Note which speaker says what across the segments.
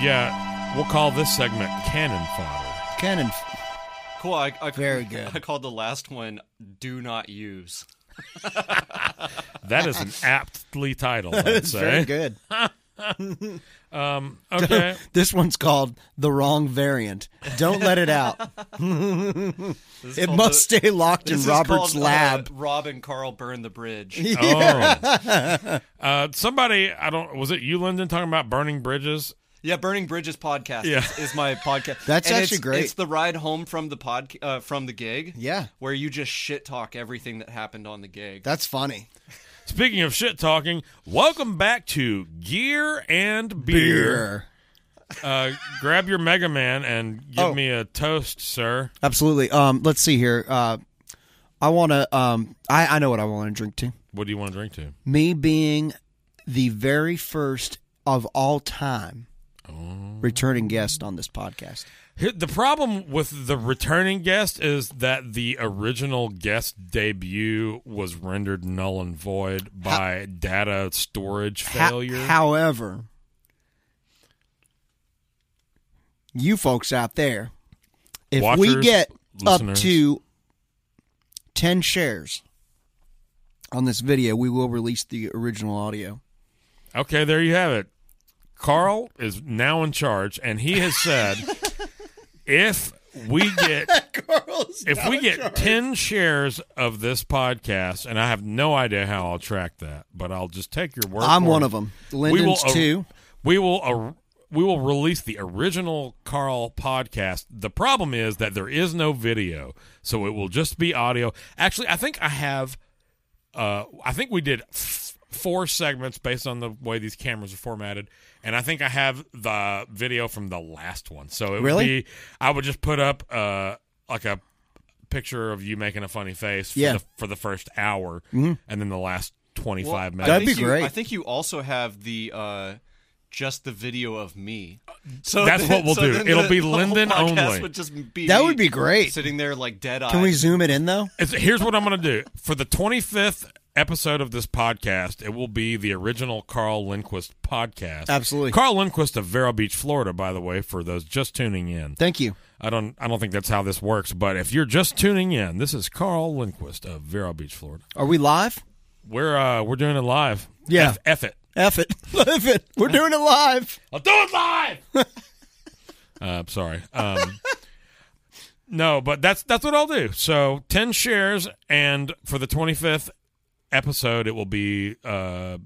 Speaker 1: Yeah, we'll call this segment cannon fodder.
Speaker 2: Cannon.
Speaker 3: Cool. I, I,
Speaker 2: Very good.
Speaker 3: I called the last one "Do Not Use."
Speaker 1: That is an aptly titled, I'd
Speaker 2: It's very
Speaker 1: say.
Speaker 2: good.
Speaker 1: Okay.
Speaker 2: This one's called the wrong variant. Don't let it out.
Speaker 3: This is
Speaker 2: It
Speaker 3: called
Speaker 2: must
Speaker 3: the-
Speaker 2: stay locked
Speaker 3: this
Speaker 2: in
Speaker 3: is
Speaker 2: Robert's
Speaker 3: called, uh,
Speaker 2: lab.
Speaker 3: Rob and Carl burn the bridge.
Speaker 1: Oh. Uh, somebody, I don't. Was it you, Lyndon, talking about burning bridges?
Speaker 3: Yeah, Burning Bridges podcast
Speaker 1: Yeah.
Speaker 3: is, is my podcast.
Speaker 2: That's
Speaker 3: And
Speaker 2: actually
Speaker 3: it's,
Speaker 2: great.
Speaker 3: It's the ride home from the pod uh, from the gig.
Speaker 2: Yeah.
Speaker 3: where you just shit talk everything that happened on the gig.
Speaker 2: That's funny.
Speaker 1: Speaking of shit talking, welcome back to Gear and Beer. Uh, grab your Mega Man and give
Speaker 2: Oh.
Speaker 1: me a toast, sir.
Speaker 2: Absolutely. Um, let's see here. Uh, I want to. Um, I I know what I want to drink to.
Speaker 1: What do you want to drink to?
Speaker 2: Me being the very first of all time
Speaker 3: Oh.
Speaker 2: returning guest on this podcast.
Speaker 1: Here- The problem with the returning guest is that the original guest debut was rendered null and void by data storage
Speaker 2: Ha-
Speaker 1: failure.
Speaker 2: however, you folks out there, if we
Speaker 1: Watchers,
Speaker 2: get up
Speaker 1: listeners.
Speaker 2: to 10 shares on this video, we will release the original audio.
Speaker 1: Okay, there you have it. Carl is now in charge, and he has said, if we get if we get ten shares of this podcast, and I have no idea how I'll track that, but I'll just take your word.
Speaker 2: I'm
Speaker 1: for
Speaker 2: one
Speaker 1: it.
Speaker 2: of them.
Speaker 1: We will,
Speaker 2: Lyndon's
Speaker 1: uh,
Speaker 2: two.
Speaker 1: We will. Uh, we will release the original Carl podcast. The problem is that there is no video, so it will just be audio. Actually, I think I have. Uh, I think we did f- four segments based on the way these cameras are formatted, and I think I have the video from the last one. So it
Speaker 2: Really?
Speaker 1: would be. I would just put up uh like a picture of you making a funny face for,
Speaker 2: Yeah. Mm-hmm.
Speaker 1: the, for the first hour, and then the last twenty
Speaker 3: Well,
Speaker 1: five
Speaker 3: I
Speaker 1: minutes.
Speaker 2: That'd
Speaker 3: think
Speaker 2: be
Speaker 3: you-
Speaker 2: great.
Speaker 3: I think you also have the uh, just the video of me. So
Speaker 1: That's what we'll do.
Speaker 3: then
Speaker 1: It'll
Speaker 3: the
Speaker 1: be
Speaker 3: whole
Speaker 1: Lyndon
Speaker 3: podcast
Speaker 1: only.
Speaker 3: Would just be
Speaker 2: That
Speaker 3: me
Speaker 2: would be great.
Speaker 3: Sitting there like dead eyed.
Speaker 2: Can we zoom it in, though?
Speaker 1: It's, here's what I'm going to do for the 25th episode of this podcast. It will be the original Carl Lindquist podcast.
Speaker 2: Absolutely.
Speaker 1: Carl Lindquist of Vero Beach, Florida, by the way, for those just tuning in.
Speaker 2: Thank you.
Speaker 1: I don't I don't think that's how this works, but if you're just tuning in, this is Carl Lindquist of Vero Beach, Florida.
Speaker 2: Are we live?
Speaker 1: We're uh we're doing it live.
Speaker 2: Yeah.
Speaker 1: F, F it.
Speaker 2: F it. F it. We're doing it live.
Speaker 1: I'll do it live. uh, sorry. Um, no, but that's that's what I'll do. So ten shares, and for the twenty fifth episode, it will be uh,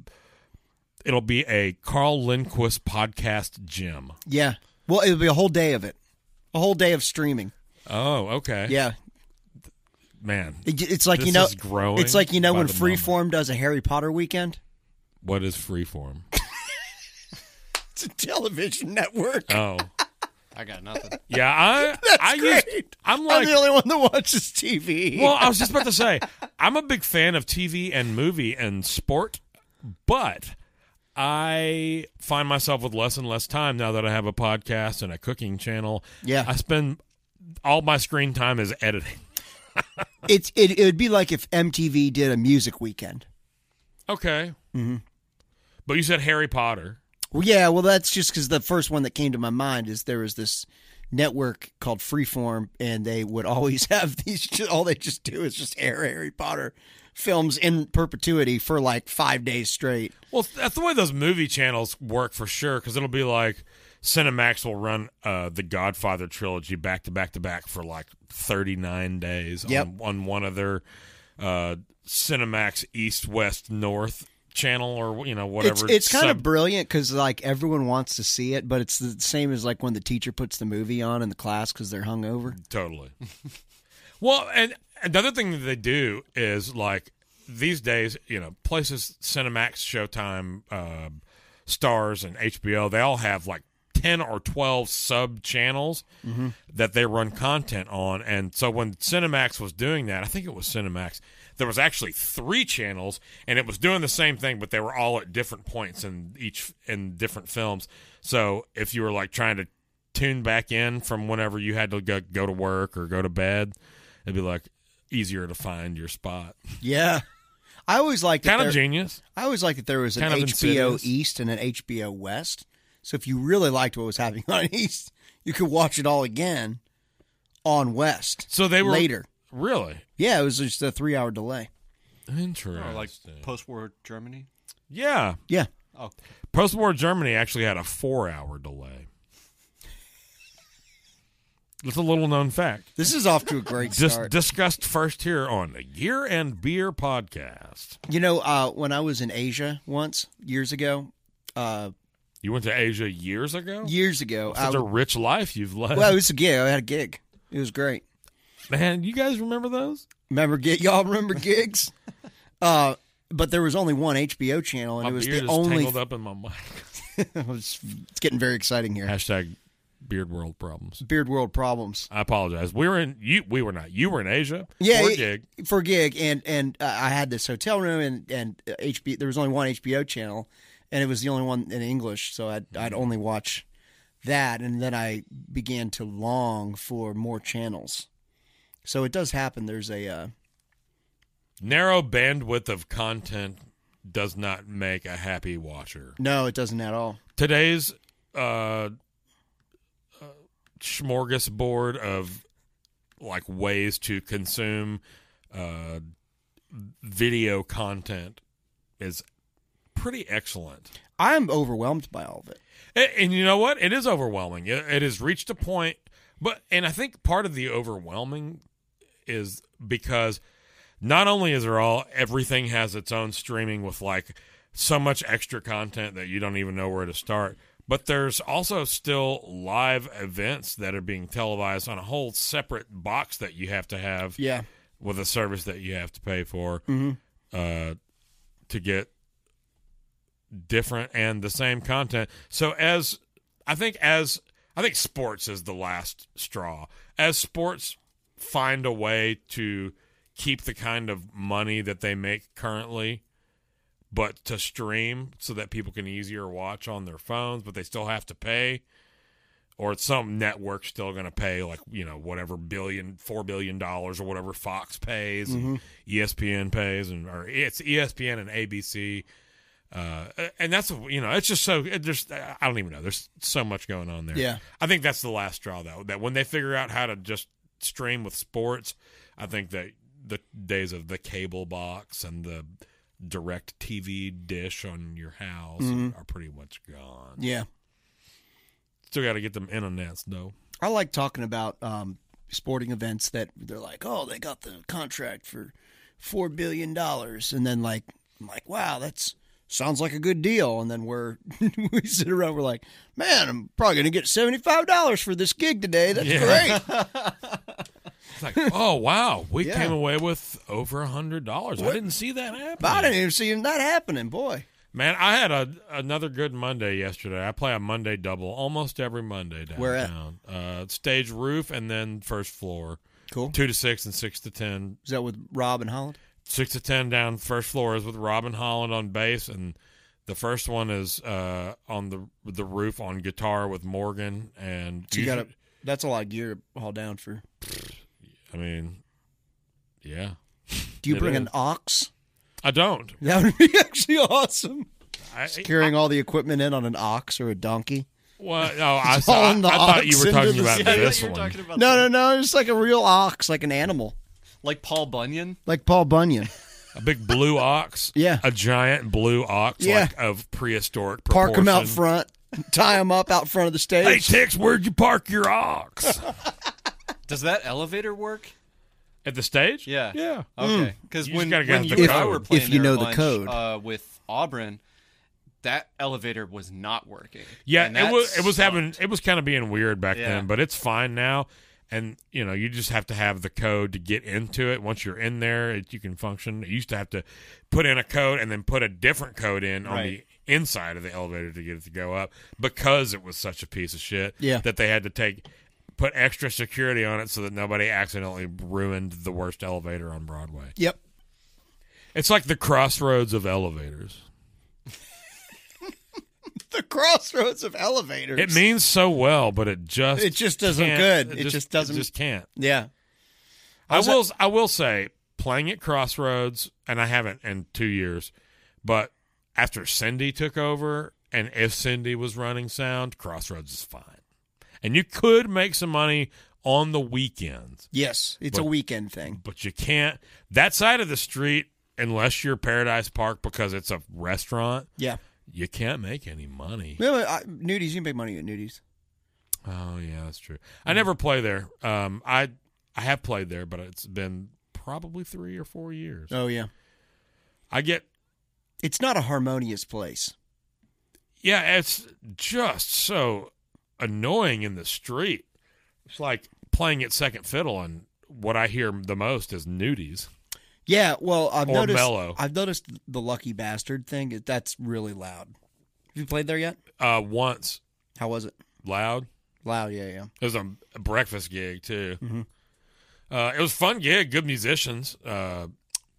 Speaker 1: it'll be a Carl Lindquist podcast gym.
Speaker 2: Yeah. Well, it'll be a whole day of it, a whole day of streaming.
Speaker 1: Oh, okay.
Speaker 2: Yeah.
Speaker 1: man.
Speaker 2: It- It's like
Speaker 1: This
Speaker 2: you know,
Speaker 1: is growing
Speaker 2: it's like you know
Speaker 1: by
Speaker 2: when
Speaker 1: the moment.
Speaker 2: Freeform does a Harry Potter weekend.
Speaker 1: What is Freeform?
Speaker 2: It's a television network.
Speaker 1: Oh,
Speaker 3: I got nothing.
Speaker 1: yeah. I I used,
Speaker 2: great.
Speaker 1: I'm like
Speaker 2: I'm the only one that watches TV.
Speaker 1: Well, I was just about to say, I'm a big fan of TV and movie and sport, but I find myself with less and less time now that I have a podcast and a cooking channel.
Speaker 2: Yeah.
Speaker 1: I spend all my screen time is editing.
Speaker 2: it's it, it would be like if MTV did a music weekend.
Speaker 1: Okay. Mm-hmm. But you said Harry Potter.
Speaker 2: Well, yeah. Well, that's just because the first one that came to my mind is there was this network called Freeform, and they would always have these. All they just do is just air Harry Potter films in perpetuity for like five days straight.
Speaker 1: Well, that's the way those movie channels work for sure, because it'll be like Cinemax will run uh, the Godfather trilogy back to back to back for like 39 days
Speaker 2: Yep.
Speaker 1: on, on one of their uh, Cinemax East, West, North channel or, you know,
Speaker 2: It's,
Speaker 1: whatever.
Speaker 2: it's kind
Speaker 1: sub-
Speaker 2: of brilliant because like everyone wants to see it, but it's the same as like when the teacher puts the movie on in the class because they're hungover.
Speaker 1: Totally. well, and another thing that they do is like these days, you know, places Cinemax, Showtime, uh, Stars, and HBO, they all have like 10 or 12 sub channels that they run content on. And so when Cinemax was doing that, I think it was Cinemax. There was actually three channels, and it was doing the same thing, but they were all at different points in each in different films. So if you were like trying to tune back in from whenever you had to go, go to work or go to bed. It'd be like easier to find your spot.
Speaker 2: Yeah, I always liked that
Speaker 1: Kind
Speaker 2: there-
Speaker 1: of genius.
Speaker 2: I always liked that there was an
Speaker 1: Kind of
Speaker 2: HBO
Speaker 1: insidious.
Speaker 2: East and an HBO West. So if you really liked what was happening on East, you could watch it all again on West.
Speaker 1: So they were
Speaker 2: later.
Speaker 1: Really
Speaker 2: Yeah, it was just a three hour delay.
Speaker 1: interesting.
Speaker 3: Or Oh, like post-war Germany.
Speaker 1: yeah,
Speaker 2: Yeah.
Speaker 3: Oh,
Speaker 1: post-war Germany actually had a four-hour delay. That's a little known fact.
Speaker 2: This is off to a great
Speaker 1: Just
Speaker 2: start.
Speaker 1: discussed first here on the Year and Beer podcast.
Speaker 2: you know, uh, when I was in Asia once, years ago, uh,
Speaker 1: You went to Asia years ago.
Speaker 2: years ago, I,
Speaker 1: Such a rich life you've led.
Speaker 2: well, it was a gig. I had a gig. It was great.
Speaker 1: Man, you guys remember those?
Speaker 2: Remember, gig? Y'all remember gigs? uh, but there was only one HBO channel, and
Speaker 1: My
Speaker 2: it was
Speaker 1: beard
Speaker 2: the
Speaker 1: is
Speaker 2: only.
Speaker 1: tangled up in my mic.
Speaker 2: It was- it's getting very exciting here.
Speaker 1: Hashtag beard world problems.
Speaker 2: Beard World problems.
Speaker 1: I apologize. We were in you. We were not. You were in Asia.
Speaker 2: Yeah,
Speaker 1: for a
Speaker 2: it-
Speaker 1: gig.
Speaker 2: for gig, and and uh, I had this hotel room, and and uh, HBO. There was only one HBO channel, and it was the only one in English, so I'd I'd only watch that, and then I began to long for more channels. So it does happen. There's a uh,
Speaker 1: Narrow bandwidth of content does not make a happy watcher.
Speaker 2: no, it doesn't at all.
Speaker 1: Today's uh, uh, smorgasbord of like ways to consume uh, video content is pretty excellent.
Speaker 2: I'm overwhelmed by all of it.
Speaker 1: And, and you know what? It is overwhelming. It, it has reached a point, but and I think part of the overwhelming is because not only is there all everything has its own streaming with like so much extra content that you don't even know where to start, but there's also still live events that are being televised on a whole separate box that you have to have
Speaker 2: Yeah,
Speaker 1: with a service that you have to pay for uh, to get different and the same content. So as I think as I think sports is the last straw. As sports find a way to keep the kind of money that they make currently but to stream so that people can easier watch on their phones but they still have to pay or it's some network still going to pay like you know whatever billion four billion dollars or whatever Fox pays, and E ESPN pays, and or it's E ESPN and ABC, uh, and that's you know it's just so it just I don't even know. There's so much going on there.
Speaker 2: Yeah.
Speaker 1: I think that's the last straw though. That when they figure out how to just stream with sports, I think that the days of the cable box and the direct TV dish on your house
Speaker 2: Mm-hmm.
Speaker 1: are pretty much gone.
Speaker 2: yeah.
Speaker 1: Still got to get them internets though.
Speaker 2: I like talking about um, sporting events that they're like, oh, they got the contract for four billion dollars, and then like, I'm like, wow, that's sounds like a good deal, and then we're we sit around, we're like, man, I'm probably gonna get seventy five dollars for this gig today. That's
Speaker 1: Yeah.
Speaker 2: great.
Speaker 1: It's like, oh wow, we
Speaker 2: Yeah.
Speaker 1: came away with over a hundred dollars. I didn't see that happen.
Speaker 2: but I didn't even see that happening, boy.
Speaker 1: Man, I had a another good Monday yesterday. I play a Monday double almost every Monday downtown.
Speaker 2: Where at?
Speaker 1: Uh, stage roof and then first floor.
Speaker 2: Cool.
Speaker 1: Two to six and six to ten.
Speaker 2: Is that with Rob and Holland?
Speaker 1: Six to ten down first floor is with Robin Holland on bass and the first one is uh, on the the roof on guitar with Morgan and
Speaker 2: So you got to
Speaker 1: usually-
Speaker 2: That's a lot of gear to haul down for.
Speaker 1: I mean, yeah,
Speaker 2: Do you
Speaker 1: It
Speaker 2: bring
Speaker 1: is.
Speaker 2: an ox?
Speaker 1: I don't.
Speaker 2: That would be actually awesome.
Speaker 1: I,
Speaker 2: Carrying all the equipment in on an ox or a donkey.
Speaker 1: Well, oh, I,
Speaker 2: It's
Speaker 1: saw, I,
Speaker 2: all in the
Speaker 1: I thought you
Speaker 2: ox
Speaker 1: were
Speaker 2: into
Speaker 1: talking
Speaker 2: the-
Speaker 1: about
Speaker 2: Yeah, I
Speaker 3: yeah, I
Speaker 1: this
Speaker 3: thought you were
Speaker 1: one.
Speaker 3: talking about
Speaker 2: No,
Speaker 3: the-
Speaker 2: no, no. It's like a real ox, like an animal,
Speaker 3: like Paul Bunyan.
Speaker 2: like Paul Bunyan.
Speaker 1: A big blue ox.
Speaker 2: Yeah.
Speaker 1: A giant blue ox
Speaker 2: Yeah.
Speaker 1: like of prehistoric
Speaker 2: Park them out
Speaker 1: proportion.
Speaker 2: front, tie them up out front of the
Speaker 1: Hey,
Speaker 2: stage.
Speaker 1: Tix, where'd you park your ox?
Speaker 3: Does that elevator work?
Speaker 1: At the stage?
Speaker 3: Yeah.
Speaker 1: Yeah.
Speaker 3: Okay. Because
Speaker 1: Hmm. You just
Speaker 3: when,
Speaker 1: gotta get
Speaker 3: when
Speaker 1: the
Speaker 3: you and I
Speaker 1: code.
Speaker 3: were
Speaker 1: If
Speaker 3: playing
Speaker 2: you
Speaker 3: there
Speaker 2: know
Speaker 3: a
Speaker 2: the
Speaker 3: bunch,
Speaker 2: code.
Speaker 3: uh, with Auburn, that elevator was not working.
Speaker 1: Yeah,
Speaker 3: And
Speaker 1: it
Speaker 3: that
Speaker 1: was it was
Speaker 3: sucked.
Speaker 1: having it was kind of being weird back
Speaker 3: Yeah.
Speaker 1: then, but it's fine now. And you know, you just have to have the code to get into it. Once you're in there, it, you can function. You used to have to put in a code and then put a different code in on the
Speaker 3: Right.
Speaker 1: inside of the elevator to get it to go up because it was such a piece of shit
Speaker 2: Yeah.
Speaker 1: that they had to take put extra security on it so that nobody accidentally ruined the worst elevator on Broadway.
Speaker 2: Yep.
Speaker 1: It's like the crossroads of elevators.
Speaker 2: The crossroads of elevators.
Speaker 1: It means so well, but it just
Speaker 2: It just doesn't
Speaker 1: can't-
Speaker 2: good. It just doesn't-
Speaker 1: it just can't.
Speaker 2: Yeah.
Speaker 1: I will. I will say playing at Crossroads, and I haven't in two years, but after Cindy took over and if Cindy was running sound, Crossroads is fine. And you could make some money on the weekends,
Speaker 2: Yes, it's a weekend thing.
Speaker 1: but you can't. That side of the street, unless you're Paradise Park because it's a restaurant,
Speaker 2: Yeah.
Speaker 1: you can't make any money.
Speaker 2: No, I, nudies. You can make money at nudies.
Speaker 1: Oh yeah, that's true. I never play there. Um, I I have played there, but it's been probably three or four years.
Speaker 2: Oh yeah.
Speaker 1: I get
Speaker 2: It's not a harmonious place.
Speaker 1: yeah, it's just so annoying in the street. It's like playing at second fiddle, and what I hear the most is nudies.
Speaker 2: Yeah. Well, I've
Speaker 1: Or
Speaker 2: noticed.
Speaker 1: mellow.
Speaker 2: I've noticed the lucky bastard thing. is- That's really loud. Have you played there yet?
Speaker 1: Uh, once
Speaker 2: How was it?
Speaker 1: loud.
Speaker 2: Loud. Yeah. Yeah.
Speaker 1: It was a, a breakfast gig too. Uh, it was a fun gig. Good musicians. Uh,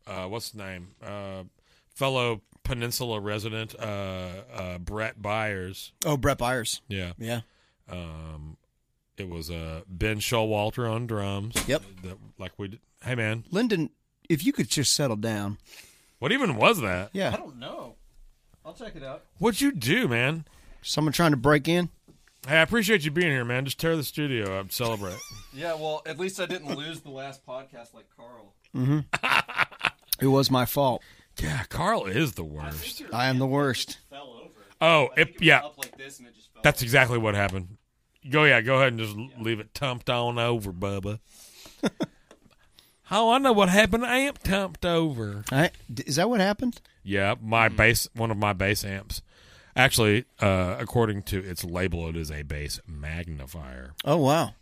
Speaker 1: uh, what's his name? Uh, fellow Peninsula resident uh, uh, Brett Byers.
Speaker 2: Oh, Brett Byers.
Speaker 1: Yeah.
Speaker 2: Yeah.
Speaker 1: Um, it was uh, Ben Showalter on drums.
Speaker 2: Yep.
Speaker 1: That, like we. Did. Hey man,
Speaker 2: Lyndon, if you could just settle down.
Speaker 1: what even was that?
Speaker 2: Yeah.
Speaker 3: don't know. I'll check it out.
Speaker 1: What'd you do, man?
Speaker 2: Someone trying to break in.
Speaker 1: Hey, I appreciate you being here, man. Just tear the studio up, celebrate.
Speaker 3: Yeah, well, at least I didn't lose the last podcast like Carl.
Speaker 2: It was my fault.
Speaker 1: yeah, Carl is the worst.
Speaker 2: I am the worst.
Speaker 3: Fell over.
Speaker 1: Oh,
Speaker 3: I think
Speaker 1: it,
Speaker 3: it was
Speaker 1: yeah.
Speaker 3: Up like this and it just fell.
Speaker 1: That's exactly what happened. Go yeah, go ahead and just l leave it tumped on over, Bubba. How I know what happened? Amp tumped over. Mm-hmm.
Speaker 2: I, d- is that what happened?
Speaker 1: Yeah, my bass, one of my bass amps. Actually, uh, according to its label, it is a bass magnifier.
Speaker 2: Oh wow.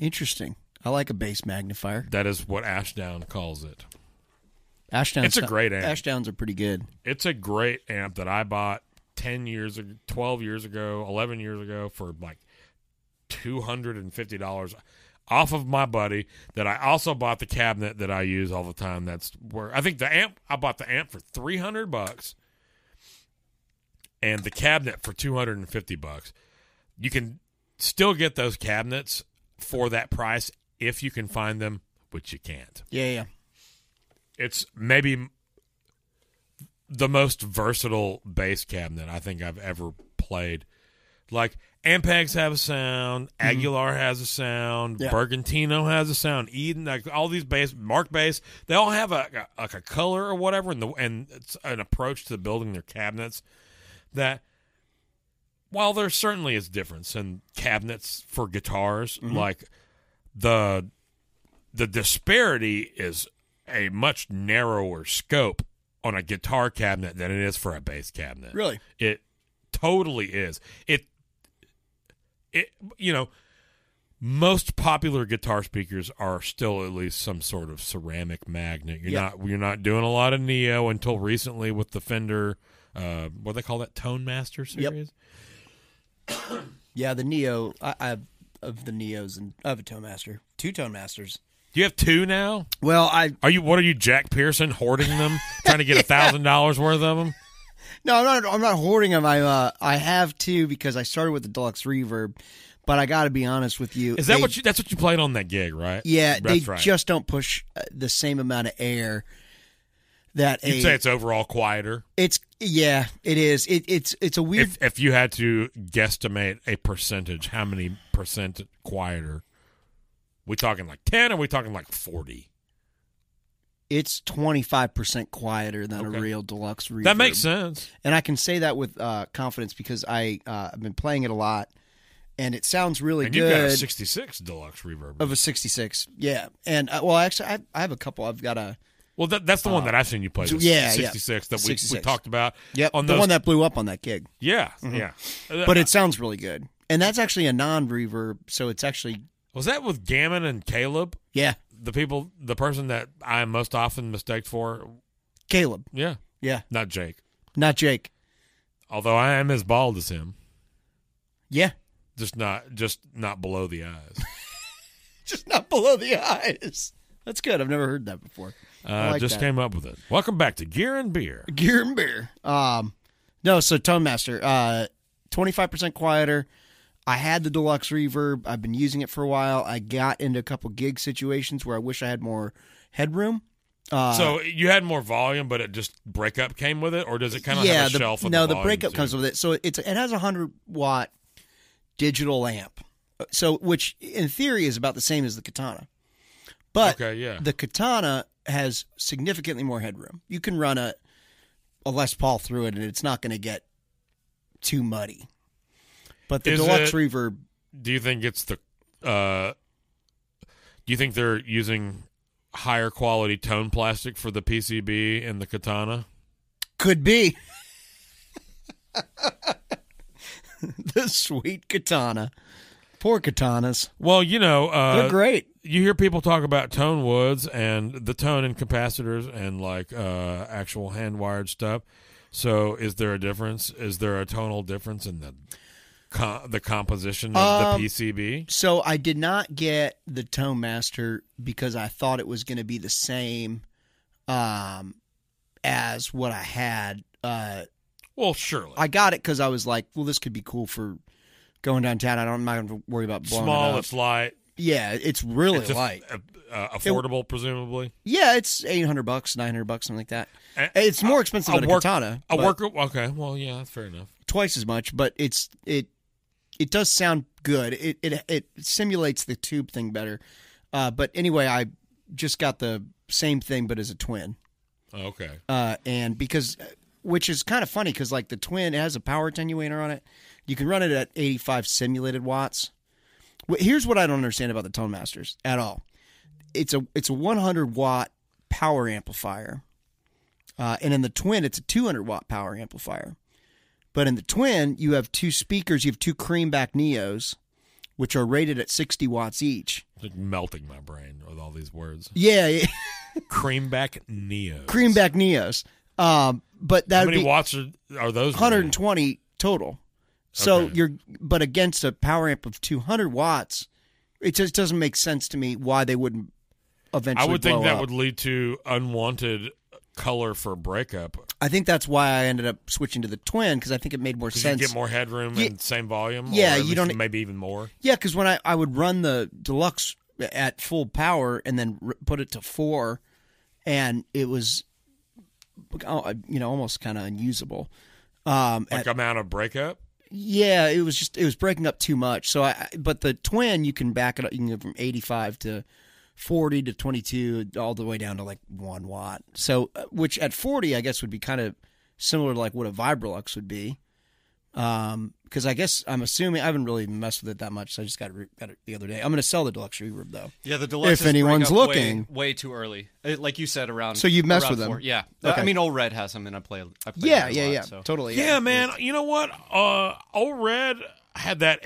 Speaker 2: Interesting. I like a bass magnifier.
Speaker 1: That is what Ashdown calls it.
Speaker 2: Ashdown's
Speaker 1: It's a great amp.
Speaker 2: Ashdowns are pretty good.
Speaker 1: It's a great amp that I bought ten years, ag- twelve years ago, eleven years ago for like two hundred and fifty dollars off of my buddy. That I also bought the cabinet that I use all the time. That's where I think the amp. I bought the amp for three hundred bucks, and the cabinet for two hundred and fifty bucks. You can still get those cabinets for that price if you can find them, which you can't
Speaker 2: Yeah, yeah.
Speaker 1: it's maybe the most versatile bass cabinet I think I've ever played. Like Ampegs have a sound, Aguilar has a sound,
Speaker 2: Yeah.
Speaker 1: Bergantino has a sound, Eden, like all these bass, Mark bass, they all have a, a like a color or whatever, and the and it's an approach to building their cabinets that while there certainly is difference in cabinets for guitars, like the the disparity is a much narrower scope on a guitar cabinet than it is for a bass cabinet.
Speaker 2: Really?
Speaker 1: It totally is. It it you know most popular guitar speakers are still at least some sort of ceramic magnet. You're
Speaker 2: Yeah.
Speaker 1: not you're not doing a lot of neo until recently with the Fender uh what do they call that Tone Master
Speaker 2: Yep.
Speaker 1: series.
Speaker 2: Yeah, the Neo I, I have of the Neos and I have a Tone Master. Two Tone Masters.
Speaker 1: Do you have two now?
Speaker 2: Well, I
Speaker 1: Are you what are you Jack Pearson hoarding them trying to get a thousand dollars worth of them?
Speaker 2: No, I'm not. I'm not hoarding them. I uh, I have two because I started with the deluxe reverb, but I got to be honest with you.
Speaker 1: Is that
Speaker 2: they-
Speaker 1: what you that's what you played on that gig, right?
Speaker 2: Yeah,
Speaker 1: that's
Speaker 2: they
Speaker 1: right.
Speaker 2: just don't push uh, the same amount of air that a
Speaker 1: You'd say it's overall quieter.
Speaker 2: it's yeah it is it, it's it's a weird
Speaker 1: If if you had to guesstimate a percentage, how many percent quieter? We talking like ten? Or we talking like forty?
Speaker 2: it's 25 percent quieter than
Speaker 1: Okay.
Speaker 2: a real deluxe reverb.
Speaker 1: That makes sense.
Speaker 2: and I can say that with uh, confidence because I uh, I've been playing it a lot, and it sounds really
Speaker 1: And
Speaker 2: good.
Speaker 1: you got a sixty-six deluxe reverb.
Speaker 2: of a 66, yeah, and uh, well, actually, I, I have a couple. I've got a
Speaker 1: well, that, that's the one that I've seen you play. the
Speaker 2: uh, yeah, yeah.
Speaker 1: sixty-six that we, we
Speaker 2: 66.
Speaker 1: talked about.
Speaker 2: yep,
Speaker 1: on
Speaker 2: the
Speaker 1: those-
Speaker 2: one that blew up on that gig.
Speaker 1: Yeah, yeah. Uh,
Speaker 2: but it sounds really good. And that's actually a non-reverb, so it's actually
Speaker 1: was that with Gammon and Caleb,
Speaker 2: yeah,
Speaker 1: the people, the person that I am most often mistaked for.
Speaker 2: Caleb.
Speaker 1: Yeah,
Speaker 2: Yeah,
Speaker 1: not Jake.
Speaker 2: not Jake.
Speaker 1: Although I am as bald as him,
Speaker 2: Yeah,
Speaker 1: just not just not below the eyes.
Speaker 2: just not below the eyes. That's good. I've never heard that before.
Speaker 1: I
Speaker 2: like
Speaker 1: just
Speaker 2: that.
Speaker 1: came up with it. Welcome back to Gear and Beer.
Speaker 2: Gear and beer. Um, no, so Tone Master, uh, 25% quieter. I had the deluxe reverb. I've been using it for a while. I got into a couple gig situations where I wish I had more headroom.
Speaker 1: so you had more volume, but it just breakup came with it, or does it kind of
Speaker 2: yeah,
Speaker 1: have a
Speaker 2: the,
Speaker 1: shelf?
Speaker 2: no, the, breakup comes with it. So it's it has a hundred watt digital amp, Uh, so which in theory is about the same as the Katana, but
Speaker 1: Okay, yeah.
Speaker 2: the Katana has significantly more headroom. You can run a a Les Paul through it, and it's not going to get too muddy. But the
Speaker 1: Is
Speaker 2: deluxe
Speaker 1: it-
Speaker 2: reverb,
Speaker 1: Do you think it's the? Uh, do you think they're using higher quality tone plastic for the PCB and the Katana?
Speaker 2: Could be. the sweet katana. Poor katanas.
Speaker 1: Well, you know,
Speaker 2: They're
Speaker 1: uh,
Speaker 2: great.
Speaker 1: you hear people talk about tone woods and the tone in capacitors and like uh, actual hand wired stuff. So, is there a difference? Is there a tonal difference in the co the composition of
Speaker 2: Um,
Speaker 1: the PCB?
Speaker 2: So I did not get the Tone Master because I thought it was going to be the same um, as what I had. Uh,
Speaker 1: Well, surely
Speaker 2: I got it because I was like, well, this could be cool for going downtown. I don't, I'm not going to worry about blowing
Speaker 1: small,
Speaker 2: it up.
Speaker 1: it's light,
Speaker 2: yeah, it's really
Speaker 1: it's a-
Speaker 2: light.
Speaker 1: a- uh, affordable, presumably.
Speaker 2: yeah, it's 800 bucks, 900 bucks, something like that.
Speaker 1: A-
Speaker 2: It's more expensive
Speaker 1: Eh, a
Speaker 2: than a
Speaker 1: work-
Speaker 2: katana.
Speaker 1: A
Speaker 2: but-
Speaker 1: worker, okay, well, yeah, that's fair enough.
Speaker 2: twice as much, but it's it it does sound good. It it it simulates the tube thing better. Uh, but anyway, I just got the same thing, but as a twin,
Speaker 1: Okay,
Speaker 2: uh, and because which is kind of funny because like the twin it has a power attenuator on it. You can run it at 85 simulated watts. Wh- Here's what I don't understand about the Tone Masters at all. It's a it's a 100 watt power amplifier, uh, and in the twin it's a 200 watt power amplifier. But in the twin, you have two speakers. You have two creamback neos, which are rated at 60 watts each.
Speaker 1: it's like melting my brain with all these words.
Speaker 2: Yeah, yeah,
Speaker 1: Creamback Neo.
Speaker 2: creamback neos. Um, but that
Speaker 1: How
Speaker 2: would
Speaker 1: many
Speaker 2: be
Speaker 1: watts are, are those?
Speaker 2: 120 total. So
Speaker 1: Okay.
Speaker 2: you're, but against a power amp of 200 watts, it just doesn't make sense to me why they wouldn't eventually.
Speaker 1: I would think
Speaker 2: blow
Speaker 1: that
Speaker 2: up.
Speaker 1: would lead to unwanted color for breakup.
Speaker 2: I think that's why I ended up switching to the twin because I think it made more
Speaker 1: 'Cause You
Speaker 2: sense.
Speaker 1: get more headroom
Speaker 2: Ye-
Speaker 1: and same volume.
Speaker 2: Yeah,
Speaker 1: or at
Speaker 2: you
Speaker 1: least
Speaker 2: don't-
Speaker 1: Maybe even more.
Speaker 2: Yeah, because when I, I would run the deluxe at full power and then r- put it to four, and it was, uh, you know, almost kind of unusable. Um,
Speaker 1: Like amount of breakup.
Speaker 2: yeah, it was just it was breaking up too much. So I, but the twin you can back it up. You can go from eighty five to forty to twenty two, all the way down to like one watt. So uh, which at forty, I guess would be kind of similar to like what a Vibrolux would be. Um, because I guess I'm assuming I haven't really messed with it that much. So I just got it, re- got it the other day. I'm gonna sell the deluxe reverb though.
Speaker 3: Yeah, the deluxe.
Speaker 2: If anyone's looking.
Speaker 3: way, way too early. Uh, like you said, around.
Speaker 2: So you've messed
Speaker 3: around
Speaker 2: with them?
Speaker 3: four- Yeah,
Speaker 2: Okay.
Speaker 3: I mean, Old Red has them, and I play. I play
Speaker 2: Yeah,
Speaker 3: that a
Speaker 2: yeah,
Speaker 3: lot,
Speaker 2: yeah,
Speaker 3: so.
Speaker 2: totally.
Speaker 1: Yeah, man. You know what? Uh, Old Red had that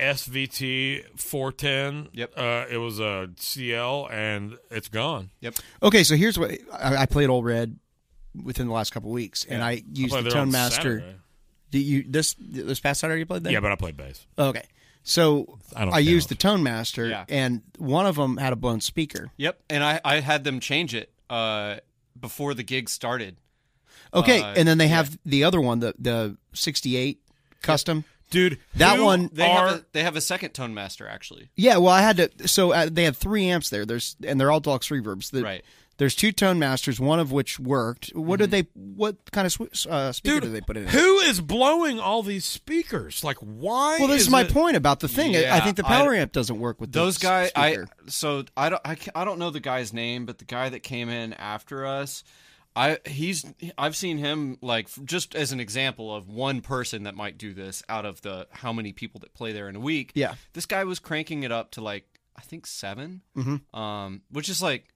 Speaker 1: SVT 410.
Speaker 3: Yep.
Speaker 1: Uh, it was a CL, and it's gone.
Speaker 3: Yep.
Speaker 2: Okay, so here's what I, I played Old Red within the last couple weeks, and I used
Speaker 1: played
Speaker 2: the
Speaker 1: it on
Speaker 2: Tone Master.
Speaker 1: Saturday.
Speaker 2: Did you this this past Saturday you played that?
Speaker 1: Yeah, but I played bass.
Speaker 2: Okay. So
Speaker 1: I
Speaker 2: I,
Speaker 1: don't
Speaker 2: used the
Speaker 1: count.
Speaker 2: Tone Master,
Speaker 3: Yeah.
Speaker 2: and one of them had a blown speaker.
Speaker 3: Yep. And I, I had them change it uh, before the gig started.
Speaker 2: Okay,
Speaker 3: Uh,
Speaker 2: and then they have the other one, the the '68 custom.
Speaker 1: Dude,
Speaker 2: That
Speaker 1: who
Speaker 2: one-
Speaker 3: They
Speaker 1: are,
Speaker 3: have a, they have a second tone master actually.
Speaker 2: Yeah, well, I had to. So uh, they had three amps there. There's and they're all deluxe reverbs. The-
Speaker 3: Right. Mhm.
Speaker 2: There's two Tone Masters, one of which worked. What did they? What kind of sw- uh, speaker
Speaker 1: dude,
Speaker 2: did they put in? it?
Speaker 1: who is blowing all these speakers? Like, why?
Speaker 2: well, this is, my
Speaker 1: it-
Speaker 2: point about the thing. I- I,
Speaker 3: Yeah,
Speaker 2: think the
Speaker 3: I-
Speaker 2: power amp doesn't work with
Speaker 3: Those
Speaker 2: this
Speaker 3: guys, I
Speaker 2: speaker.
Speaker 3: so I don't I, ca- I don't know the guy's name, but the guy that came in after us, I he's I've seen him like f- just as an example of one person that might do this out of the how many people that play there in a week.
Speaker 2: Yeah.
Speaker 3: this guy was cranking it up to like I think 7
Speaker 2: Mm-hmm.
Speaker 3: um, which is like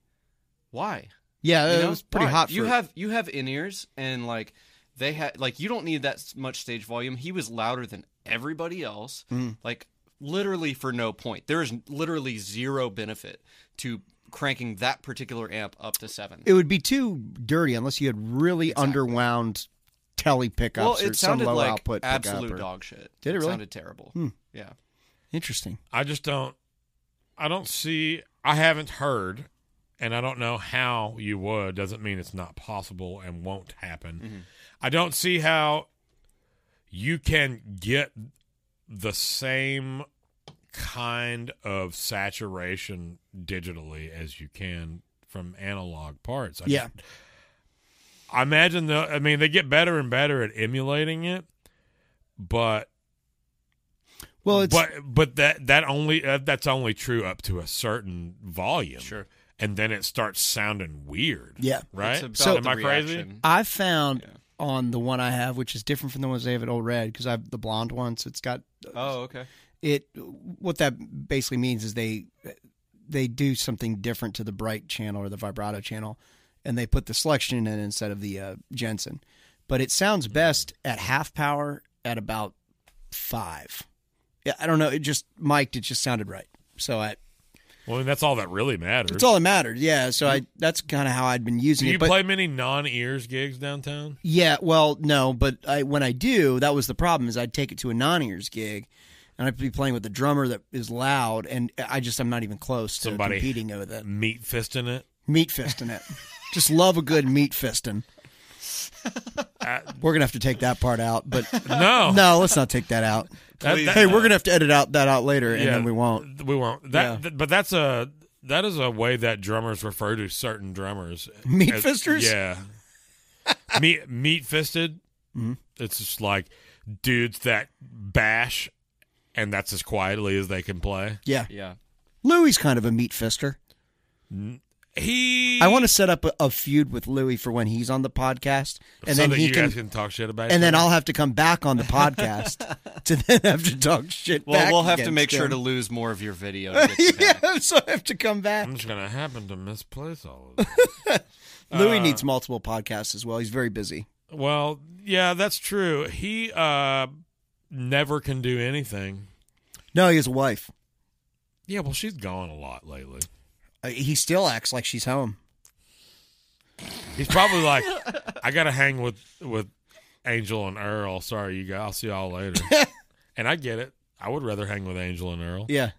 Speaker 3: why
Speaker 2: yeah,
Speaker 3: You
Speaker 2: it
Speaker 3: know?
Speaker 2: was Uh, pretty
Speaker 3: Why?
Speaker 2: hot. For,
Speaker 3: You have you have in ears and like they had like you don't need that s- much stage volume. He was louder than everybody else.
Speaker 2: Mm.
Speaker 3: Like literally for no point. There is literally zero benefit to cranking that particular amp up to seven.
Speaker 2: it would be too dirty unless you had really underwound tele pickups
Speaker 3: well,
Speaker 2: or
Speaker 3: it
Speaker 2: some
Speaker 3: sounded
Speaker 2: low
Speaker 3: like
Speaker 2: output pickup
Speaker 3: absolute
Speaker 2: or-
Speaker 3: dog shit.
Speaker 2: Did it really? Hmm.
Speaker 3: sounded terrible. Yeah.
Speaker 2: Interesting.
Speaker 1: I just don't. I don't see. I haven't heard, and I don't know how you would. Doesn't mean it's not possible and won't happen. I don't see how you can get the same kind of saturation digitally as you can from analog parts. I
Speaker 2: Yeah.
Speaker 1: just- I imagine the. I mean, they get better and better at emulating it, but
Speaker 2: Well, it's
Speaker 1: but but that that only uh, that's only true up to a certain volume.
Speaker 3: Sure.
Speaker 1: and then it starts sounding weird.
Speaker 2: yeah.
Speaker 1: right.
Speaker 3: It's about
Speaker 2: So-
Speaker 1: am
Speaker 3: the
Speaker 1: I crazy?
Speaker 3: reaction.
Speaker 2: I found on the one I have, which is different from the ones they have at Old Red, because I have the blonde one, so it's got
Speaker 3: Oh, okay.
Speaker 2: it. What that basically means is they they do something different to the bright channel or the vibrato channel, and they put the selection in instead of the uh, Jensen. But it sounds
Speaker 1: Mm.
Speaker 2: best at half power at about five. Yeah, I don't know. It just mic'd. It just sounded right. So I,
Speaker 1: Well, I mean, that's all that really matters.
Speaker 2: it's all that mattered. Yeah. So I, that's kind of how I'd been using
Speaker 1: Do
Speaker 2: it.
Speaker 1: you
Speaker 2: but-
Speaker 1: play many non-ears gigs downtown?
Speaker 2: Yeah, well, no, but I when I do, that was the problem is I'd take it to a non-ears gig, and I'd be playing with a drummer that is loud, and I just I'm not even close to
Speaker 1: Somebody-
Speaker 2: competing with it.
Speaker 1: Meat fisting it.
Speaker 2: Meat fisting it, just love a good meat fisting.
Speaker 1: Uh,
Speaker 2: we're gonna have to take that part out, but
Speaker 1: No,
Speaker 2: no, let's not take that out.
Speaker 1: That- that-
Speaker 2: hey, we're gonna have to edit out that out later, and
Speaker 1: Yeah,
Speaker 2: then we won't.
Speaker 1: We won't. That,
Speaker 2: Yeah.
Speaker 1: th- but that's a that is a way that drummers refer to certain drummers.
Speaker 2: Meat
Speaker 1: As-
Speaker 2: fisters?
Speaker 1: Yeah. meat meat fisted.
Speaker 2: Mm-hmm.
Speaker 1: It's just like dudes that bash, and that's as quietly as they can play.
Speaker 2: Yeah,
Speaker 3: Yeah.
Speaker 2: Louis kind of a meat fister.
Speaker 1: He.
Speaker 2: I want to set up a, a feud with Louis for when he's on the podcast, and
Speaker 1: so
Speaker 2: then
Speaker 1: that
Speaker 2: he
Speaker 1: you
Speaker 2: can
Speaker 1: guys can talk shit about.
Speaker 2: and
Speaker 1: each
Speaker 2: then
Speaker 1: other.
Speaker 2: I'll have to come back on the podcast to then have to talk shit.
Speaker 3: Well,
Speaker 2: back
Speaker 3: we'll have to
Speaker 2: against
Speaker 3: make sure
Speaker 2: him.
Speaker 3: to lose more of your video. To get you back.
Speaker 2: yeah, so I have to come back.
Speaker 1: I'm just gonna happen to misplace all of this.
Speaker 3: Mm-hmm.
Speaker 2: Louis
Speaker 3: Uh,
Speaker 2: needs multiple podcasts as well. He's very busy.
Speaker 1: well, yeah, that's true. He uh never can do anything.
Speaker 2: No, he has a wife.
Speaker 1: Yeah, well, she's gone a lot lately.
Speaker 2: Uh, He still acts like she's home.
Speaker 1: He's probably like, I gotta hang with with Angel and Earl. Sorry, you guys. I'll see y'all later. and I get it. I would rather hang with Angel and Earl.
Speaker 2: Yeah,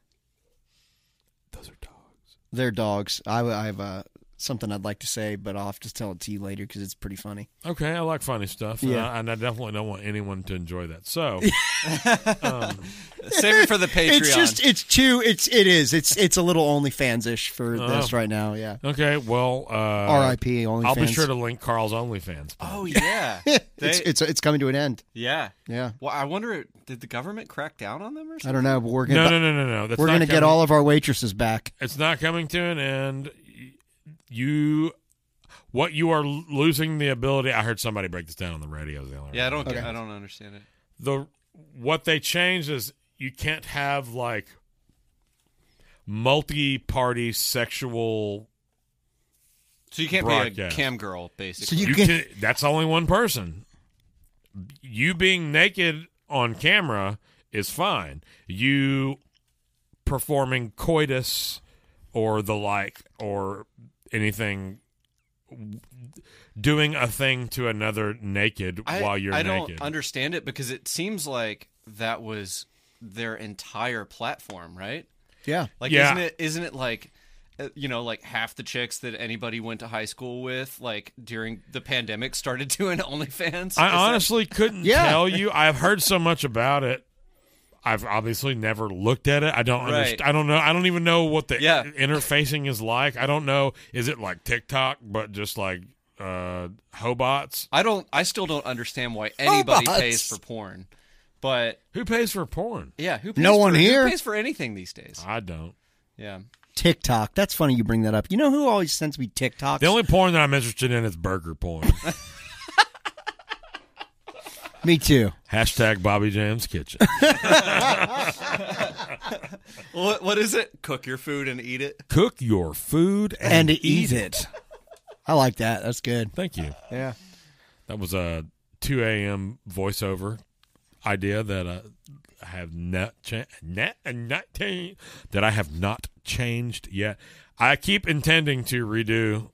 Speaker 1: Those are dogs.
Speaker 2: they're dogs. I, I have uh, something I'd like to say, but I'll have to tell it to you later because it's pretty funny.
Speaker 1: Okay, I like funny stuff.
Speaker 2: Yeah.
Speaker 1: And, I, and I definitely don't want anyone to enjoy that. So,
Speaker 3: Save it for the Patreon.
Speaker 2: It's just it's too it's it is it's it's a little OnlyFans ish for
Speaker 1: Oh.
Speaker 2: this right now. Yeah,
Speaker 1: okay, well, uh,
Speaker 2: R.I.P. OnlyFans.
Speaker 1: I'll be sure to link Carl's OnlyFans.
Speaker 3: Oh yeah. They-
Speaker 2: it's it's it's coming to an end.
Speaker 3: yeah.
Speaker 2: Yeah,
Speaker 3: Well, I wonder, did the government crack down on them or
Speaker 2: I
Speaker 3: something?
Speaker 2: don't know, but we're gonna
Speaker 1: No, no, no, no, no. That's
Speaker 2: we're
Speaker 1: not
Speaker 2: going to get
Speaker 1: coming-
Speaker 2: all of our waitresses back.
Speaker 1: It's not coming to an end. Y- You, what you are l- losing the ability. I heard somebody break this down on the radio. the other
Speaker 3: Yeah, I
Speaker 1: night.
Speaker 3: don't.
Speaker 2: Okay.
Speaker 3: I don't understand it.
Speaker 1: the what they changed is you can't have like multi-party sexual.
Speaker 3: So you can't be a
Speaker 1: Broadcast.
Speaker 3: cam girl, basically.
Speaker 2: You
Speaker 1: You,
Speaker 2: can-
Speaker 1: can, that's only one person. You being naked on camera is fine. You performing coitus or the like or anything doing a thing to another naked
Speaker 3: I,
Speaker 1: while you're
Speaker 3: I
Speaker 1: naked.
Speaker 3: don't understand it because it seems like that was their entire platform, right?
Speaker 2: Yeah.
Speaker 3: Like,
Speaker 1: Yeah.
Speaker 3: isn't it? Isn't it like, uh, you know, like half the chicks that anybody went to high school with, like during the pandemic, started doing OnlyFans.
Speaker 1: I
Speaker 3: Is that-
Speaker 1: honestly couldn't
Speaker 2: Yeah.
Speaker 1: tell you. I've heard so much about it. I've obviously never looked at it. I don't
Speaker 3: Right.
Speaker 1: understand. I don't know. I don't even know what the
Speaker 3: Yeah.
Speaker 1: interfacing is like. I don't know. Is it like TikTok, but just like uh, hobots?
Speaker 3: I don't. I still don't understand why anybody
Speaker 2: Robots.
Speaker 3: pays for porn. But
Speaker 1: Who pays for porn?
Speaker 3: yeah, who pays
Speaker 2: No one
Speaker 3: for, who
Speaker 2: here.
Speaker 3: pays for anything these days.
Speaker 1: I don't.
Speaker 3: Yeah.
Speaker 2: TikTok. That's funny you bring that up. You know who always sends me TikToks?
Speaker 1: The only porn that I'm interested in is burger porn.
Speaker 2: me too.
Speaker 1: Hashtag Bobby Jam's Kitchen.
Speaker 3: What What is it? Cook your food and eat it.
Speaker 1: Cook your food and,
Speaker 2: And to eat it. I like that. That's good.
Speaker 1: Thank you.
Speaker 2: Yeah.
Speaker 1: That was a 2 a.m. voiceover idea that uh, I have not cha- not, uh, not cha- that I have not changed yet. I keep intending to redo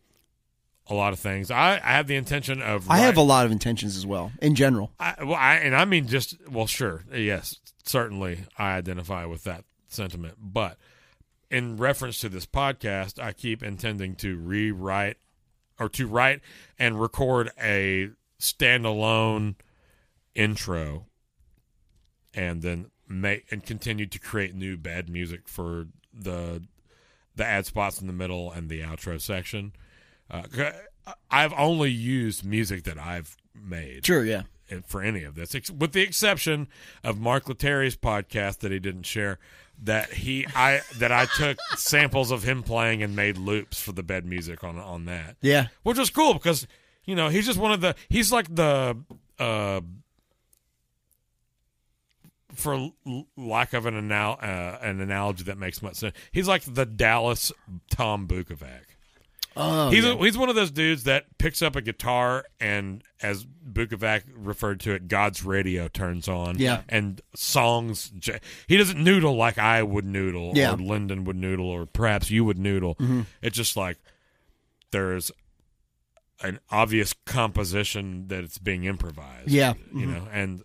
Speaker 1: a lot of things. I, I have the intention of
Speaker 2: I have a
Speaker 1: write-
Speaker 2: lot of intentions as well in general.
Speaker 1: I, well, I, and I mean just well, sure, yes, certainly, I identify with that sentiment. But in reference to this podcast, I keep intending to rewrite or to write and record a standalone intro, and then make and continue to create new bad music for the the ad spots in the middle and the outro section. Uh, 'cause I've only used music that I've made
Speaker 2: Sure, yeah.
Speaker 1: in- eh, for any of this, ex- with the exception of Mark Leterri's podcast that he didn't share. That he I that I took samples of him playing and made loops for the bed music on on that
Speaker 2: Yeah.
Speaker 1: which was cool because you know he's just one of the he's like the uh for l- lack of an anal- uh, an analogy that makes much sense he's like the Dallas Tom Bukovac
Speaker 2: Oh,
Speaker 1: he's a, he's one of those dudes that picks up a guitar and as Bukovac referred to it God's radio turns on
Speaker 2: Yeah.
Speaker 1: and songs j- he doesn't noodle like I would noodle
Speaker 2: Yeah. Mm-hmm.
Speaker 1: or Lyndon would noodle or perhaps you would noodle it's just like there's an obvious composition that it's being improvised.
Speaker 2: Yeah. Mm-hmm.
Speaker 1: you know, and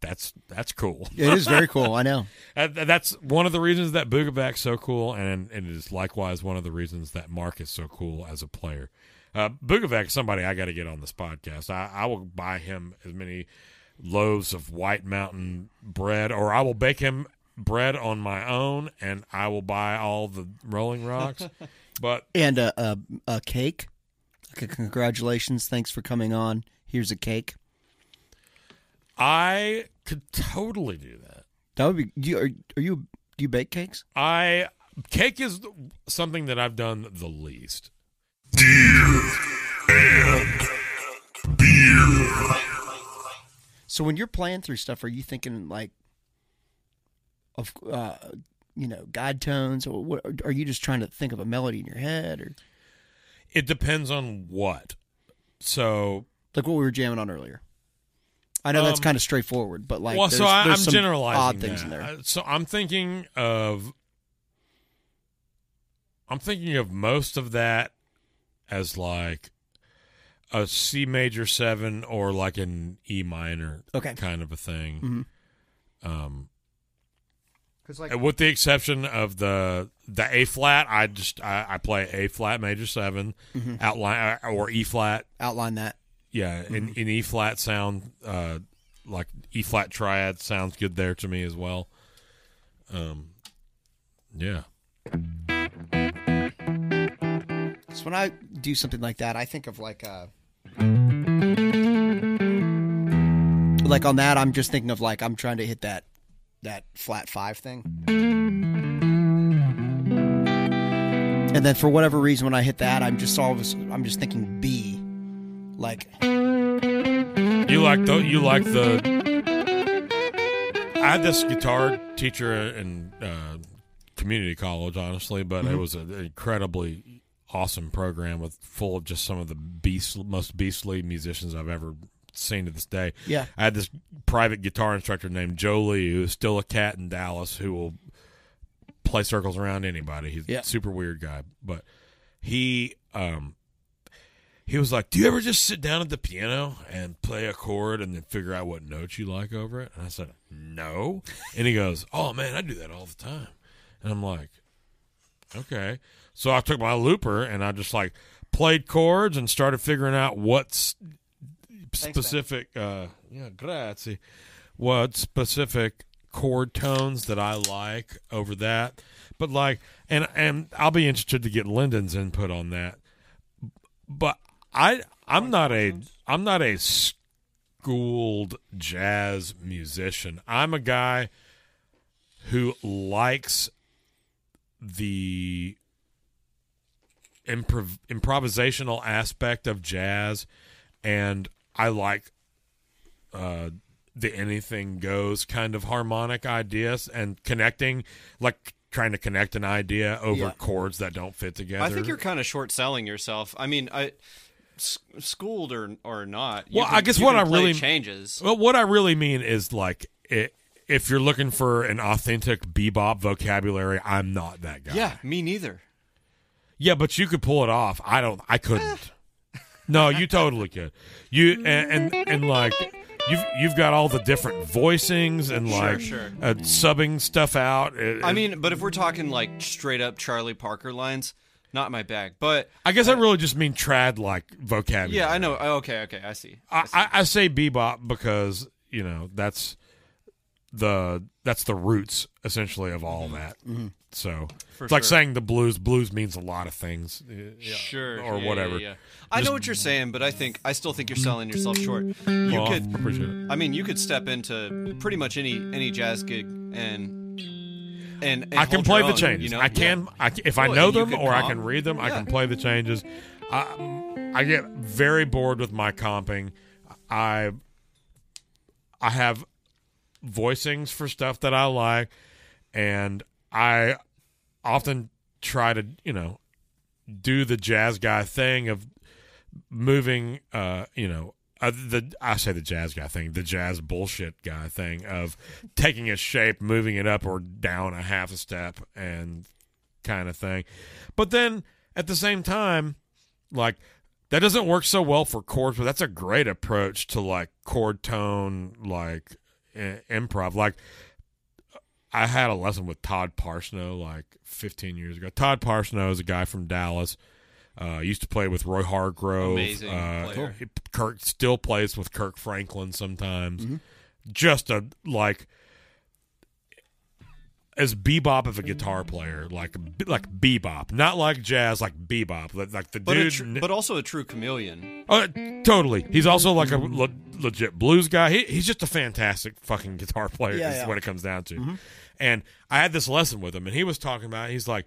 Speaker 1: that's that's cool.
Speaker 2: it is very cool. I know.
Speaker 1: And th- That's one of the reasons that Bugavac's so cool, and, and it is likewise one of the reasons that Mark is so cool as a player. Uh, Bugavac is somebody I got to get on this podcast. I, I will buy him as many loaves of White Mountain bread, or I will bake him bread on my own, and I will buy all the Rolling Rocks. but
Speaker 2: And a a, a cake. Okay, congratulations. Thanks for coming on. Here's a cake.
Speaker 1: I could totally do that.
Speaker 2: That would be. You, are, are you? Do you bake cakes?
Speaker 1: I cake is th- something that I've done the least.
Speaker 2: So when you're playing through stuff, are you thinking like of uh, you know guide tones, or what, are you just trying to think of a melody in your head, or
Speaker 1: It depends on what. So,
Speaker 2: like what we were jamming on earlier? I know that's
Speaker 1: Um,
Speaker 2: kind of straightforward, but like
Speaker 1: well,
Speaker 2: there's,
Speaker 1: so I,
Speaker 2: there's
Speaker 1: I'm
Speaker 2: some
Speaker 1: generalizing
Speaker 2: odd things in
Speaker 1: that.
Speaker 2: there.
Speaker 1: Uh, So I'm thinking of, I'm thinking of most of that as like a C major seven or like an E minor
Speaker 2: Okay. Mm-hmm.
Speaker 1: kind of a thing. Um,
Speaker 2: Because like
Speaker 1: Uh, with the exception of the the A flat, I just I, I play A flat major 7
Speaker 2: Mm-hmm.
Speaker 1: outline uh, or E flat.
Speaker 2: outline that.
Speaker 1: Yeah, an, an E flat sound, uh, like E flat triad sounds good there to me as well. Um, yeah,
Speaker 2: Because when I do something like that, I think of like uh, a. Like on that, I'm just thinking of like I'm trying to hit that that flat five thing. And then for whatever reason, when I hit that, I'm just always I'm just thinking B, like
Speaker 1: you like the you like the. I had this guitar teacher in uh, community college, honestly, but it was an incredibly awesome program with full of just some of the beast, most beastly musicians I've ever seen to this day.
Speaker 2: Yeah.
Speaker 1: I had this private guitar instructor named Joe Lee, who's still a cat in Dallas, who will play circles around anybody. He's
Speaker 2: Yeah.
Speaker 1: a super weird guy, but he um he was like, "Do you ever just sit down at the piano and play a chord and then figure out what notes you like over it?" And I said, "No." And he goes, "Oh man, I do that all the time." And I'm like, "Okay." So I took my looper and I just like played chords and started figuring out what's specific uh yeah, grazie. What specific chord tones that I like over that. But like and and I'll be interested to get Lyndon's input on that. But I I'm not a I'm not a schooled jazz musician. I'm a guy who likes the improv- improvisational aspect of jazz and I like uh, the anything goes kind of harmonic ideas and connecting, like trying to connect an idea over
Speaker 2: Yeah.
Speaker 1: chords that don't fit together.
Speaker 3: I think you're kind of short selling yourself. I mean, I s- schooled or or not. you
Speaker 1: Well, I
Speaker 3: can-
Speaker 1: guess
Speaker 3: you
Speaker 1: what
Speaker 3: can
Speaker 1: I
Speaker 3: play
Speaker 1: really-
Speaker 3: changes.
Speaker 1: Well, what I really mean is like i if you're looking for an authentic bebop vocabulary, I'm not that guy.
Speaker 3: Yeah, me neither.
Speaker 1: Yeah, but you could pull it off. I don't. I couldn't. no, you totally could. You and and, and like. You've, you've got all the different voicings and
Speaker 3: Sure,
Speaker 1: like
Speaker 3: sure.
Speaker 1: Uh, subbing stuff out. Uh, It-
Speaker 3: I
Speaker 1: it-
Speaker 3: mean, but if we're talking like straight up Charlie Parker lines, not my bag. But
Speaker 1: I guess I really just mean trad like vocabulary.
Speaker 3: yeah, I know. oh, Okay, okay, I see.
Speaker 1: I, I, I say bebop because you know that's the that's the roots essentially of all that. So
Speaker 3: Mm-hmm. For
Speaker 1: it's like
Speaker 3: sure.
Speaker 1: saying the blues. Blues means a lot of things. Uh, yeah,
Speaker 3: Sure.
Speaker 1: or
Speaker 3: yeah,
Speaker 1: whatever.
Speaker 3: yeah, yeah. I know what you're saying, but I think I still think you're selling yourself short. You
Speaker 1: Well, I
Speaker 3: could
Speaker 1: appreciate it.
Speaker 3: I mean, you could step into pretty much any any jazz gig and and, and
Speaker 1: I can
Speaker 3: hold
Speaker 1: play
Speaker 3: your
Speaker 1: the
Speaker 3: own,
Speaker 1: changes.
Speaker 3: You know?
Speaker 1: I can I, if I
Speaker 3: Well,
Speaker 1: know
Speaker 3: and you
Speaker 1: them
Speaker 3: could
Speaker 1: or I
Speaker 3: comp.
Speaker 1: can read them. I
Speaker 3: Yeah.
Speaker 1: can play the changes. I I get very bored with my comping. I I have voicings for stuff that I like, and I often try to you know do the jazz guy thing of moving uh you know uh, the I say the jazz guy thing, the jazz bullshit guy thing of taking a shape, moving it up or down a half a step and kind of thing. But then at the same time, like that doesn't work so well for chords, but that's a great approach to like chord tone, like i- improv. Like I had a lesson with Todd Parsno like 15 years ago. Todd Parsno is a guy from Dallas. Uh, used to play with Roy Hargrove.
Speaker 3: Amazing
Speaker 1: uh,
Speaker 3: player.
Speaker 1: he- Kirk still plays with Kirk Franklin sometimes. Just a like as bebop of a guitar player, like like bebop, not like jazz, like bebop, like, like the
Speaker 3: But a
Speaker 1: dude.
Speaker 3: tr- but also a true chameleon.
Speaker 1: Uh, totally. He's also like a le- legit blues guy. He, he's just a fantastic fucking guitar player
Speaker 2: Yeah,
Speaker 1: is
Speaker 2: yeah. Mm-hmm.
Speaker 1: what it comes down to. And I had this lesson with him, and he was talking about. He's like,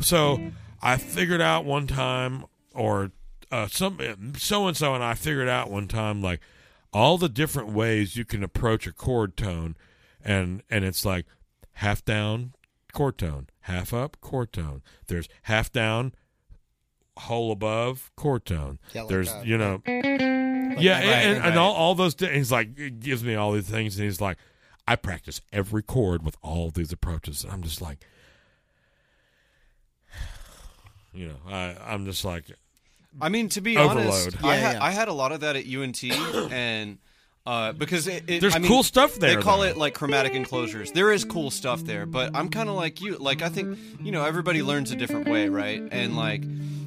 Speaker 1: so I figured out one time, or uh, some so and so, and I figured out one time like all the different ways you can approach a chord tone, and and it's like half down chord tone, half up chord tone. There's half down. Whole above chord tone.
Speaker 2: Yeah, like,
Speaker 1: There's
Speaker 2: uh,
Speaker 1: you know
Speaker 2: Like,
Speaker 1: yeah, and,
Speaker 3: right,
Speaker 1: and
Speaker 3: right.
Speaker 1: all, all those things. He's like, it gives me all these things, and he's like, I practice every chord with all these approaches, and I'm just like, you know, I, I'm just like,
Speaker 3: I mean, to be honest,
Speaker 1: Overload.
Speaker 3: I,
Speaker 2: Yeah,
Speaker 3: ha-
Speaker 2: yeah.
Speaker 3: I had a lot of that at UNT and. Uh, because it, it,
Speaker 1: There's
Speaker 3: I mean,
Speaker 1: cool stuff there,
Speaker 3: They call
Speaker 1: though.
Speaker 3: it like chromatic enclosures. There is cool stuff there, but I'm kind of like you. Like I think you know everybody learns a different way, right? And like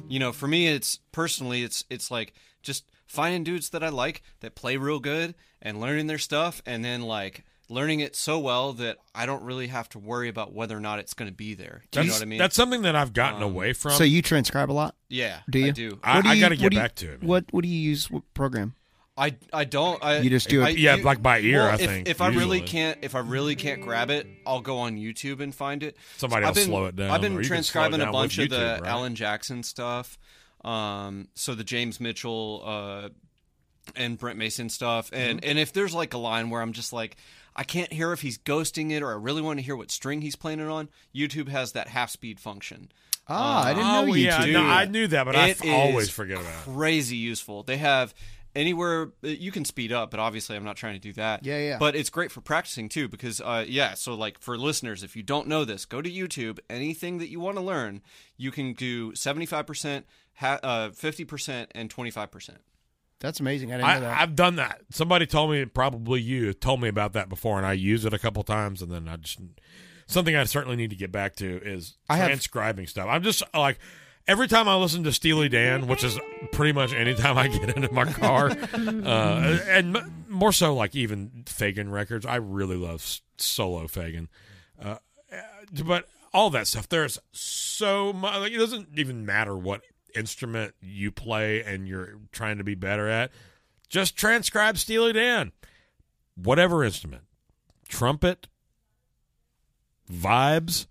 Speaker 3: you know, for me, it's personally, it's it's like just finding dudes that I like that play real good and learning their stuff, and then like learning it so well that I don't really have to worry about whether or not it's going to be there. Do
Speaker 1: that's
Speaker 3: you know what I mean? Um,
Speaker 1: that's something that I've gotten away from.
Speaker 2: So you transcribe a lot?
Speaker 3: yeah.
Speaker 2: Do
Speaker 3: I
Speaker 2: you?
Speaker 3: do.
Speaker 1: I-
Speaker 2: What do
Speaker 1: I
Speaker 2: you-
Speaker 1: gotta get
Speaker 2: what do you-
Speaker 1: back to it, man.
Speaker 2: What What do you use? What program?
Speaker 3: I I don't. I,
Speaker 2: You just do it-
Speaker 3: I-
Speaker 1: Yeah,
Speaker 3: you-
Speaker 1: like by ear,
Speaker 3: well,
Speaker 1: I
Speaker 3: if-
Speaker 1: think,
Speaker 3: If, I really
Speaker 1: usually.
Speaker 3: can't, if I really can't grab it, I'll go on YouTube and find it.
Speaker 1: Somebody
Speaker 3: I've
Speaker 1: will
Speaker 3: been-
Speaker 1: slow it down,
Speaker 3: I've
Speaker 1: or
Speaker 3: been
Speaker 1: you can slow it
Speaker 3: transcribing
Speaker 1: down
Speaker 3: a bunch
Speaker 1: with
Speaker 3: of the
Speaker 1: YouTube, right?
Speaker 3: Alan Jackson stuff. Um, so the James Mitchell uh, and Brent Mason stuff, and
Speaker 1: Mm-hmm.
Speaker 3: and if there's like a line where I'm just like. I can't hear if he's ghosting it, or I really want to hear what string he's playing it on. YouTube has that half speed function.
Speaker 2: Ah, I didn't
Speaker 1: oh
Speaker 2: know
Speaker 1: well,
Speaker 2: you
Speaker 1: yeah,
Speaker 2: do
Speaker 1: no,
Speaker 2: that.
Speaker 1: I knew that, but I
Speaker 3: It
Speaker 1: f- always
Speaker 3: is
Speaker 1: forget about. it.
Speaker 3: Crazy useful. They have anywhere you can speed up, but obviously I'm not trying to do that.
Speaker 2: Yeah, yeah.
Speaker 3: But it's great for practicing too, because uh, yeah. So like for listeners, if you don't know this, go to YouTube. Anything that you want to learn, you can do 75 percent, uh, fifty percent, and 25 percent.
Speaker 2: That's amazing. I didn't know that.
Speaker 1: I, I've done that. Somebody told me, probably you, told me about that before, and I used it a couple times, and then I just something I certainly need to get back to is
Speaker 2: I have-
Speaker 1: transcribing stuff. I'm just like every time I listen to Steely Dan, which is pretty much any time I get into my car, uh, and m- more so like even Fagan records. I really love s- solo Fagan, uh, but all that stuff. There's so much. Like, it doesn't even matter what instrument you play and you're trying to be better at just transcribe Steely Dan. Whatever instrument. Trumpet, vibes,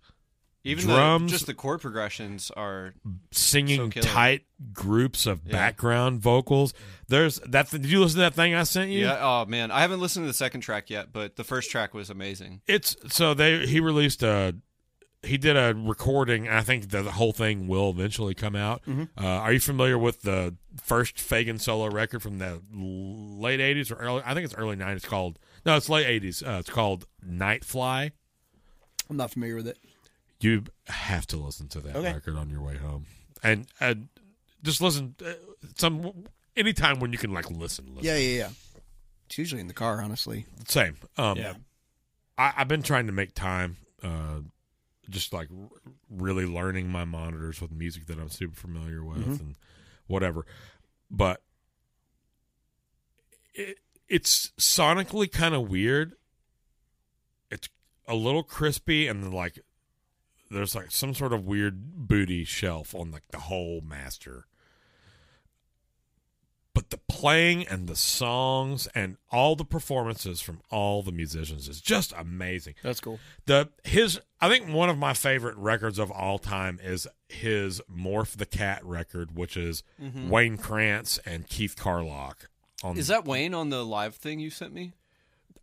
Speaker 3: Even
Speaker 1: Drums.
Speaker 3: though just the chord progressions are
Speaker 1: singing
Speaker 3: So killer.
Speaker 1: tight groups of background vocals. There's that did you listen to that thing I sent you?
Speaker 3: yeah. Oh man, I haven't listened to the second track yet, but the first track was amazing.
Speaker 1: It's so they he released a he did a recording. and I think the, the whole thing will eventually come out.
Speaker 3: Mm-hmm.
Speaker 1: Uh, are you familiar with the first Fagan solo record from the l- late '80s or early? I think it's early '90s. Called no, it's late '80s. Uh, it's called Nightfly.
Speaker 2: I'm not familiar with it.
Speaker 1: you have to listen to that
Speaker 2: Okay.
Speaker 1: record on your way home and uh, just listen uh, some anytime when you can like listen, listen.
Speaker 2: Yeah, yeah, yeah. It's usually in the car, honestly.
Speaker 1: same um I, i've been trying to make time uh just like r- really learning my monitors with music that i'm super familiar with and whatever but it, it's sonically kind of weird a little crispy and like there's like some sort of weird booty shelf on like the whole master. But the playing and the songs and all the performances from all the musicians is just amazing.
Speaker 2: That's cool.
Speaker 1: The his I think one of my favorite records of all time is his Morph the Cat record, which is Wayne Krantz and Keith Carlock. On
Speaker 3: Mm-hmm. Is that Wayne on the live thing you sent me?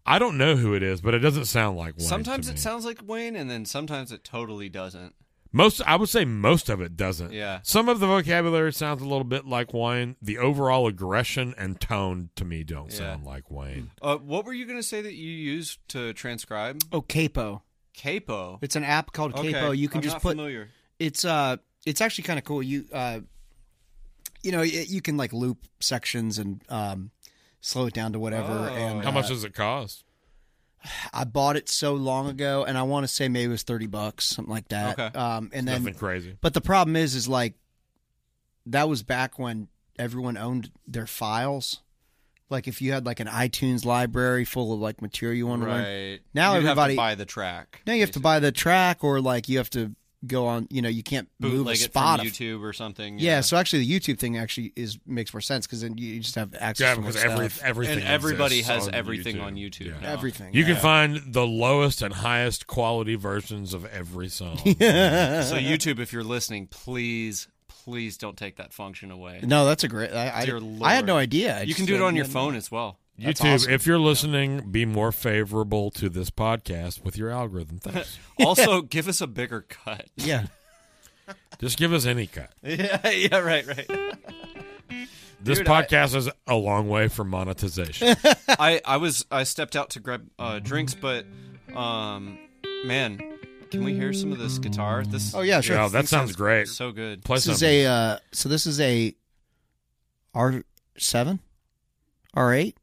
Speaker 1: I don't know who it is, but it doesn't sound like Wayne.
Speaker 3: sometimes
Speaker 1: to
Speaker 3: it
Speaker 1: me.
Speaker 3: sounds like Wayne, and then sometimes it totally doesn't.
Speaker 1: Most I would say most of it doesn't.
Speaker 3: Yeah.
Speaker 1: Some of the vocabulary sounds a little bit like Wayne. The overall aggression and tone to me don't
Speaker 3: Yeah.
Speaker 1: sound like Wayne.
Speaker 3: Uh, what were you going to say that you use to transcribe?
Speaker 2: Oh, Capo.
Speaker 3: Capo.
Speaker 2: It's an app called
Speaker 3: Okay.
Speaker 2: Capo. You can
Speaker 3: I'm
Speaker 2: just
Speaker 3: not
Speaker 2: put
Speaker 3: familiar.
Speaker 2: it's uh it's actually kind of cool. You uh you know, it, you can like loop sections and um slow it down to whatever
Speaker 3: Oh.
Speaker 2: and
Speaker 1: How
Speaker 2: uh,
Speaker 1: much does it cost?
Speaker 2: I bought it so long ago and I want to say maybe it was 30 bucks, something like that.
Speaker 3: Okay.
Speaker 2: Um and then
Speaker 1: Nothing crazy.
Speaker 2: But the problem is, is like that was back when everyone owned their files. Like if you had like an iTunes library full of like material you wanted to learn.
Speaker 3: Right
Speaker 2: Now
Speaker 3: You'd have
Speaker 2: everybody-
Speaker 3: to buy the track.
Speaker 2: Now you have to buy the track or like you have to go on. You know, you can't move a
Speaker 3: bootleg it
Speaker 2: spot.
Speaker 3: from
Speaker 2: of-
Speaker 3: YouTube or something.
Speaker 2: Yeah. so actually, the YouTube thing actually is makes more sense because then you just have access
Speaker 1: Yeah,
Speaker 2: to more
Speaker 1: because every,
Speaker 2: stuff.
Speaker 1: everything
Speaker 3: And everybody
Speaker 1: exists
Speaker 3: has everything
Speaker 1: YouTube.
Speaker 3: on YouTube
Speaker 1: Yeah.
Speaker 3: now.
Speaker 2: everything.
Speaker 1: You
Speaker 2: yeah.
Speaker 1: can find the lowest and highest quality versions of every song.
Speaker 3: so YouTube, if you're listening, please, please don't take that function away.
Speaker 2: No, that's a great. I, I,
Speaker 3: Dear
Speaker 2: I had no
Speaker 3: Lord.
Speaker 2: idea. I
Speaker 3: You
Speaker 2: just
Speaker 3: can do it on
Speaker 2: didn't-
Speaker 3: your phone as well.
Speaker 1: YouTube,
Speaker 2: That's awesome.
Speaker 1: if you're listening, be more favorable to this podcast with your algorithm. Thanks.
Speaker 3: Also, give us a bigger cut.
Speaker 2: Yeah.
Speaker 1: Just give us any cut.
Speaker 3: yeah, yeah, right, right.
Speaker 1: This
Speaker 3: Dude, I-
Speaker 1: podcast is a long way from monetization.
Speaker 3: I, I was I stepped out to grab uh, drinks, but um, man, can we hear some of this guitar? This
Speaker 2: Oh yeah. Sure.
Speaker 1: yeah, that sounds great.
Speaker 3: so good.
Speaker 1: Play
Speaker 2: This is
Speaker 1: something.
Speaker 2: a uh, so this is a R seven, R eight.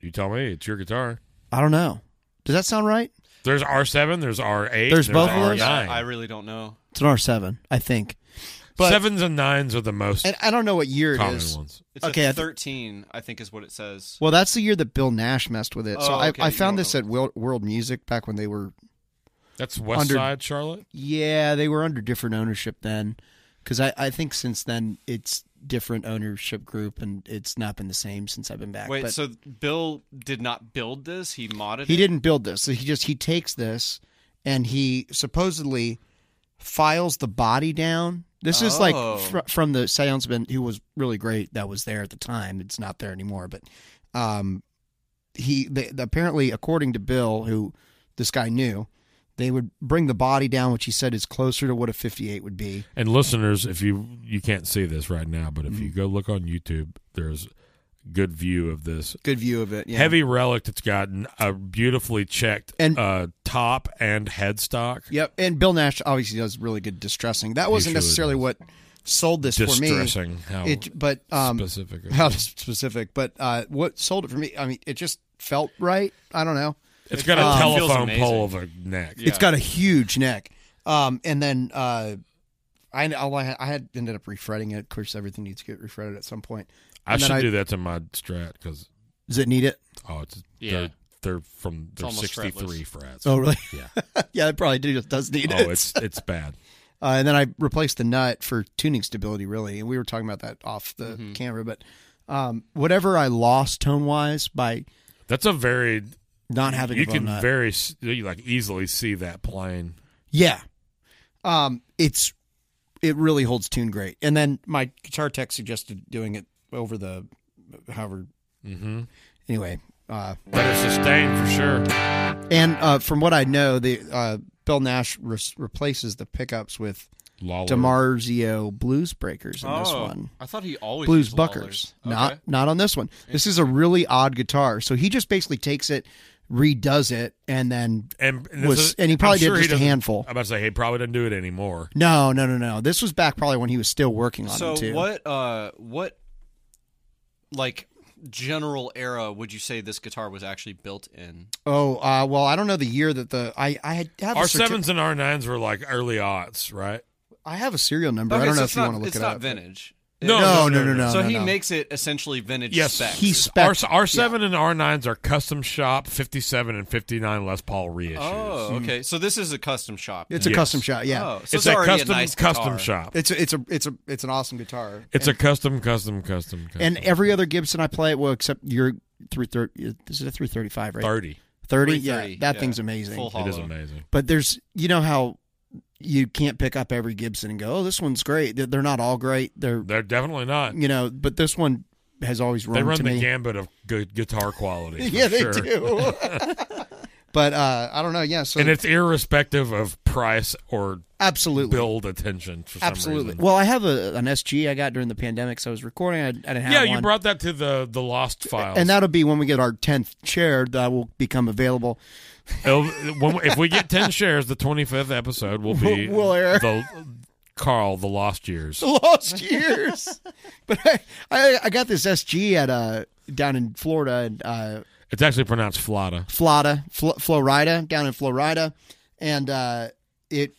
Speaker 1: You tell me. It's your guitar.
Speaker 2: I don't know. Does that sound right?
Speaker 1: There's R7. There's R8.
Speaker 2: There's both of
Speaker 1: R9.
Speaker 2: those?
Speaker 3: Yeah, I really don't know.
Speaker 2: It's an R seven, I think. But
Speaker 1: Sevens and nines are the most
Speaker 2: and I don't know what year it
Speaker 1: common
Speaker 2: is.
Speaker 1: ones.
Speaker 3: It's
Speaker 2: Okay, I
Speaker 3: a
Speaker 2: th-
Speaker 3: thirteen, I think, is what it says.
Speaker 2: Well, that's the year that Bill Nash messed with it. so
Speaker 3: Oh, okay,
Speaker 2: I, I
Speaker 3: you
Speaker 2: found
Speaker 3: don't
Speaker 2: this
Speaker 3: know.
Speaker 2: at World, World Music back when they were
Speaker 1: That's West
Speaker 2: Under-
Speaker 1: Side Charlotte.
Speaker 2: yeah they were under different ownership then because I, I think since then it's different ownership group and it's not been the same since I've been back.
Speaker 3: Wait,
Speaker 2: but-
Speaker 3: so Bill did not build this; he modded
Speaker 2: he
Speaker 3: it.
Speaker 2: didn't build this. So he just he takes this and he supposedly files the body down. This is like
Speaker 3: Oh.
Speaker 2: fr- from the soundsman who was really great that was there at the time. It's not there anymore, but um, he the, the- apparently according to Bill, who this guy knew, they would bring the body down, which he said is closer to what a fifty-eight would be.
Speaker 1: And listeners, if you you can't see this right now, but if you
Speaker 2: Mm.
Speaker 1: go look on YouTube, there's good view of this
Speaker 2: Good view of it. Yeah.
Speaker 1: heavy relic that's gotten a beautifully checked
Speaker 2: And-
Speaker 1: uh, top and headstock.
Speaker 2: Yep, and Bill Nash obviously does really good distressing. That wasn't
Speaker 1: surely
Speaker 2: necessarily
Speaker 1: does.
Speaker 2: what sold this for me.
Speaker 1: Distressing how
Speaker 2: It, but um,
Speaker 1: specific. it
Speaker 2: how
Speaker 1: is.
Speaker 2: specific, but uh, what sold it for me? I mean, it just felt right. I don't know.
Speaker 1: it's got
Speaker 3: um,
Speaker 1: a
Speaker 3: feels
Speaker 1: telephone pole of
Speaker 3: amazing.
Speaker 1: a neck.
Speaker 3: Yeah.
Speaker 2: It's got a huge neck, um, and then uh, I all I had, I had ended up refretting it. Of course, everything needs to get refretted at some point.
Speaker 1: I
Speaker 2: and then
Speaker 1: should
Speaker 2: I-
Speaker 1: do that to my Strat because
Speaker 2: Does it need it?
Speaker 1: oh, it's
Speaker 3: Yeah.
Speaker 1: they're they're from they're
Speaker 3: almost
Speaker 1: sixty three
Speaker 3: fretless.
Speaker 1: frats.
Speaker 2: Oh, really?
Speaker 1: yeah.
Speaker 2: yeah, it probably do, does need
Speaker 1: Oh,
Speaker 2: it.
Speaker 1: it's it's bad.
Speaker 2: Uh, and then I replaced the nut for tuning stability, really. And we were talking about that off the camera, but um, whatever I lost tone wise by
Speaker 1: That's a very
Speaker 2: not having
Speaker 1: you
Speaker 2: a bone
Speaker 1: can
Speaker 2: nut,
Speaker 1: very s- you like easily see that plane.
Speaker 2: Yeah. Um, it's it really holds tune great. And then my guitar tech suggested doing it over the however
Speaker 1: Mm-hmm.
Speaker 2: anyway. Uh,
Speaker 1: Better sustain for sure.
Speaker 2: and uh, from what I know, the uh, Bill Nash re- replaces the pickups with
Speaker 1: Lawler.
Speaker 2: DiMarzio blues breakers in
Speaker 3: Oh.
Speaker 2: this one.
Speaker 3: I thought he always
Speaker 2: Blues
Speaker 3: used
Speaker 2: buckers,
Speaker 3: Lawlers. Okay.
Speaker 2: not not on this one. This is a really odd guitar. So he just basically takes it, redoes it, and then
Speaker 1: and, and this
Speaker 2: was-
Speaker 1: is-
Speaker 2: and he probably
Speaker 1: I'm
Speaker 2: did
Speaker 1: sure he
Speaker 2: just a
Speaker 1: doesn't-
Speaker 2: handful.
Speaker 1: I'm about to say he probably doesn't do it anymore.
Speaker 2: no, no, no, no. This was back probably when he was still working on
Speaker 3: So
Speaker 2: it too.
Speaker 3: what uh what like general era would you say this guitar was actually built in?
Speaker 2: Oh, uh, well, I don't know the year that the I I had- have a
Speaker 1: R
Speaker 2: certi-
Speaker 1: sevens and R nines were like early aughts, right?
Speaker 2: I have a serial number.
Speaker 3: Okay,
Speaker 2: I don't
Speaker 3: so
Speaker 2: know
Speaker 3: it's
Speaker 2: if you
Speaker 3: not-
Speaker 2: want to look
Speaker 3: it's
Speaker 2: it
Speaker 3: not
Speaker 2: up.
Speaker 3: vintage.
Speaker 1: No,
Speaker 2: No, no, no, no.
Speaker 3: so he makes it essentially vintage
Speaker 1: Yes,
Speaker 3: specs.
Speaker 2: He
Speaker 1: R
Speaker 2: spec.
Speaker 1: R seven and R nines are custom shop fifty seven and fifty nine Les Paul reissues.
Speaker 3: oh, okay. So this is a custom shop.
Speaker 4: It's a
Speaker 1: Yes.
Speaker 4: custom shot. Yeah.
Speaker 3: Oh, so it's,
Speaker 1: it's a
Speaker 3: already
Speaker 1: custom
Speaker 3: a nice
Speaker 1: custom
Speaker 3: guitar.
Speaker 1: shop.
Speaker 4: It's a, it's a it's a it's an awesome guitar.
Speaker 1: It's a custom, custom, custom, custom.
Speaker 2: And every other Gibson I play, well, except your three thirty. This is a three thirty five, right?
Speaker 1: thirty.
Speaker 2: Thirty. Yeah,
Speaker 3: 330,
Speaker 2: that
Speaker 3: yeah.
Speaker 2: thing's amazing.
Speaker 3: Full
Speaker 1: It is
Speaker 3: hollow.
Speaker 1: amazing.
Speaker 2: But there's, you know how you can't pick up every Gibson and go, oh, this one's great. They're- They're not all great. They're,
Speaker 1: They're definitely not.
Speaker 2: you know, but this one has always run
Speaker 1: They run
Speaker 2: to
Speaker 1: the
Speaker 2: me.
Speaker 1: gambit of good guitar quality. for
Speaker 2: yeah, they
Speaker 1: sure.
Speaker 2: do.
Speaker 4: But uh, I don't know. Yeah. So
Speaker 1: And it's irrespective of price or
Speaker 4: absolutely.
Speaker 1: build attention. For some
Speaker 4: Absolutely.
Speaker 1: reason.
Speaker 2: well, I have a, an SG I got during the pandemic, so I was recording. I, I didn't have
Speaker 1: yeah,
Speaker 2: one.
Speaker 1: you brought that to the the lost files.
Speaker 2: and that'll be when we get our tenth chair that will become available.
Speaker 1: It'll- when we- if we get ten shares, the twenty fifth episode will be
Speaker 2: We'll- we'll air.
Speaker 1: the Carl the Lost Years.
Speaker 2: Lost years, but I, I I got this SG at uh down in Florida and uh
Speaker 1: It's actually pronounced Flotta.
Speaker 2: Florida, Fl- Florida, down in Florida, and uh, it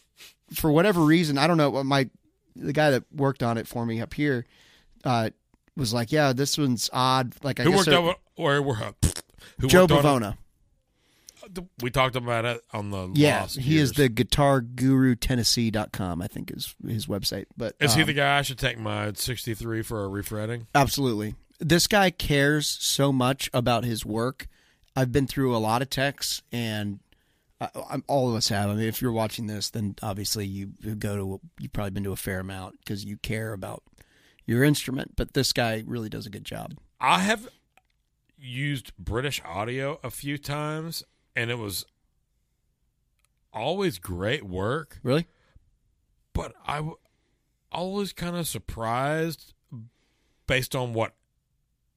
Speaker 2: for whatever reason I don't know. My the guy that worked on it for me up here uh, was like, "Yeah, this one's odd." Like I
Speaker 1: Who
Speaker 2: guess
Speaker 1: worked
Speaker 2: they're-
Speaker 1: out? Or, or, who
Speaker 2: Joe
Speaker 1: worked on it?
Speaker 2: Pavona.
Speaker 1: We talked about it on the
Speaker 2: Yeah,
Speaker 1: Lost
Speaker 2: he
Speaker 1: Years.
Speaker 2: is the guitar guru Tennessee.com, I think is his website. But
Speaker 1: Is he
Speaker 2: um,
Speaker 1: the guy I should take my 63 for a refretting?
Speaker 2: Absolutely. This guy cares so much about his work. I've been through a lot of texts, and I, I'm, all of us have. I mean, if you're watching this, then obviously you you go to you've probably been to a fair amount because you care about your instrument. But this guy really does a good job.
Speaker 1: I have used British audio a few times, and it was always great work,
Speaker 2: Really,
Speaker 1: but I w- always kind of surprised based on what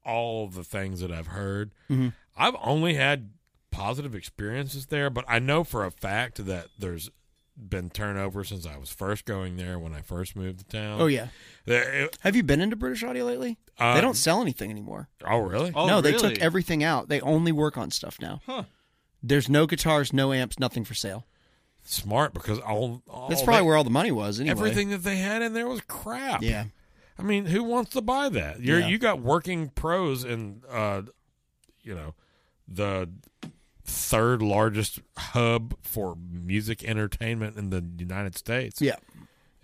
Speaker 1: all the things that I've heard.
Speaker 2: Mhm.
Speaker 1: I've only had positive experiences there, but I know for a fact that there's been turnover since I was first going there when I first moved to town.
Speaker 2: Oh yeah.
Speaker 1: There- it-
Speaker 2: Have you been into British Audio lately?
Speaker 1: uh,
Speaker 2: they don't sell anything anymore.
Speaker 1: Oh, really?
Speaker 3: Oh,
Speaker 2: no, they
Speaker 3: really?
Speaker 2: took everything out. They only work on stuff now.
Speaker 3: Huh.
Speaker 2: There's no guitars, no amps, nothing for sale.
Speaker 1: Smart because all, all
Speaker 2: That's probably
Speaker 1: that-
Speaker 2: where all the money was. Anyway.
Speaker 1: everything that they had in there was crap.
Speaker 2: Yeah.
Speaker 1: I mean, who wants to buy that? You're,
Speaker 2: Yeah.
Speaker 1: You got working pros in, uh, you know, the third largest hub for music entertainment in the United States.
Speaker 2: Yeah.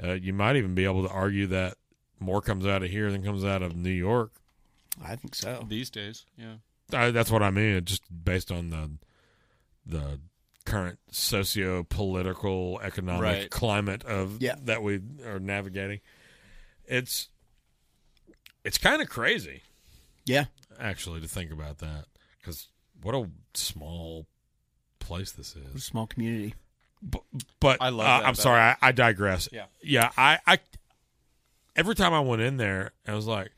Speaker 1: Uh, you might even be able to argue that more comes out of here than comes out of New York.
Speaker 2: I think so.
Speaker 3: these days. Yeah.
Speaker 1: I, that's what I mean, just based on the the current socio-political economic
Speaker 3: Right.
Speaker 1: climate of
Speaker 2: Yeah.
Speaker 1: that we are navigating. It's it's kind of crazy
Speaker 2: Yeah.
Speaker 1: actually to think about that cuz what a small place this
Speaker 2: It's
Speaker 1: is.
Speaker 2: a small community.
Speaker 1: B- but
Speaker 3: I love
Speaker 1: uh,
Speaker 3: that
Speaker 1: I'm
Speaker 3: about
Speaker 1: sorry, I, I digress.
Speaker 3: Yeah.
Speaker 1: Yeah, I I every time I went in there, I was like,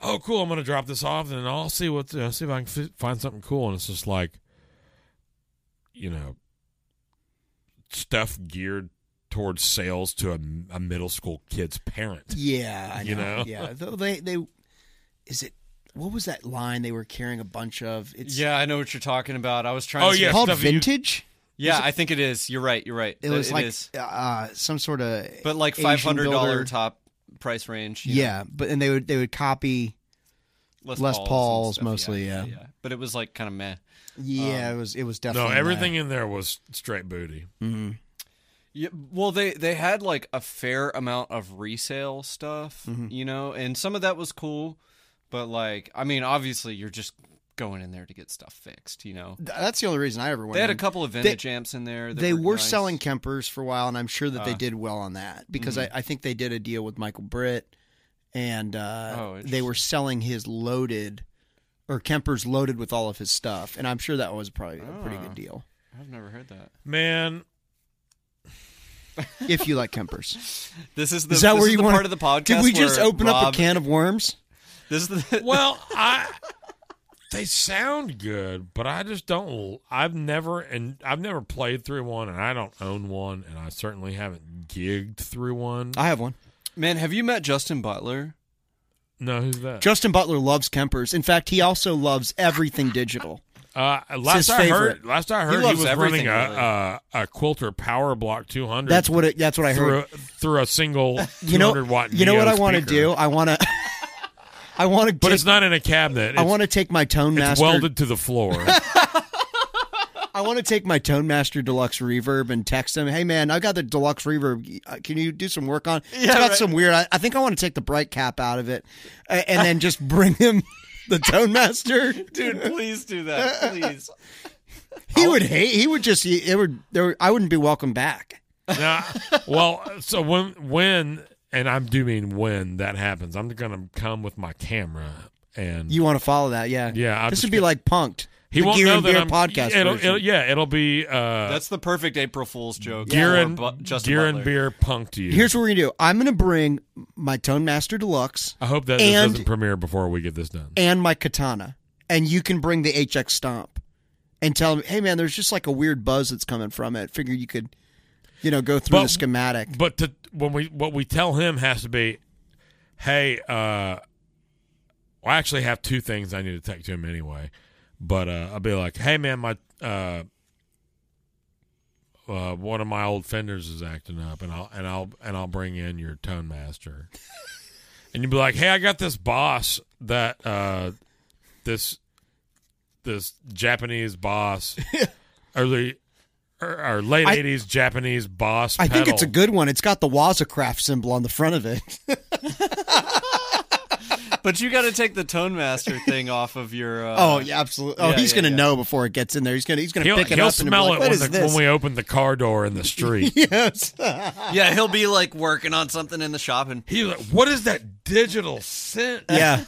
Speaker 1: "Oh, cool! I'm gonna drop this off, and I'll see what uh, see if I can f- find something cool." And it's just like, you know, stuff geared towards sales to a, a middle school kid's parent.
Speaker 2: Yeah, I know.
Speaker 1: You know?
Speaker 2: Yeah, Though they they is it what was that line they were carrying a bunch of? It's
Speaker 3: Yeah, I know what you're talking about. I was trying.
Speaker 1: Oh,
Speaker 3: to
Speaker 1: yeah.
Speaker 2: called
Speaker 1: stuff you-
Speaker 2: vintage.
Speaker 3: yeah. I think it is. You're right. You're right.
Speaker 2: It was like
Speaker 3: is.
Speaker 2: uh, some sort of
Speaker 3: but like
Speaker 2: Asian
Speaker 3: five hundred dollar
Speaker 2: builder.
Speaker 3: top price range. you know,
Speaker 2: Yeah, but and they would they would copy. Les
Speaker 3: and
Speaker 2: Pauls
Speaker 3: stuff,
Speaker 2: mostly, yeah.
Speaker 3: But it was like kind of meh.
Speaker 2: Yeah,
Speaker 3: Um,
Speaker 2: it was it was definitely Mm-hmm.
Speaker 1: No,
Speaker 2: that.
Speaker 1: everything in there was straight booty.
Speaker 3: Yeah, well, they they had like a fair amount of resale stuff, you know, and some of that was cool, but like, I mean, obviously, you're just going in there to get stuff fixed, you know.
Speaker 2: Th- That's the only reason I ever went.
Speaker 3: They had a
Speaker 2: in.
Speaker 3: couple of vintage amps in there. That
Speaker 2: They were
Speaker 3: nice.
Speaker 2: selling Kempers for a while, and I'm sure that
Speaker 1: Ah.
Speaker 2: they did well on that because
Speaker 1: Mm-hmm.
Speaker 2: I, I think they did a deal with Michael Britt, and uh,
Speaker 3: Oh,
Speaker 2: they were selling his loaded or Kemper's loaded with all of his stuff, and I'm sure that was probably a pretty
Speaker 1: Ah.
Speaker 2: good deal
Speaker 3: I've never heard that.
Speaker 1: Man,
Speaker 2: if you like Kempers.
Speaker 3: This is the,
Speaker 2: Is that
Speaker 3: this
Speaker 2: where
Speaker 3: is
Speaker 2: you
Speaker 3: the
Speaker 2: wanna-
Speaker 3: part of the podcast.
Speaker 2: Did we just
Speaker 3: where
Speaker 2: open up
Speaker 3: Rob-
Speaker 2: a can of worms?
Speaker 3: This is the
Speaker 1: well, I they sound good, but I just don't. I've never and I've never played through one, and I don't own one, and I certainly haven't gigged through one.
Speaker 2: I have one.
Speaker 3: man. Have you met Justin Butler?
Speaker 1: No, who's that?
Speaker 2: Justin Butler loves Kempers. In fact, he also loves everything digital.
Speaker 1: Uh, last
Speaker 2: his
Speaker 1: I heard,
Speaker 2: favorite.
Speaker 1: last I heard, he,
Speaker 3: loves
Speaker 1: was running
Speaker 3: everything,
Speaker 1: a, uh, a a Quilter Power Block 200.
Speaker 2: That's what it, that's what I heard.
Speaker 1: through a, through a single 200
Speaker 2: You know,
Speaker 1: watt.
Speaker 2: you know what I
Speaker 1: want to
Speaker 2: do? I want to I want to.
Speaker 1: But it's not in a cabinet. It's,
Speaker 2: I want to take my Tone
Speaker 1: it's
Speaker 2: Master.
Speaker 1: welded to the floor.
Speaker 2: I want to take my Tone Master Deluxe Reverb and text him. Hey man, I got the Deluxe Reverb. Uh, Can you do some work on? it? it's got some weird. I, I think I want to take the bright cap out of it, uh, and then just bring him the Tone Master.
Speaker 3: Dude, please do that. Please.
Speaker 2: He would hate. He would just. he- It would. There. would- I wouldn't be welcome back.
Speaker 1: Nah, well, so when when and I do mean when that happens, I'm gonna come with my camera and
Speaker 2: You want to follow that? Yeah.
Speaker 1: Yeah, I'll
Speaker 2: this
Speaker 1: just
Speaker 2: would be
Speaker 1: get-
Speaker 2: like punked.
Speaker 1: he
Speaker 2: the
Speaker 1: won't
Speaker 2: Gear
Speaker 1: know
Speaker 2: and
Speaker 1: that
Speaker 2: Beer
Speaker 1: I'm
Speaker 2: podcast.
Speaker 1: It'll,
Speaker 2: version.
Speaker 1: it'll- yeah, it'll be uh,
Speaker 3: That's the perfect April Fool's joke.
Speaker 1: gear
Speaker 3: for
Speaker 1: and
Speaker 3: Bu- Justin
Speaker 1: gear
Speaker 3: Butler.
Speaker 1: and beer punked you.
Speaker 2: Here's what we're gonna do. I'm gonna bring my Tone Master Deluxe
Speaker 1: I hope that this
Speaker 2: and-
Speaker 1: doesn't premiere before we get this done.
Speaker 2: and my Katana, and you can bring the HX Stomp, and tell him, hey man, there's just like a weird buzz that's coming from it. Figure you could, you know, go through
Speaker 1: But-
Speaker 2: the schematic.
Speaker 1: But to, when we what we tell him has to be, hey, uh, well, I actually have two things I need to take to him anyway. But uh, I'll be like, hey, man, my uh, uh, one of my old fenders is acting up, and I'll and I'll and I'll bring in your tone master. and you'd be like, hey, I got this boss that uh, this this Japanese boss early. Or or late
Speaker 2: I-
Speaker 1: '80s Japanese boss.
Speaker 2: I think it's a
Speaker 1: pedal."
Speaker 2: good one. It's got the Wazacraft symbol on the front of it.
Speaker 3: But you got to take the Tone Master thing off of your. Uh,
Speaker 2: oh yeah, absolutely. Oh,
Speaker 3: yeah,
Speaker 2: he's
Speaker 3: yeah,
Speaker 2: gonna
Speaker 3: yeah.
Speaker 2: know before it gets in there. He's gonna he's gonna
Speaker 1: He'll,
Speaker 2: pick it
Speaker 1: he'll
Speaker 2: up and be
Speaker 1: smell
Speaker 2: like,
Speaker 1: it
Speaker 2: what
Speaker 1: when,
Speaker 2: is
Speaker 1: the-
Speaker 2: this?
Speaker 1: when we open the car door in the street.
Speaker 2: yes.
Speaker 3: Yeah, he'll be like working on something in the shop and.
Speaker 1: He's like, "What is that digital scent?"
Speaker 2: yeah.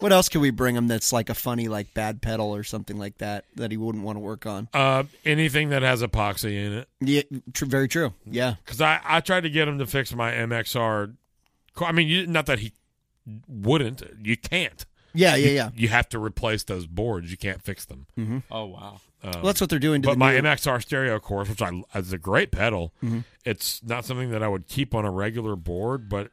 Speaker 2: What else can we bring him that's like a funny like bad pedal or something like that that he wouldn't want to work on?
Speaker 1: Uh, anything that has epoxy in it,
Speaker 2: Yeah, tr- very true. Yeah.
Speaker 1: because I I tried to get him to fix my MXR. car- I mean, you, not that he wouldn't. You can't.
Speaker 2: Yeah, yeah, yeah.
Speaker 1: You have to replace those boards. You can't fix them.
Speaker 3: Oh wow.
Speaker 2: well, that's what they're doing to
Speaker 1: But
Speaker 2: the
Speaker 1: my
Speaker 2: new-
Speaker 1: MXR stereo course, which I is a great pedal,
Speaker 2: Mm-hmm.
Speaker 1: it's not something that I would keep on a regular board. But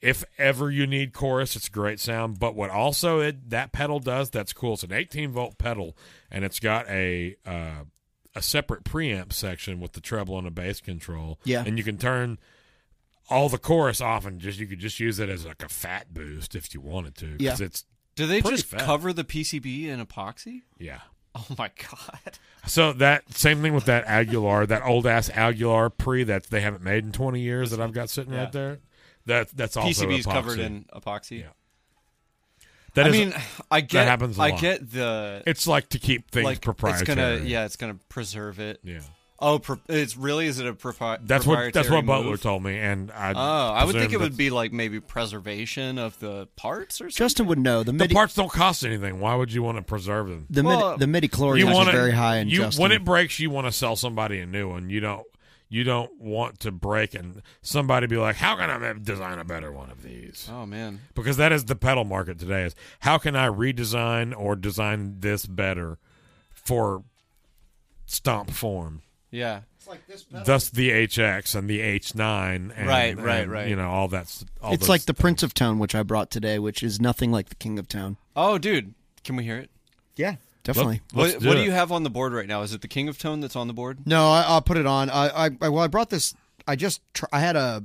Speaker 1: if ever you need chorus, it's a great sound. But what also it, that pedal does that's cool. It's an 18 volt pedal, and it's got a uh, a separate preamp section with the treble and a bass control.
Speaker 2: Yeah.
Speaker 1: and you can turn all the chorus off and just you could just use it as like a fat boost if you wanted to. 'cause
Speaker 2: Yeah.
Speaker 1: it's
Speaker 3: Do they
Speaker 1: Pretty
Speaker 3: just
Speaker 1: fat.
Speaker 3: cover the PCB in epoxy?
Speaker 1: yeah.
Speaker 3: Oh my god.
Speaker 1: So that same thing with that Aguilar, that old ass Aguilar pre that they haven't made in twenty years that I've got sitting
Speaker 3: Yeah.
Speaker 1: right there. That that's also
Speaker 3: PCB's
Speaker 1: epoxy.
Speaker 3: covered in epoxy.
Speaker 1: Yeah. That
Speaker 3: I
Speaker 1: is-
Speaker 3: mean, I get
Speaker 1: happens a
Speaker 3: I
Speaker 1: lot.
Speaker 3: get the
Speaker 1: it's like to keep things
Speaker 3: like
Speaker 1: proprietary.
Speaker 3: it's gonna yeah, it's gonna preserve it.
Speaker 1: Yeah.
Speaker 3: Oh, pro- it's really is it a propri-
Speaker 1: That's what that's
Speaker 3: proprietary
Speaker 1: what Butler
Speaker 3: move?
Speaker 1: told me, and I.
Speaker 3: Oh, I would think it
Speaker 1: presume
Speaker 3: would
Speaker 1: that's-
Speaker 3: be like maybe preservation of the parts or something.
Speaker 2: Justin would know the
Speaker 1: The
Speaker 2: midi
Speaker 1: parts don't cost anything. Why would you want to preserve them?
Speaker 2: the
Speaker 3: Well,
Speaker 2: midi, the midi
Speaker 1: you
Speaker 2: chlorians
Speaker 1: want
Speaker 2: are very high in
Speaker 1: you,
Speaker 2: Justin.
Speaker 1: When it breaks, you want to sell somebody a new one. You don't. You don't want to break and somebody be like, "How can I design a better one of these?"
Speaker 3: Oh man.
Speaker 1: because that is the pedal market today is how can i redesign or design this better for stomp form
Speaker 3: Yeah.
Speaker 1: thus the hx and the h9 and,
Speaker 3: Right, right,
Speaker 1: and,
Speaker 3: right.
Speaker 1: you know all that's all
Speaker 2: it's
Speaker 1: those-
Speaker 2: like the Prince of Tone, which I brought today, which is nothing like the King of Tone.
Speaker 3: Oh, dude, can we hear it?
Speaker 4: Yeah.
Speaker 2: Definitely.
Speaker 1: Let's
Speaker 3: what what do
Speaker 1: it.
Speaker 3: you have on the board right now? Is it the King of Tone that's on the board?
Speaker 4: No, I, I'll put it on. I, I, I well, I brought this. I just tr- I had a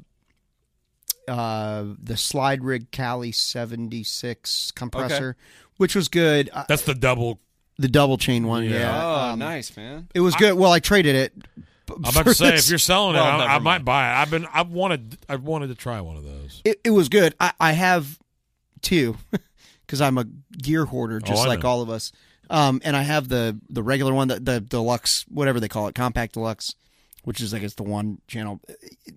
Speaker 4: uh the slide rig Cali seventy six compressor, which was good. Uh,
Speaker 1: that's the double
Speaker 2: the double chain one. Yeah.
Speaker 3: Oh, nice, man.
Speaker 4: it was good. Well, I traded it.
Speaker 1: i'm about to say if you're selling
Speaker 3: Well,
Speaker 1: it
Speaker 3: never
Speaker 1: I, I might
Speaker 3: mind.
Speaker 1: buy it i've been i've wanted i've wanted to try one of those
Speaker 2: It, it was good. I, I have two because I'm a gear hoarder, just
Speaker 1: Oh, I
Speaker 2: like
Speaker 1: know.
Speaker 2: all of us. Um, and I have the the regular one, the, the deluxe, whatever they call it, compact deluxe, which is I guess the one channel.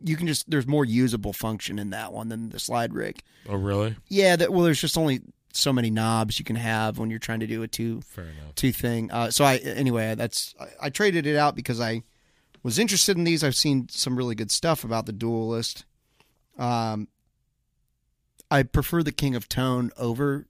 Speaker 2: You can just there's more usable function in that one than the slide rig.
Speaker 1: oh really
Speaker 2: Yeah, that well, there's just only so many knobs you can have when you're trying to do a two
Speaker 1: fair enough
Speaker 2: two thing. Uh, so I anyway, that's
Speaker 4: I, I traded it out because I was interested in these. I've seen some really good stuff about the Dualist. Um,
Speaker 2: I prefer the King of Tone over.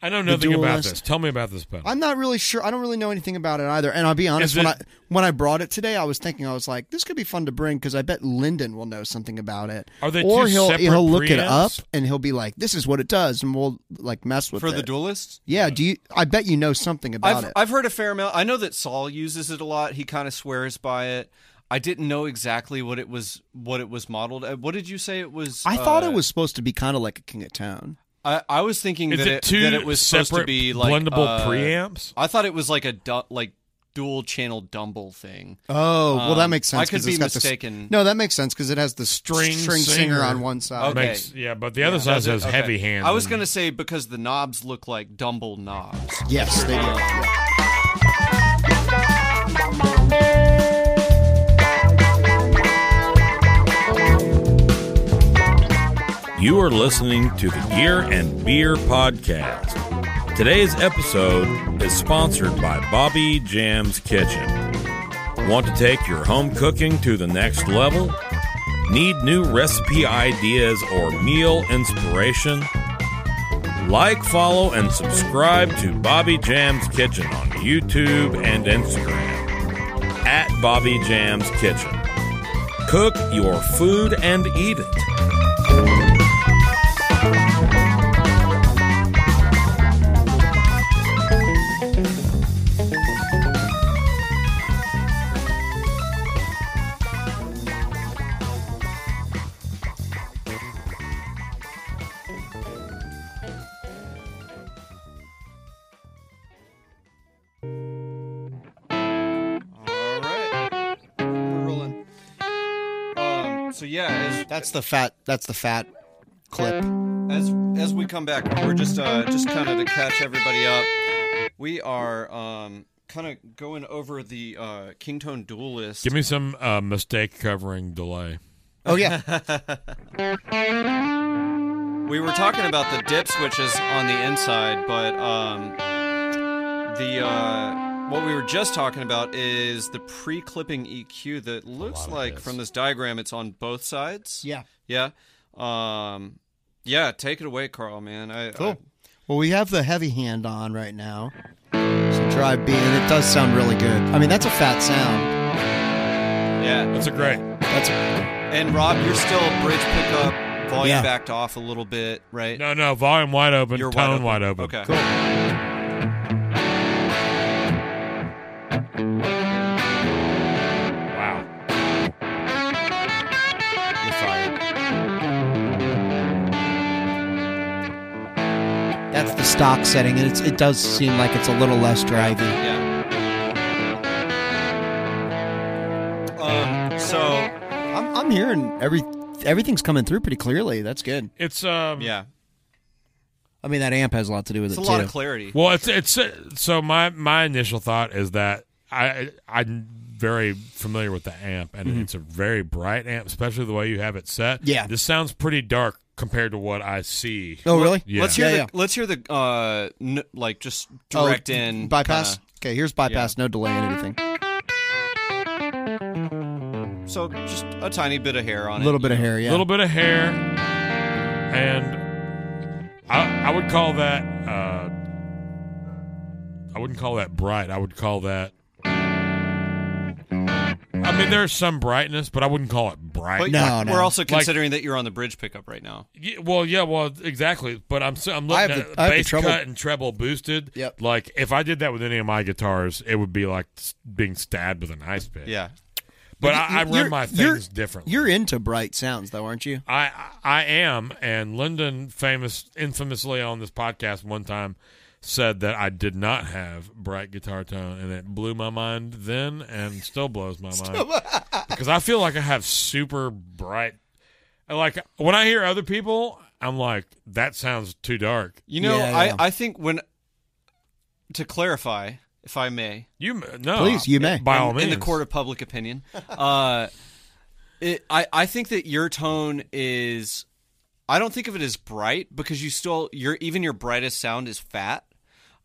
Speaker 1: i know
Speaker 2: The
Speaker 1: nothing about
Speaker 2: Dualist.
Speaker 1: this tell me about this pedal
Speaker 4: I'm not really sure. I don't really know anything about it either. And I'll be honest,
Speaker 1: Is
Speaker 4: when I
Speaker 1: it-
Speaker 4: when I brought it today, I was thinking I was like, this could be fun to bring because I bet Lyndon will know something about it.
Speaker 1: Are they
Speaker 4: or
Speaker 1: two
Speaker 4: he'll
Speaker 1: separate
Speaker 4: he'll look it up
Speaker 1: preamps?
Speaker 4: and he'll be like, this is what it does, and we'll like mess with
Speaker 3: For
Speaker 4: it.
Speaker 3: the duelists?
Speaker 4: yeah, do you? I bet you know something about
Speaker 3: I've,
Speaker 4: it.
Speaker 3: I've heard a fair amount. I know that Saul uses it a lot. He kind of swears by it. I didn't know exactly what it was Uh, what it was modeled. at. What did you say it was?
Speaker 2: I thought
Speaker 3: uh,
Speaker 2: it was supposed to be kind of like a King of Tone.
Speaker 3: I, I was thinking
Speaker 1: Is
Speaker 3: that
Speaker 1: it
Speaker 3: it,
Speaker 1: two
Speaker 3: that it was supposed to
Speaker 1: separate
Speaker 3: be like
Speaker 1: blendable
Speaker 3: uh,
Speaker 1: preamps?
Speaker 3: I thought it was like a du- like dual channel Dumble thing.
Speaker 2: Oh, well, that
Speaker 3: Um,
Speaker 2: makes sense.
Speaker 3: I could
Speaker 2: 'cause
Speaker 3: be
Speaker 2: it's got the s-
Speaker 3: mistaken.
Speaker 2: no, that makes sense because it has the
Speaker 1: String
Speaker 2: string, string singer,
Speaker 1: singer.
Speaker 2: on one side.
Speaker 3: Okay.
Speaker 1: Makes, yeah, but the other side
Speaker 3: Does it?
Speaker 1: says
Speaker 3: Okay.
Speaker 1: heavy hands.
Speaker 3: I was
Speaker 1: and-
Speaker 3: gonna say because the knobs look like Dumble knobs.
Speaker 2: Yes, they do. Yeah.
Speaker 5: You are listening to the Gear and Beer Podcast. Today's episode is sponsored by Bobby Jam's Kitchen. Want to take your home cooking to the next level? Need new recipe ideas or meal inspiration? Like, follow, and subscribe to Bobby Jam's Kitchen on YouTube and Instagram at Bobby Jam's Kitchen. Cook your food and eat it.
Speaker 3: All right, we're rolling. Um, so yeah, as,
Speaker 2: That's the fat. That's the fat clip.
Speaker 3: as as we come back, we're just uh, just kind of to catch everybody up. We are um, kind of going over the uh, Kingtone Duel list.
Speaker 1: Give me some uh, mistake covering delay.
Speaker 2: Oh yeah,
Speaker 3: We were talking about the dip switches on the inside, but um, the uh, what we were just talking about is the pre-clipping EQ that looks like from this diagram it's on both sides.
Speaker 2: yeah.
Speaker 3: Yeah. Um, yeah. Take it away, Carl. Man. I,
Speaker 2: Cool. Well, we have the heavy hand on right now. Some dry B, and it does sound really good. I mean, that's a fat sound.
Speaker 3: I- yeah.
Speaker 1: That's a great.
Speaker 2: That's a,
Speaker 3: And Rob, you're still bridge pickup, volume
Speaker 2: Yeah.
Speaker 3: backed off a little bit, right?
Speaker 1: No, no, volume wide open,
Speaker 3: You're
Speaker 1: tone wide open.
Speaker 3: Okay.
Speaker 2: Cool.
Speaker 1: Wow.
Speaker 3: You're fired.
Speaker 2: that's the stock setting, and it's, it does seem like it's a little less drivey.
Speaker 3: Yeah. Um. So.
Speaker 2: I'm, I'm hearing every everything's coming through pretty clearly. That's good.
Speaker 1: It's um yeah.
Speaker 3: Yeah.
Speaker 2: I mean, that amp has a lot to do with
Speaker 3: It's a
Speaker 2: it
Speaker 3: lot
Speaker 2: too.
Speaker 3: of clarity.
Speaker 1: Well, it's it's uh, so my my initial thought is that I I'm very familiar with the amp and it's a very bright amp, especially the way you have it set.
Speaker 2: Yeah.
Speaker 1: This sounds pretty dark compared to what I see.
Speaker 2: oh, really?
Speaker 1: Yeah.
Speaker 3: Let's hear
Speaker 2: Yeah,
Speaker 3: the
Speaker 2: yeah.
Speaker 3: let's hear the uh n- like just direct
Speaker 2: Oh,
Speaker 3: in
Speaker 2: bypass. Okay, here's bypass. No delay in anything.
Speaker 3: kinda- so just a tiny bit of hair on
Speaker 2: A little
Speaker 3: it.
Speaker 2: bit of hair. Yeah.
Speaker 1: little bit of hair, and I, I would call that. Uh, I wouldn't call that bright. I would call that. I mean, there's some brightness, but I wouldn't call it bright.
Speaker 3: But
Speaker 2: No,
Speaker 3: we're
Speaker 2: no.
Speaker 3: also considering that you're on the bridge pickup right now.
Speaker 1: Yeah, well, yeah, well, exactly. But I'm s- I'm
Speaker 2: I
Speaker 1: looking
Speaker 2: have
Speaker 1: at
Speaker 2: the- I have the
Speaker 1: bass
Speaker 2: treble-
Speaker 1: cut and treble boosted.
Speaker 2: Yep.
Speaker 1: Like if I did that with any of my guitars, it would be like s- being stabbed with an ice pick.
Speaker 3: Yeah.
Speaker 1: But
Speaker 2: Y-
Speaker 1: I, I
Speaker 2: you're-
Speaker 1: run my things
Speaker 2: you're-
Speaker 1: differently.
Speaker 2: You're into bright sounds though, aren't you?
Speaker 1: I I am, and Lyndon famous infamously on this podcast one time said that I did not have bright guitar tone, and it blew my mind then, and still blows my mind because I feel like I have super bright. Like when I hear other people, I'm like, that sounds too dark.
Speaker 3: You know,
Speaker 2: Yeah, yeah.
Speaker 3: I I think when to clarify, if I may,
Speaker 1: You m- no,
Speaker 2: Please, you may.
Speaker 1: by all
Speaker 3: in
Speaker 1: means
Speaker 3: the court of public opinion, uh, it, I I think that your tone is. I don't think of it as bright because you still your even your brightest sound is fat.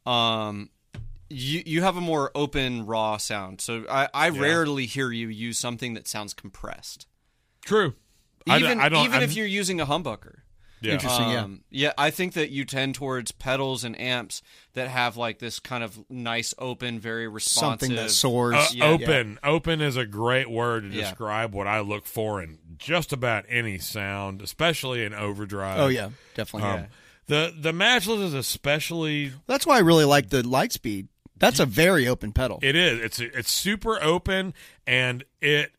Speaker 3: Um, you you have a more open raw sound, so I I rarely hear you use something that sounds compressed.
Speaker 1: True. I d-
Speaker 3: Even
Speaker 1: I don't-
Speaker 3: even
Speaker 1: I'm-
Speaker 3: if you're using a humbucker.
Speaker 1: Yeah.
Speaker 2: Interesting. yeah.
Speaker 3: Um, yeah, I think that you tend towards pedals and amps that have like this kind of nice, open, very responsive.
Speaker 2: Something that soars.
Speaker 1: Uh,
Speaker 3: yeah.
Speaker 1: open. Open is a great word to
Speaker 3: Yeah.
Speaker 1: describe what I look for in just about any sound, especially in overdrive.
Speaker 2: oh yeah, definitely.
Speaker 1: Um, The the matchless is especially
Speaker 2: That's why I really like the light speed. That's a very open pedal.
Speaker 1: it is it's it's super open and it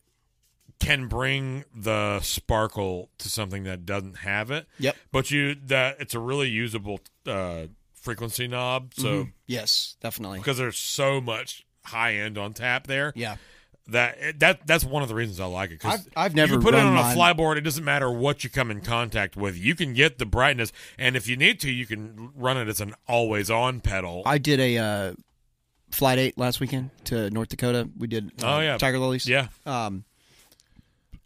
Speaker 1: can bring the sparkle to something that doesn't have it.
Speaker 2: Yep.
Speaker 1: But you that it's a really usable uh, frequency knob. So
Speaker 2: Mm-hmm. Yes, definitely.
Speaker 1: because there's so much high end on tap there.
Speaker 2: Yeah.
Speaker 1: That it- that that's one of the reasons I like it. 'cause
Speaker 4: I've- I've
Speaker 1: you
Speaker 4: never
Speaker 1: can put it
Speaker 4: run
Speaker 1: on
Speaker 4: mine.
Speaker 1: a flyboard. It doesn't matter what you come in contact with. You can get the brightness, and if you need to, you can run it as an always on pedal.
Speaker 2: I did a uh, flight eight last weekend to North Dakota. We did uh,
Speaker 1: Oh, yeah.
Speaker 2: Tiger Lilies.
Speaker 1: yeah,
Speaker 2: Um,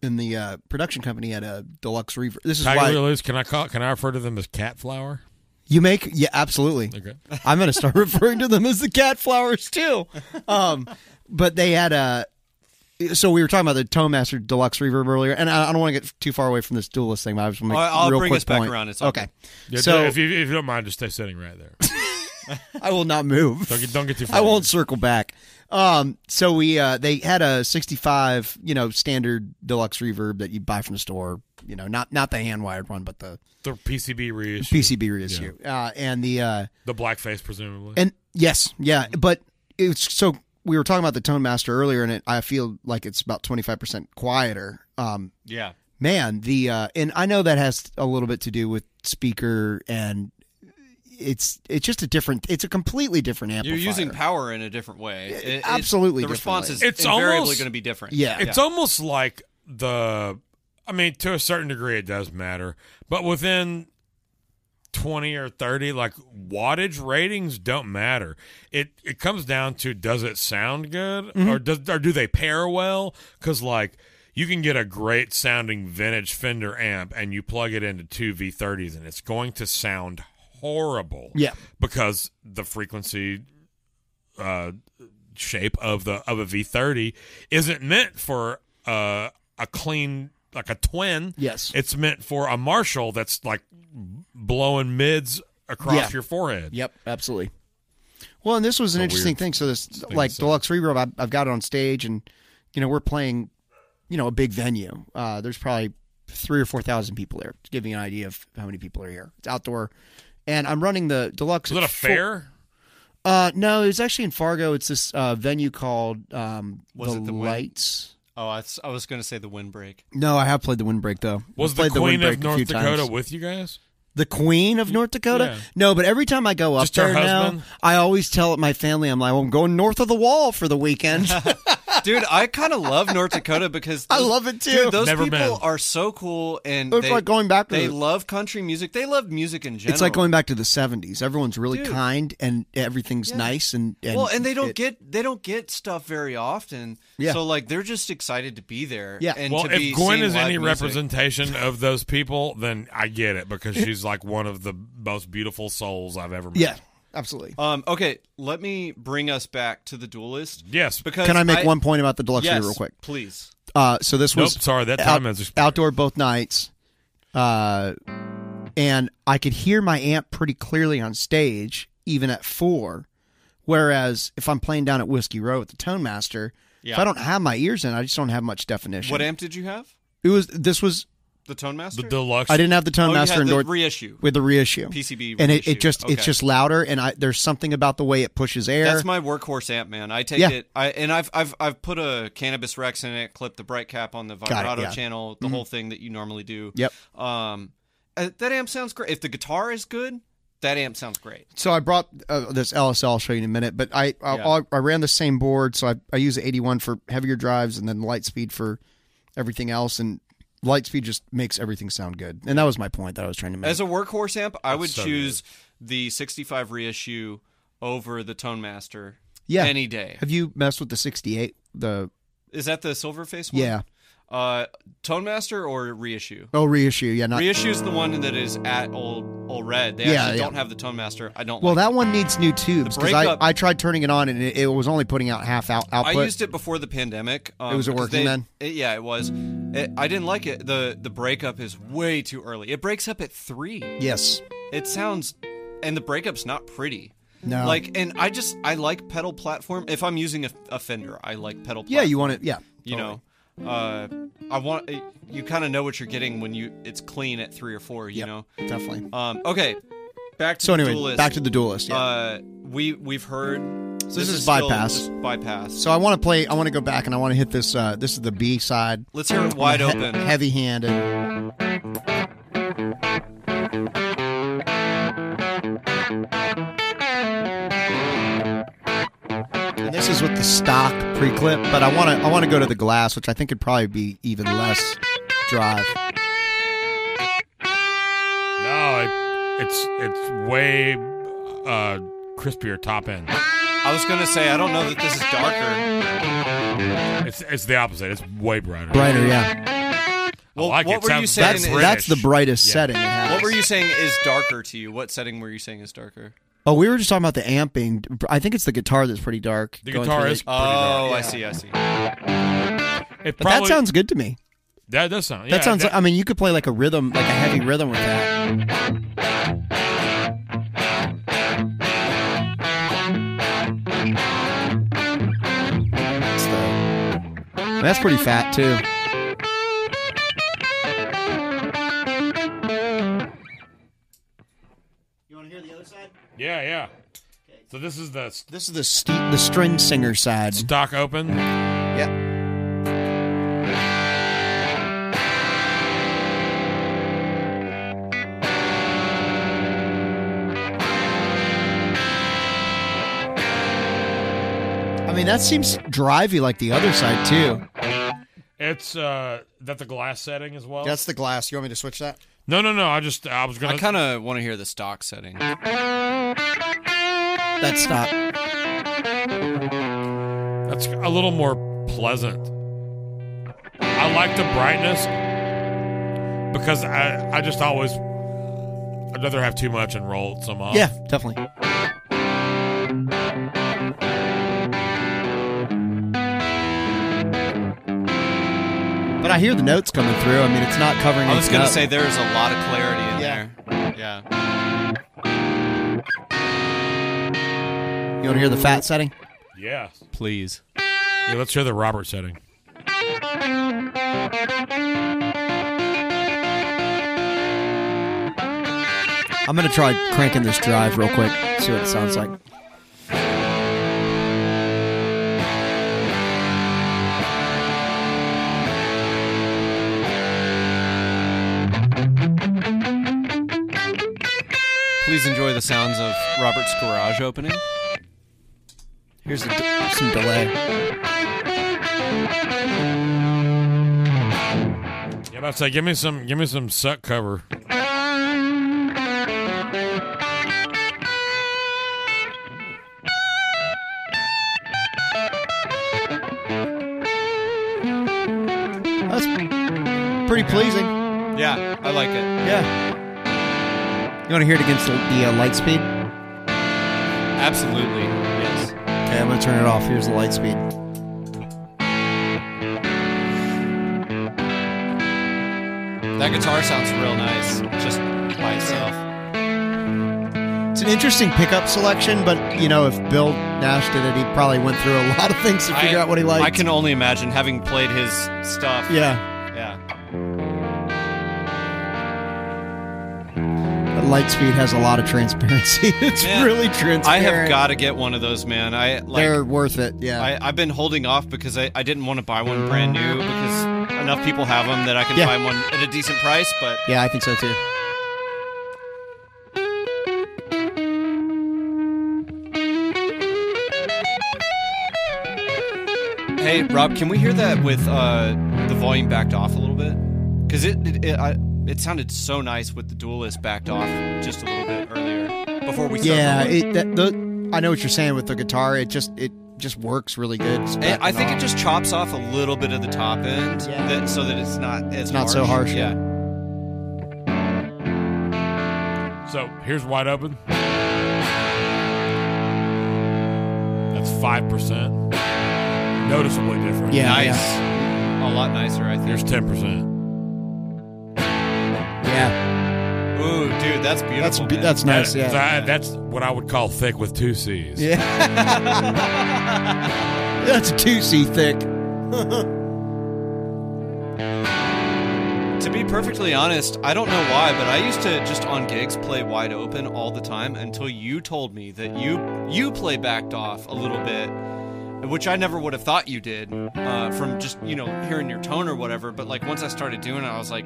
Speaker 2: and the uh, production company had a deluxe reverb. This is why
Speaker 1: Tiger Lilies. Can I call? Can I refer to them as cat flower?
Speaker 2: you make yeah absolutely.
Speaker 1: Okay.
Speaker 2: I'm going to start referring to them as the cat flowers too. Um, but they had a. So we were talking about the Tomaster Deluxe Reverb earlier, and I, I don't want to get too far away from this duelist thing, but I just want to make
Speaker 3: I'll- I'll
Speaker 2: real
Speaker 3: bring
Speaker 2: quick
Speaker 3: us back
Speaker 2: point.
Speaker 3: around. It's all
Speaker 2: okay.
Speaker 1: Yeah,
Speaker 2: So
Speaker 1: if you if you don't mind, just stay sitting right there.
Speaker 2: I will not move.
Speaker 1: Don't get don't get too. Far
Speaker 2: I won't circle back. Um, so we uh, they had a 65, you know, standard deluxe reverb that you buy from the store. You know, not not the hand wired one, but the
Speaker 1: The PCB reissue,
Speaker 2: PCB reissue. Uh, and the uh,
Speaker 1: the blackface presumably.
Speaker 2: and yes, yeah, but it's so we were talking about the Tone Master earlier, and it, I feel like it's about 25 percent quieter. Um,
Speaker 3: Yeah.
Speaker 2: man, the uh, and I know that has a little bit to do with speaker and. It's it's just a different. It's a completely different amplifier.
Speaker 3: You're using power in a different way. It- it-
Speaker 2: absolutely
Speaker 3: The response is
Speaker 2: differently.
Speaker 1: It's
Speaker 3: invariably
Speaker 1: almost-
Speaker 3: going to be different.
Speaker 2: Yeah.
Speaker 1: It's almost like the. I mean, to a certain degree, it does matter, but within twenty or thirty, like wattage ratings don't matter. It it comes down to does it sound good
Speaker 2: Mm-hmm.
Speaker 1: or does or do they pair well? Because like. You can get a great sounding vintage Fender amp and you plug it into two V30s and it's going to sound horrible.
Speaker 2: Yeah.
Speaker 1: Because the frequency uh, shape of the of a V30 isn't meant for uh, a clean like a twin.
Speaker 2: Yes.
Speaker 1: it's meant for a Marshall that's like blowing mids across
Speaker 2: Yeah.
Speaker 1: your forehead.
Speaker 2: Yep, absolutely. Well, and this was an interesting thing. So this, like
Speaker 1: to say.
Speaker 2: deluxe reverb, I've, I've got it on stage, and you know we're playing, you know, a big venue. Uh, there's probably three or four thousand people there. To give you an idea of how many people are here, it's outdoor, and I'm running the deluxe.
Speaker 1: Is it a
Speaker 2: at four-
Speaker 1: fair?
Speaker 2: uh, no, it was actually in Fargo. It's this uh, venue called um,
Speaker 3: Was
Speaker 2: the,
Speaker 3: it the Wind-
Speaker 2: Lights.
Speaker 3: Oh, I, I was going to say the windbreak.
Speaker 2: No, I have played the Windbreak though.
Speaker 1: Was
Speaker 2: I've
Speaker 1: the
Speaker 2: played
Speaker 1: Queen
Speaker 2: Windbreak
Speaker 1: of
Speaker 2: a
Speaker 1: North
Speaker 2: few
Speaker 1: Dakota
Speaker 2: times.
Speaker 1: with you guys?
Speaker 2: The Queen of North Dakota?
Speaker 1: Yeah.
Speaker 2: No, but every time I go up
Speaker 1: Just her
Speaker 2: there now,
Speaker 1: husband?
Speaker 2: I always tell my family, I'm like, well, I'm going north of the wall for the weekend.
Speaker 3: Dude, I kind of love North Dakota because
Speaker 2: I love it, too.
Speaker 3: Dude, those
Speaker 1: Never
Speaker 3: people
Speaker 1: been.
Speaker 3: are so cool, and
Speaker 2: It's
Speaker 3: they,
Speaker 2: like going back to
Speaker 3: They
Speaker 2: the-
Speaker 3: love country music. They love music in general.
Speaker 2: it's like going back to the 70s. Everyone's really
Speaker 3: Dude.
Speaker 2: kind and everything's nice. And, and
Speaker 3: well, and they don't
Speaker 2: it-
Speaker 3: get they don't get stuff very often.
Speaker 2: Yeah.
Speaker 3: So like they're just excited to be there.
Speaker 2: Yeah.
Speaker 3: And
Speaker 1: Well,
Speaker 3: to be
Speaker 1: if Gwen
Speaker 3: seeing
Speaker 1: is
Speaker 3: live
Speaker 1: any
Speaker 3: music.
Speaker 1: representation of those people, then I get it because she's like one of the most beautiful souls I've ever met.
Speaker 2: Yeah, absolutely.
Speaker 3: Um. Okay. Let me bring us back to the duelist.
Speaker 1: Yes.
Speaker 3: Because
Speaker 2: Can I make one point about the deluxe
Speaker 3: Yes,
Speaker 2: real quick?
Speaker 3: please.
Speaker 2: Uh, so this
Speaker 1: Nope.
Speaker 2: was
Speaker 1: Sorry, that
Speaker 2: out-
Speaker 1: time has expired.
Speaker 2: outdoor both nights, uh, and I could hear my amp pretty clearly on stage, even at four. Whereas if I'm playing down at Whiskey Row at the Tone Master, if
Speaker 3: Yeah.
Speaker 2: I don't have my ears in, I just don't have much definition.
Speaker 3: What amp did you have?
Speaker 2: it was this was
Speaker 3: The Tone Master.
Speaker 1: the deluxe.
Speaker 2: I didn't have the Tone
Speaker 3: oh, you
Speaker 2: Master
Speaker 3: had
Speaker 2: in
Speaker 3: the
Speaker 2: North
Speaker 3: reissue.
Speaker 2: with the reissue
Speaker 3: PCB
Speaker 2: and it,
Speaker 3: reissue.
Speaker 2: it just
Speaker 3: Okay.
Speaker 2: it's just louder, and I there's something about the way it pushes air.
Speaker 3: That's my workhorse amp, man. I take
Speaker 2: Yeah.
Speaker 3: it. I and I've I've I've put a cannabis Rex in it, clipped the bright cap on the
Speaker 2: it,
Speaker 3: vibrato
Speaker 2: yeah. Mm-hmm.
Speaker 3: channel, the whole thing that you normally do.
Speaker 2: Yep.
Speaker 3: Um, uh, that amp sounds great. If the guitar is good, that amp sounds great.
Speaker 2: So I brought uh, this LSL. I'll show you in a minute, but I I,
Speaker 3: Yeah.
Speaker 2: I ran the same board. So I, I use the 81 for heavier drives and then Lightspeed for everything else. And Lightspeed just makes everything sound good. And that was my point that I was trying to make.
Speaker 3: As a workhorse amp, I would
Speaker 1: so
Speaker 3: choose the 65 reissue over the Tone Master.
Speaker 2: Yeah.
Speaker 3: Any day.
Speaker 2: Have you messed with the 68? The
Speaker 3: Is that the Silverface one?
Speaker 2: yeah,
Speaker 3: Uh, Tone Master or reissue?
Speaker 2: oh reissue. Yeah, not
Speaker 3: Reissue is the one that is at old old red. They
Speaker 2: Yeah,
Speaker 3: actually
Speaker 2: yeah.
Speaker 3: don't have the Tone Master. I don't.
Speaker 2: well.
Speaker 3: like
Speaker 2: That one needs new tubes because I,
Speaker 3: breakup-
Speaker 2: I tried turning it on and it, it was only putting out half out
Speaker 3: I
Speaker 2: output.
Speaker 3: used it before the pandemic. Um,
Speaker 2: was it
Speaker 3: because
Speaker 2: working
Speaker 3: they-
Speaker 2: then?
Speaker 3: it- yeah, it was. It, I didn't like it. the The breakup is way too early. It breaks up at three.
Speaker 2: yes,
Speaker 3: It sounds, and the breakup's not pretty.
Speaker 2: No.
Speaker 3: Like, and I just I like pedal platform. If I'm using a, a Fender, I like pedal.
Speaker 2: yeah, you
Speaker 3: platform,
Speaker 2: want it. Yeah,
Speaker 3: You
Speaker 2: totally.
Speaker 3: know, uh, I want you kind of know what you're getting when you it's clean at three or four. You
Speaker 2: Yep,
Speaker 3: know.
Speaker 2: definitely.
Speaker 3: Um. Okay. Back to
Speaker 2: So
Speaker 3: the
Speaker 2: anyway,
Speaker 3: duelist.
Speaker 2: back to the duelist. Yeah.
Speaker 3: Uh, we we've heard So
Speaker 2: This is
Speaker 3: still
Speaker 2: bypass.
Speaker 3: just bypass.
Speaker 2: So I want to play. I want to go back and I want to hit this. Uh, this is the B side.
Speaker 3: Let's hear it wide open.
Speaker 2: Heavy handed. This is with the stock pre-clip, but I want to I want to go to the glass, which I think could probably be even less drive.
Speaker 1: No, it, it's it's way uh, crispier top end.
Speaker 3: I was gonna say I don't know that this is darker.
Speaker 1: It's it's the opposite. It's way brighter.
Speaker 2: Brighter, yeah.
Speaker 1: I like
Speaker 3: what
Speaker 1: it.
Speaker 3: were you
Speaker 1: Sounds
Speaker 3: saying
Speaker 1: very
Speaker 2: That's that's
Speaker 3: is-
Speaker 2: the
Speaker 1: British.
Speaker 2: brightest
Speaker 1: Yeah.
Speaker 2: setting. It has.
Speaker 3: What were you saying is darker to you? What setting were you saying is darker?
Speaker 2: Oh, we were just talking about the amping. I think it's the guitar that's pretty dark.
Speaker 1: The
Speaker 2: going
Speaker 1: guitar
Speaker 2: through
Speaker 1: is. uh,
Speaker 2: it.
Speaker 3: Oh, I see. I see.
Speaker 2: But
Speaker 1: It
Speaker 2: that
Speaker 1: probably,
Speaker 2: sounds good to me.
Speaker 1: That does sound.
Speaker 2: That
Speaker 1: yeah,
Speaker 2: sounds. I mean, you could play like a rhythm, like a heavy rhythm with that. That's the- That's pretty fat too.
Speaker 1: yeah, yeah. So this is the st-
Speaker 2: This is the st- the string singer side.
Speaker 1: stock open.
Speaker 2: Yeah. I mean, that seems drivey like the other side too.
Speaker 1: It's uh that the glass setting as well.
Speaker 2: the glass. You want me to switch that?
Speaker 1: No, no, no. I just I was gonna.
Speaker 3: I kind of want to hear the stock setting.
Speaker 2: That's stop.
Speaker 1: That's a little more pleasant. I like the brightness because I I just always I'd rather have too much and roll some off.
Speaker 2: Yeah, definitely. But I hear the notes coming through. I mean, it's not covering.
Speaker 3: I was
Speaker 2: anything
Speaker 3: gonna
Speaker 2: up.
Speaker 3: say there's a lot of clarity in
Speaker 2: Yeah.
Speaker 3: there. Yeah.
Speaker 2: you want to hear the fat setting.
Speaker 1: Yeah.
Speaker 3: Please.
Speaker 1: Yeah. Let's hear the Robert setting.
Speaker 2: I'm gonna try cranking this drive real quick, see what it sounds like.
Speaker 3: Please enjoy the sounds of Robert's garage opening.
Speaker 2: Here's a d- some delay.
Speaker 1: Yeah, I'm about to say, give me some, give me some suck cover.
Speaker 2: That's pretty pleasing.
Speaker 3: Yeah, I like it.
Speaker 2: Yeah. You want to hear it against the, the uh, light speed? Okay,
Speaker 3: Absolutely. Yes.
Speaker 2: I'm gonna turn it off. Here's the light speed.
Speaker 3: That guitar sounds real nice, just by itself.
Speaker 2: It's an interesting pickup selection, but you know, if Bill Nash did it, he probably went through a lot of things to figure out what he liked.
Speaker 3: I can only imagine having played his stuff.
Speaker 2: Yeah,
Speaker 3: Yeah.
Speaker 2: Lightspeed has a lot of transparency. it's
Speaker 3: Man,
Speaker 2: really transparent.
Speaker 3: I have got to get one of those, man. I like.
Speaker 2: They're worth it. Yeah.
Speaker 3: I, I've been holding off because I, I didn't want to buy one brand new because enough people have them that I can
Speaker 2: Yeah.
Speaker 3: buy one at a decent price. But
Speaker 2: yeah, I think so too.
Speaker 3: hey, Rob, can we hear that with uh, the volume backed off a little bit? Because it it, it, I, it sounded so nice with the duelist backed off just a little bit earlier before we started.
Speaker 2: Yeah, it, that, the, I know what you're saying with the guitar. It just it just works really good. It's
Speaker 1: Eh,
Speaker 3: And I
Speaker 2: backing
Speaker 3: think
Speaker 2: off.
Speaker 3: it just chops off a little bit of the top end,
Speaker 2: Yeah.
Speaker 3: that, so that it's not as
Speaker 2: not so harsh.
Speaker 3: Yeah,
Speaker 1: So here's wide open. That's five percent. Noticeably different.
Speaker 2: Yeah,
Speaker 3: nice, a lot nicer. I think.
Speaker 1: Here's ten percent.
Speaker 2: yeah,
Speaker 3: Ooh, dude, that's beautiful.
Speaker 2: that's
Speaker 3: man.
Speaker 2: that's nice. Yeah,
Speaker 1: That's what I would call thick with two C's.
Speaker 2: Yeah. that's a two C thick.
Speaker 3: to be be perfectly honest, I don't know why, but I used to just on gigs play wide open all the time until you told me that you you play backed off a little bit, which I never would have thought you did uh, from just you know hearing your tone or whatever. But like once I started doing it, I was like,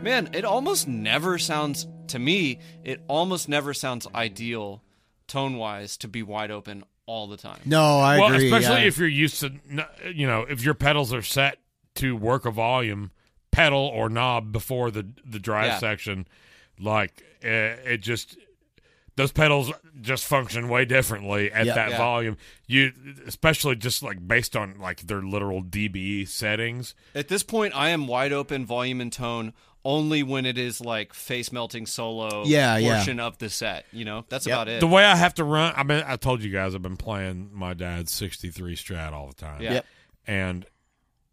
Speaker 3: man, it almost never sounds to me. It almost never sounds ideal tone wise to be wide open all the time.
Speaker 2: No, I
Speaker 1: well,
Speaker 2: agree.
Speaker 1: especially
Speaker 2: yeah.
Speaker 1: if you're used to, n- you know, if your pedals are set to work a volume pedal or knob before the the drive
Speaker 3: Yeah.
Speaker 1: section, like it, it just those pedals just function way differently at
Speaker 6: Yeah.
Speaker 1: that
Speaker 3: Yeah.
Speaker 1: volume. You especially just like based on like their literal dBE settings.
Speaker 3: At this point, I am wide open volume and tone only when it is like face melting solo
Speaker 2: Yeah, yeah.
Speaker 3: portion of the set. You know, that's about it.
Speaker 1: The way I have to run, I mean, I told you guys I've been playing my dad's '63 Strat all the time.
Speaker 3: Yeah.
Speaker 6: Yep.
Speaker 1: and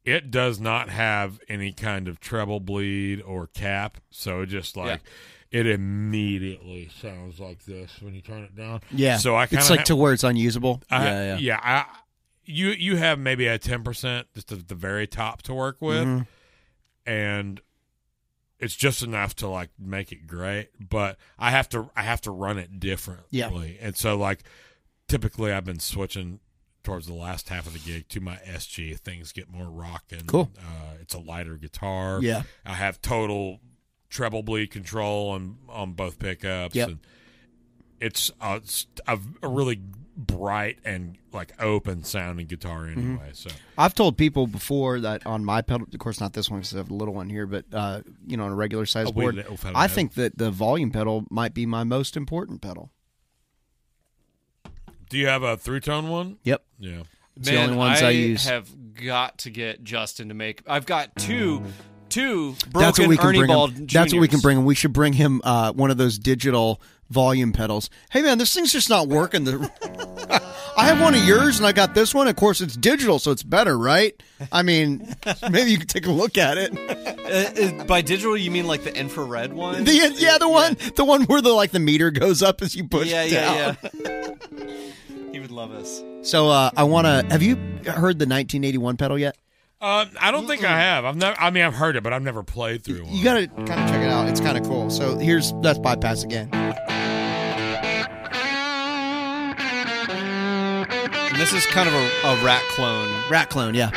Speaker 1: it does not have any kind of treble bleed or cap so it just like it immediately sounds like this when you turn it down
Speaker 2: Yeah.
Speaker 1: so i kind
Speaker 6: it's
Speaker 1: of
Speaker 6: like to where it's unusable.
Speaker 1: I,
Speaker 6: yeah, yeah.
Speaker 1: I, you you have maybe a 10% just at the very top to work with
Speaker 2: Mm-hmm.
Speaker 1: and it's just enough to like make it great but i have to i have to run it differently
Speaker 6: Yeah.
Speaker 1: and so like typically i've been switching towards the last half of the gig to my sg things get more rocking
Speaker 6: Cool.
Speaker 1: uh, it's a lighter guitar
Speaker 6: Yeah.
Speaker 1: i have total treble bleed control on on both pickups
Speaker 6: Yep.
Speaker 1: and it's a, it's a a really bright and like open sounding guitar anyway
Speaker 6: Mm-hmm.
Speaker 1: so
Speaker 2: I've told people before that on my pedal, of course, not this one because I have a little one here, but uh, you know, on a regular size
Speaker 1: A wee
Speaker 2: board,
Speaker 1: little fella
Speaker 2: I
Speaker 1: head.
Speaker 2: think that the volume pedal might be my most important pedal.
Speaker 1: do you have a three tone one
Speaker 2: Yep.
Speaker 1: yeah
Speaker 2: It's the only ones I use.
Speaker 3: have got to get Justin to make. I've got two, two broken
Speaker 2: That's what we can
Speaker 3: Ernie
Speaker 2: bring
Speaker 3: Ball.
Speaker 2: him. That's what we can
Speaker 3: Juniors.
Speaker 2: bring him. We should bring him uh, one of those digital volume pedals. Hey man, this thing's just not working. The I have one of yours and I got this one. Of course, it's digital, so it's better, right? I mean, maybe you can take a look at it.
Speaker 3: Uh, uh, by digital, you mean like the infrared one?
Speaker 2: The yeah, the one, the one where the like the meter goes up as you push
Speaker 3: yeah,
Speaker 2: it down.
Speaker 3: yeah, yeah. he would love us.
Speaker 2: So uh, I want to. Have you heard the 1981 pedal yet?
Speaker 1: Um, I don't think I have. I've never. I mean, I've heard it, but I've never played through one.
Speaker 2: You got to kind of check it out. It's kind of cool. So here's that's bypass again.
Speaker 3: And this is kind of a, a rat clone.
Speaker 2: Rat clone, yeah.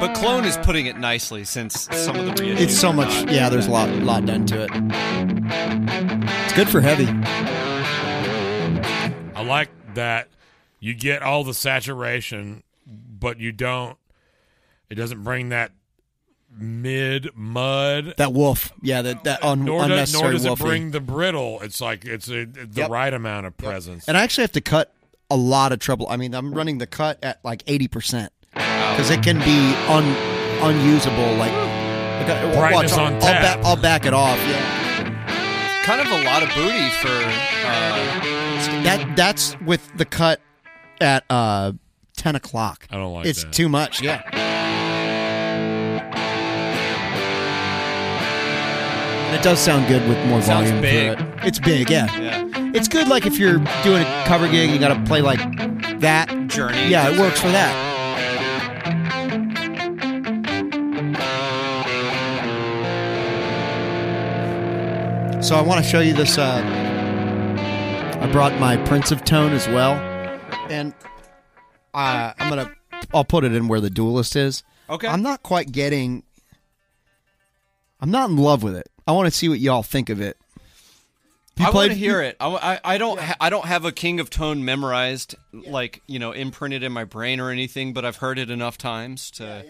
Speaker 3: But clone is putting it nicely since some of the reissues
Speaker 2: It's so
Speaker 3: are
Speaker 2: much.
Speaker 3: not.
Speaker 2: Yeah, there's a lot, lot done to it. It's good for heavy.
Speaker 1: I like that you get all the saturation, but you don't. It doesn't bring that mid mud.
Speaker 2: That wolf, yeah, that that un-
Speaker 1: Nor does, nor
Speaker 2: unnecessary
Speaker 1: does it
Speaker 2: wolfy.
Speaker 1: bring the brittle. It's like it's a, the
Speaker 2: Yep.
Speaker 1: right amount of presence.
Speaker 2: and I actually have to cut a lot of trouble. I mean, I'm running the cut at like 80 percent because it can be un unusable. Like, I got- watch,
Speaker 1: Brightness
Speaker 2: I'll,
Speaker 1: on
Speaker 2: I'll,
Speaker 1: tap.
Speaker 2: ba- I'll back it off. Yeah,
Speaker 3: kind of a lot of booty for. Uh,
Speaker 2: that that's with the cut at uh 10 o'clock.
Speaker 1: I don't like
Speaker 2: It's
Speaker 1: that.
Speaker 2: too much. Yeah. And It does sound good with more
Speaker 3: Sounds
Speaker 2: volume.
Speaker 3: big.
Speaker 2: through it. It's big, yeah.
Speaker 3: yeah,
Speaker 2: It's good, like if you're doing a cover gig, you got to play like that.
Speaker 3: journey.
Speaker 2: Yeah, it works for that. So I want to show you this. Uh, I brought my Prince of Tone as well, and uh, I'm gonna. I'll put it in where the Duelist is.
Speaker 3: Okay.
Speaker 2: I'm not quite getting. I'm not in love with it. I want to see what y'all think of it. If you
Speaker 3: I want
Speaker 2: played-
Speaker 3: to hear it. I, I, I don't ha- I don't have a King of Tone memorized, like you know, imprinted in my brain or anything. But I've heard it enough times to.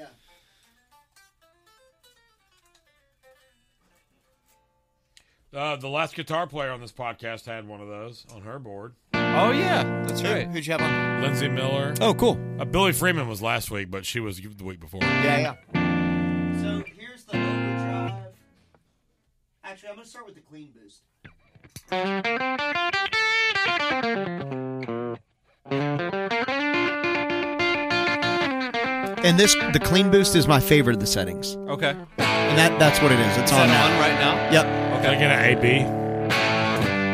Speaker 1: Uh, the last guitar player on this podcast had one of those on her board.
Speaker 3: Oh yeah, that's right.
Speaker 2: Who'd you have on?
Speaker 1: Lindsay Miller.
Speaker 2: Oh, cool.
Speaker 1: Uh, Billy Freeman was last week, but she was the week before.
Speaker 2: Yeah, yeah. So here's the overdrive. Actually, I'm gonna start with the clean boost. And this, the clean boost is my favorite of the settings,
Speaker 3: Okay, is
Speaker 2: and that that's what it is. It's on
Speaker 3: that on
Speaker 2: now.
Speaker 3: right now?
Speaker 2: Yep.
Speaker 1: Can I get an AB?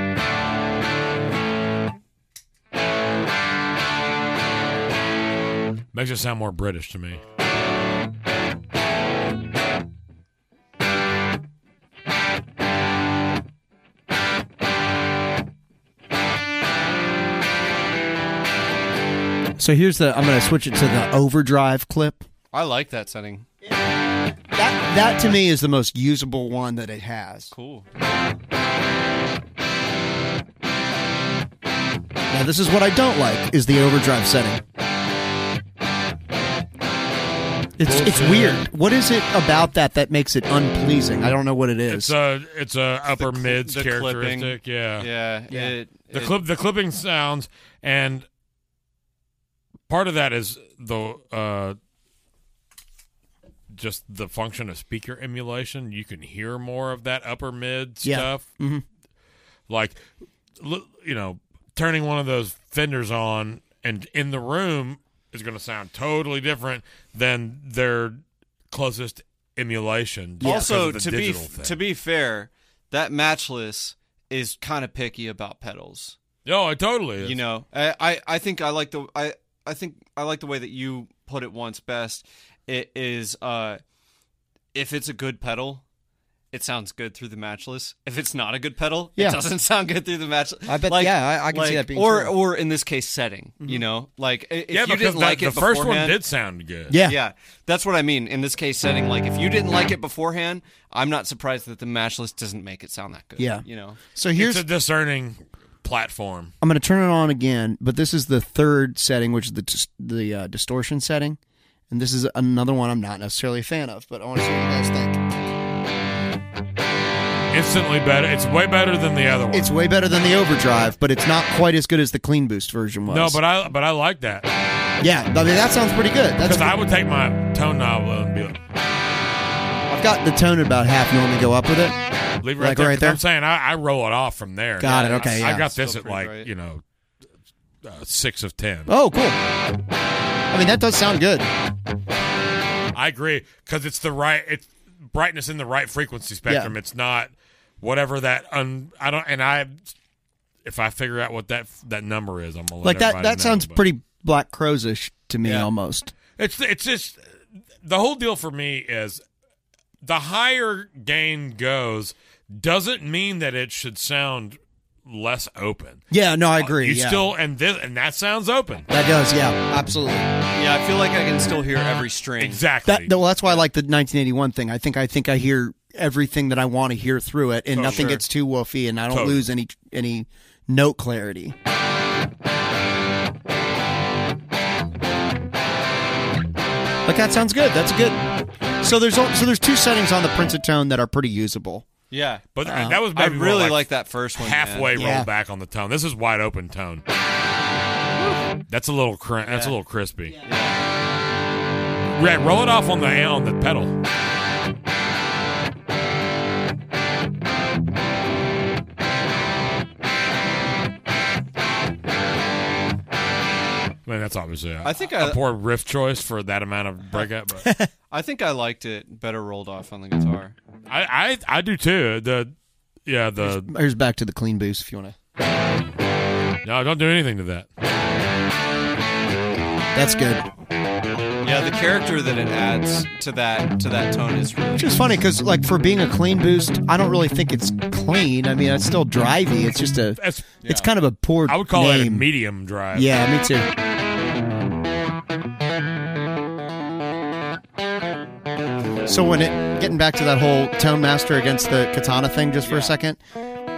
Speaker 1: Makes it sound more British to me.
Speaker 2: So here's the. I'm going to switch it to the overdrive clip.
Speaker 3: I like that setting.
Speaker 2: That that to me is the most usable one that it has.
Speaker 3: Cool.
Speaker 2: Now this is what I don't like is the overdrive setting. It's it's weird. What is it about that that makes it unpleasing? I don't know what it
Speaker 1: It's uh,
Speaker 2: is.
Speaker 1: a it's a upper mids
Speaker 3: the clipping.
Speaker 1: characteristic. Yeah.
Speaker 3: Yeah. It,
Speaker 1: The
Speaker 3: it-
Speaker 1: clip the clipping sounds and part of that is the uh just the function of speaker emulation. You can hear more of that upper mid
Speaker 2: Yeah.
Speaker 1: stuff. Like l- you know, turning one of those fenders on and in the room is going to sound totally different than their closest emulation. just because
Speaker 3: Also,
Speaker 1: of the
Speaker 3: to be
Speaker 1: digital thing.
Speaker 3: to be fair, that matchless is kind of picky about pedals.
Speaker 1: No, Oh, it totally is.
Speaker 3: You know, I, I I think I like the I I think I like the way that you put it once best. It is uh, if it's a good pedal. It sounds good through the matchless. If it's not a good pedal,
Speaker 2: Yeah.
Speaker 3: it doesn't sound good through the matchless.
Speaker 2: I bet- yeah, I- I can see that being
Speaker 3: or
Speaker 2: true. Mm-hmm.
Speaker 3: or in this case, setting. You know, like i- if
Speaker 1: yeah,
Speaker 3: you
Speaker 1: because
Speaker 3: didn't
Speaker 1: the,
Speaker 3: like
Speaker 1: the
Speaker 3: it
Speaker 1: first one
Speaker 3: beforehand-
Speaker 1: did sound good.
Speaker 2: yeah.
Speaker 3: yeah, that's what I mean. In this case, setting like if you didn't like it beforehand, I'm not surprised that the match list doesn't make it sound that good.
Speaker 2: Yeah.
Speaker 3: you know,
Speaker 2: So here's
Speaker 1: it's a discerning platform.
Speaker 2: I'm going to turn it on again, but this is the third setting, which is the dis- the uh, distortion setting, and this is another one I'm not necessarily a fan of. But I want to see what you guys think.
Speaker 1: Instantly better. It's way better than the other one.
Speaker 2: It's way better than the overdrive, but it's not quite as good as the clean boost version was.
Speaker 1: no, but I but I like that
Speaker 2: yeah, I mean that sounds pretty good. That's
Speaker 1: because I would take my tone knob and be like,
Speaker 2: I've got the tone about half. You want me to go up with it?
Speaker 1: leave it right
Speaker 2: Like
Speaker 1: there.
Speaker 2: right
Speaker 1: 'Cause
Speaker 2: there?
Speaker 1: I'm saying I, I roll it off from there.
Speaker 2: Got it.
Speaker 3: Yeah,
Speaker 2: Okay.
Speaker 1: I
Speaker 2: yeah.
Speaker 1: got this
Speaker 3: Still
Speaker 1: at
Speaker 3: pretty
Speaker 1: like
Speaker 3: great.
Speaker 1: you know uh, six of ten.
Speaker 2: Oh, cool. I mean that does sound good.
Speaker 1: I agree because it's the right it's brightness in the right frequency spectrum. It's not whatever that un I don't and I if I figure out what that that number is, I'm gonna let
Speaker 2: Like that.
Speaker 1: everybody
Speaker 2: That
Speaker 1: know,
Speaker 2: sounds
Speaker 1: but-
Speaker 2: pretty Black Crowes-ish to me almost.
Speaker 1: It's it's just the whole deal for me is the higher gain goes doesn't mean that it should sound less open.
Speaker 2: Yeah. No, I agree.
Speaker 1: Uh, You
Speaker 2: yeah.
Speaker 1: still and this and that sounds open.
Speaker 2: that does. Yeah. Absolutely.
Speaker 3: yeah, I feel like I can still hear every string.
Speaker 1: Exactly.
Speaker 2: That, well, that's why I like the 1981 thing. I think I think I hear everything that I want to hear through it, and nothing
Speaker 1: Oh, sure.
Speaker 2: gets too woofy, and I don't
Speaker 1: Totally.
Speaker 2: lose any any note clarity. Like that sounds good. That's good. So there's al- so there's two settings on the Prince of Tone that are pretty usable.
Speaker 3: Yeah,
Speaker 1: but and that was
Speaker 3: I
Speaker 1: maybe more
Speaker 3: really like,
Speaker 1: like
Speaker 3: that first one. man.
Speaker 1: halfway roll
Speaker 2: Yeah.
Speaker 1: back on the tone. This is wide open tone. That's a little cr- that's a little crispy. Yeah, roll it off on the on the pedal. I mean, that's obviously a,
Speaker 3: I think
Speaker 1: a
Speaker 3: I-
Speaker 1: poor riff choice for that amount of breakup, but
Speaker 3: I think I liked it better rolled off on the guitar.
Speaker 1: I, I I do too. The yeah the
Speaker 2: Here's back to the clean boost if you want to.
Speaker 1: no don't do anything to that.
Speaker 2: That's good.
Speaker 3: Yeah, the character that it adds to that to that tone is really
Speaker 2: Which is funny because like for being a clean boost, I don't really think it's clean. I mean, it's still drivey. It's just a
Speaker 1: That's
Speaker 2: it's kind of a poor.
Speaker 1: I would call it a
Speaker 2: name.
Speaker 1: medium drive.
Speaker 2: Yeah, me too. So when it getting back to that whole tone master against the katana thing just for a second,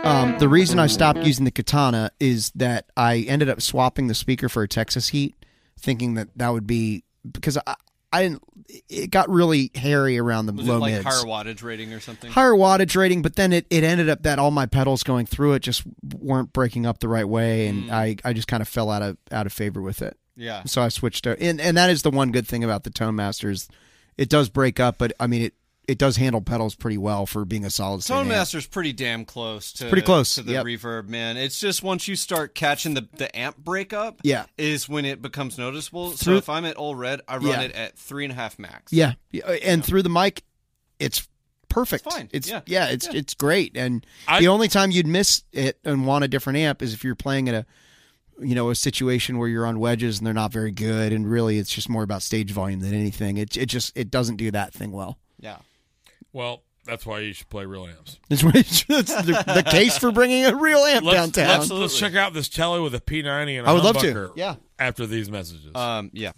Speaker 2: um, the reason I stopped using the katana is that I ended up swapping the speaker for a Texas Heat, thinking that that would be because I, I didn't. It got really hairy around the
Speaker 3: was it
Speaker 2: low
Speaker 3: like
Speaker 2: mids
Speaker 3: higher wattage rating or something.
Speaker 2: higher wattage rating, but then it, it ended up that all my pedals going through it just weren't breaking up the right way, and I, I just kind of fell out of out of favor with it.
Speaker 3: yeah,
Speaker 2: So I switched to and and that is the one good thing about the Tone Masters, it does break up, but I mean it it does handle pedals pretty well for being a solid state
Speaker 3: Tone
Speaker 2: amp.
Speaker 3: Master's pretty damn close to
Speaker 2: pretty close,
Speaker 3: to the
Speaker 2: yep.
Speaker 3: reverb, man. It's just once you start catching the the amp breakup,
Speaker 2: Yeah.
Speaker 3: is when it becomes noticeable. so
Speaker 2: Through-
Speaker 3: if I'm at all red, I run
Speaker 2: Yeah.
Speaker 3: it at three and a half max.
Speaker 2: Yeah, Yeah, uh, and through the mic, it's perfect.
Speaker 3: It's fine.
Speaker 2: It's
Speaker 3: Yeah.
Speaker 2: it's
Speaker 3: Yeah.
Speaker 2: it's great. And
Speaker 1: I-
Speaker 2: the only time you'd miss it and want a different amp is if you're playing at a you know, a situation where you're on wedges and they're not very good, and really it's just more about stage volume than anything. It it just it doesn't do that thing well.
Speaker 3: Yeah.
Speaker 1: Well, that's why you should play real amps.
Speaker 2: That's what- that's the, the case for bringing a real amp
Speaker 1: Let's,
Speaker 2: downtown.
Speaker 1: let's, let's check out this telly with a P90 and a
Speaker 2: I would love to.
Speaker 1: humbucker
Speaker 2: Yeah.
Speaker 1: After these messages.
Speaker 3: Um, yeah.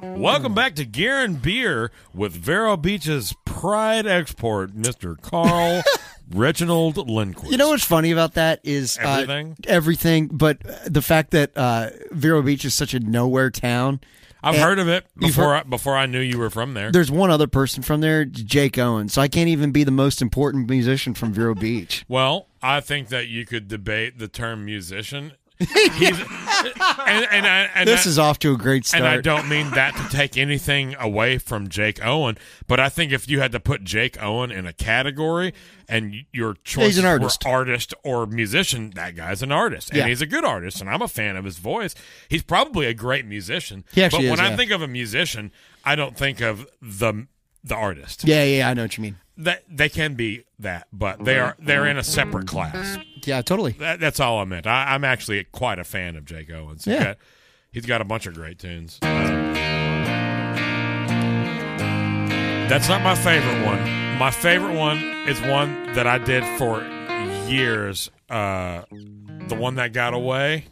Speaker 1: Welcome back to Gear and Beer with Vero Beach's pride export, Mr. Carl Reginald Lindquist.
Speaker 2: You know what's funny about that is uh,
Speaker 1: Everything?
Speaker 2: everything, but uh, the fact that uh, Vero Beach is such a nowhere town.
Speaker 1: I've
Speaker 2: and-
Speaker 1: heard of it
Speaker 2: You've
Speaker 1: before. I, before I knew you were from there.
Speaker 2: There's one other person from there, Jake Owen. So I can't even be the most important musician from Vero Beach.
Speaker 1: Well, I think that you could debate the term musician. He's, and, and I, and
Speaker 2: This
Speaker 1: I-
Speaker 2: is off to a great start.
Speaker 1: And I don't mean that to take anything away from Jake Owen, but I think if you had to put Jake Owen in a category and y- your choice
Speaker 2: He's an artist.
Speaker 1: were artist or musician, that guy's an artist. And
Speaker 2: Yeah.
Speaker 1: he's a good artist, and I'm a fan of his voice. He's probably a great musician.
Speaker 2: He actually
Speaker 1: but
Speaker 2: is,
Speaker 1: when I
Speaker 2: yeah.
Speaker 1: think of a musician, I don't think of the the artist.
Speaker 2: Yeah, yeah, I know what you mean.
Speaker 1: That they can be that, but they are they're in a separate class.
Speaker 2: Yeah, totally.
Speaker 1: That, that's all I meant. I, I'm actually quite a fan of Jake Owens. He's
Speaker 2: Yeah.
Speaker 1: got, he's got a bunch of great tunes. That's not my favorite one. My favorite one is one that I did for years. Uh, the one that got away.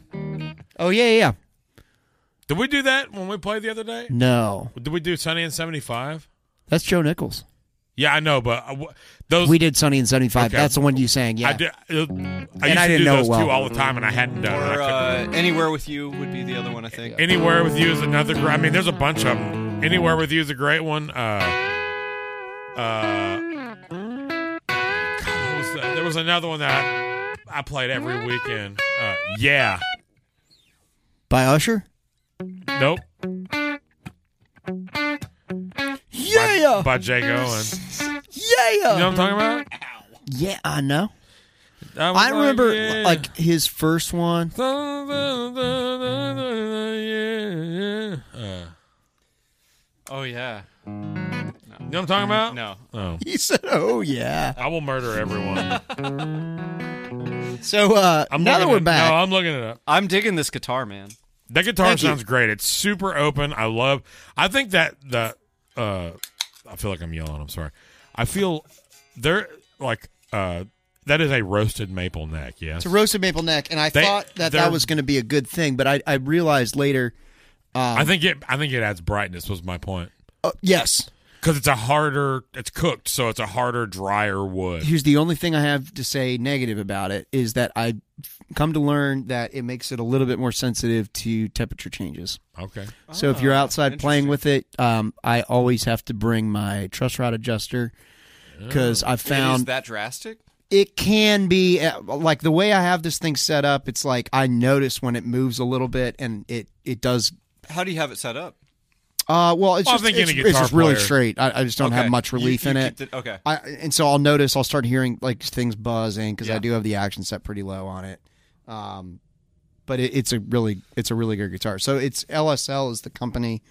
Speaker 2: Oh yeah, yeah. yeah.
Speaker 1: Did we do that when we played the other day?
Speaker 2: No,
Speaker 1: Did we do Sunny and 75?
Speaker 2: that's Joe Nichols.
Speaker 1: Yeah, I know, but I w those
Speaker 2: We did Sunny and Seventy Five.
Speaker 1: Okay.
Speaker 2: That's the one you sang. Yeah,
Speaker 1: I did. uh, I used
Speaker 2: I
Speaker 1: to
Speaker 2: didn't
Speaker 1: do
Speaker 2: know it
Speaker 1: those two
Speaker 2: well.
Speaker 1: all the time, and I hadn't done it. I
Speaker 3: Or
Speaker 1: couldn't
Speaker 3: uh, anywhere with you would be the other one, I think.
Speaker 1: Anywhere with You is another. gr- I mean, there's a bunch of them. Anywhere with You is a great one. Uh, uh, God, what was that? There was another one that I, I played every weekend. Uh, yeah.
Speaker 2: by Usher.
Speaker 1: Nope.
Speaker 2: Yeah,
Speaker 1: By Jake Owen. You
Speaker 2: yeah,
Speaker 1: know what I'm talking about?
Speaker 2: yeah. I know.
Speaker 1: I, was
Speaker 2: I remember
Speaker 1: Oh, yeah.
Speaker 2: like his first one.
Speaker 1: Uh,
Speaker 3: Oh yeah.
Speaker 1: you know what I'm talking about?
Speaker 3: No.
Speaker 1: Oh.
Speaker 2: He said, "Oh yeah."
Speaker 1: I will murder everyone.
Speaker 2: So uh,
Speaker 1: I'm
Speaker 2: now that
Speaker 1: looking
Speaker 2: we're
Speaker 1: it-
Speaker 2: back,
Speaker 1: No, I'm looking it up.
Speaker 3: I'm digging this guitar, man.
Speaker 1: That guitar
Speaker 2: Thank you.
Speaker 1: sounds great. It's super open. I love. I think that that uh, I feel like I'm yelling. I'm sorry. I feel there like uh, that is a roasted maple neck. Yes.
Speaker 2: to roasted maple neck, and I
Speaker 1: They-
Speaker 2: thought that
Speaker 1: they're-
Speaker 2: that was going to be a good thing, but I, I realized later,
Speaker 1: I think it. I think it adds brightness. Was my point.
Speaker 2: uh, yes,
Speaker 1: Because it's a harder. It's cooked, so it's a harder, drier wood.
Speaker 2: here's the only thing I have to say negative about it is that I come to learn that it makes it a little bit more sensitive to temperature changes.
Speaker 1: Okay.
Speaker 2: So if you're
Speaker 3: Ah,
Speaker 2: outside playing with it, um, I always have to bring my truss rod adjuster because I
Speaker 3: Oh. Is
Speaker 2: found
Speaker 3: that drastic?
Speaker 2: it can be uh, like the way I have this thing set up. It's like I notice when it moves a little bit, and it it does.
Speaker 3: How do you have it set up?
Speaker 2: Uh, well, it's
Speaker 1: Well, I'm
Speaker 2: just
Speaker 1: thinking
Speaker 2: it's,
Speaker 1: a
Speaker 2: it's
Speaker 1: guitar
Speaker 2: just really
Speaker 1: player.
Speaker 2: straight. I, I just don't
Speaker 3: Okay.
Speaker 2: have much
Speaker 3: You-
Speaker 2: relief
Speaker 3: you
Speaker 2: in
Speaker 3: keep
Speaker 2: it.
Speaker 3: the- okay.
Speaker 2: I, and so I'll notice I'll start hearing like things buzzing because
Speaker 3: Yeah.
Speaker 2: I do have the action set pretty low on it. Um, but it, it's a really it's a really good guitar. So it's LSL is the company,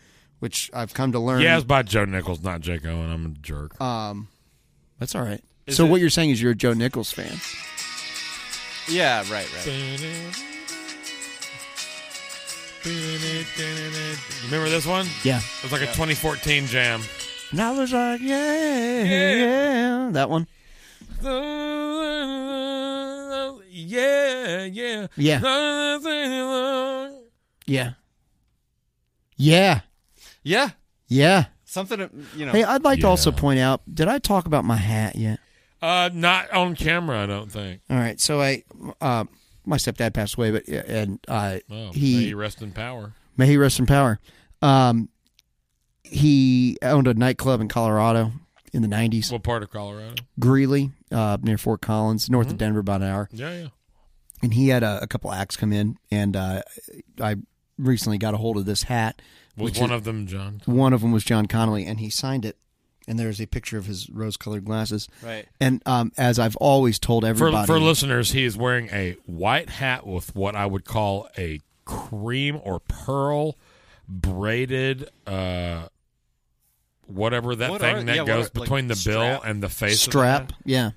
Speaker 2: which I've come to learn.
Speaker 1: Yeah, it's by Joe Nichols, not Jake Owen. I'm a jerk.
Speaker 2: Um, that's all right. so
Speaker 3: it-
Speaker 2: what you're saying is you're a Joe Nichols fan.
Speaker 3: Yeah, right, right.
Speaker 1: Remember this one?
Speaker 2: Yeah.
Speaker 1: It was like a 2014 jam.
Speaker 2: And I was like, yeah,
Speaker 1: Yeah.
Speaker 2: yeah, that one.
Speaker 1: Yeah, yeah.
Speaker 2: Yeah.
Speaker 1: That's
Speaker 2: Yeah. Yeah.
Speaker 3: Yeah,
Speaker 2: Yeah.
Speaker 3: something uh, you know.
Speaker 2: Hey, I'd like to also
Speaker 1: Yeah.
Speaker 2: point out, did I talk about my hat yet?
Speaker 1: Uh, not on camera, I don't think.
Speaker 2: All right. So I, uh, my stepdad passed away, but and uh,
Speaker 1: Oh,
Speaker 2: he
Speaker 1: may you rest in power.
Speaker 2: May he rest in power. Um, he owned a nightclub in Colorado in the 90s,
Speaker 1: What part of Colorado?
Speaker 2: Greeley, uh, near Fort Collins, north
Speaker 1: Mm-hmm.
Speaker 2: of Denver, about an hour.
Speaker 1: Yeah, yeah.
Speaker 2: And he had a, a couple acts come in, and uh, I recently got a hold of this hat.
Speaker 1: Was
Speaker 2: which
Speaker 1: one
Speaker 2: is-
Speaker 1: of them John?
Speaker 2: one of them was John Connolly, and he signed it. And there's a picture of his rose-colored glasses.
Speaker 3: Right.
Speaker 2: And um, as I've always told
Speaker 1: For,
Speaker 2: everybody,
Speaker 1: for listeners, he is wearing a white hat with what I would call a cream or pearl braided, uh, whatever that
Speaker 3: What
Speaker 1: thing
Speaker 3: are-
Speaker 1: that
Speaker 3: yeah, what
Speaker 1: goes
Speaker 3: are- like
Speaker 1: between the bill
Speaker 3: strap?
Speaker 1: and the face. of the
Speaker 2: strap, yeah,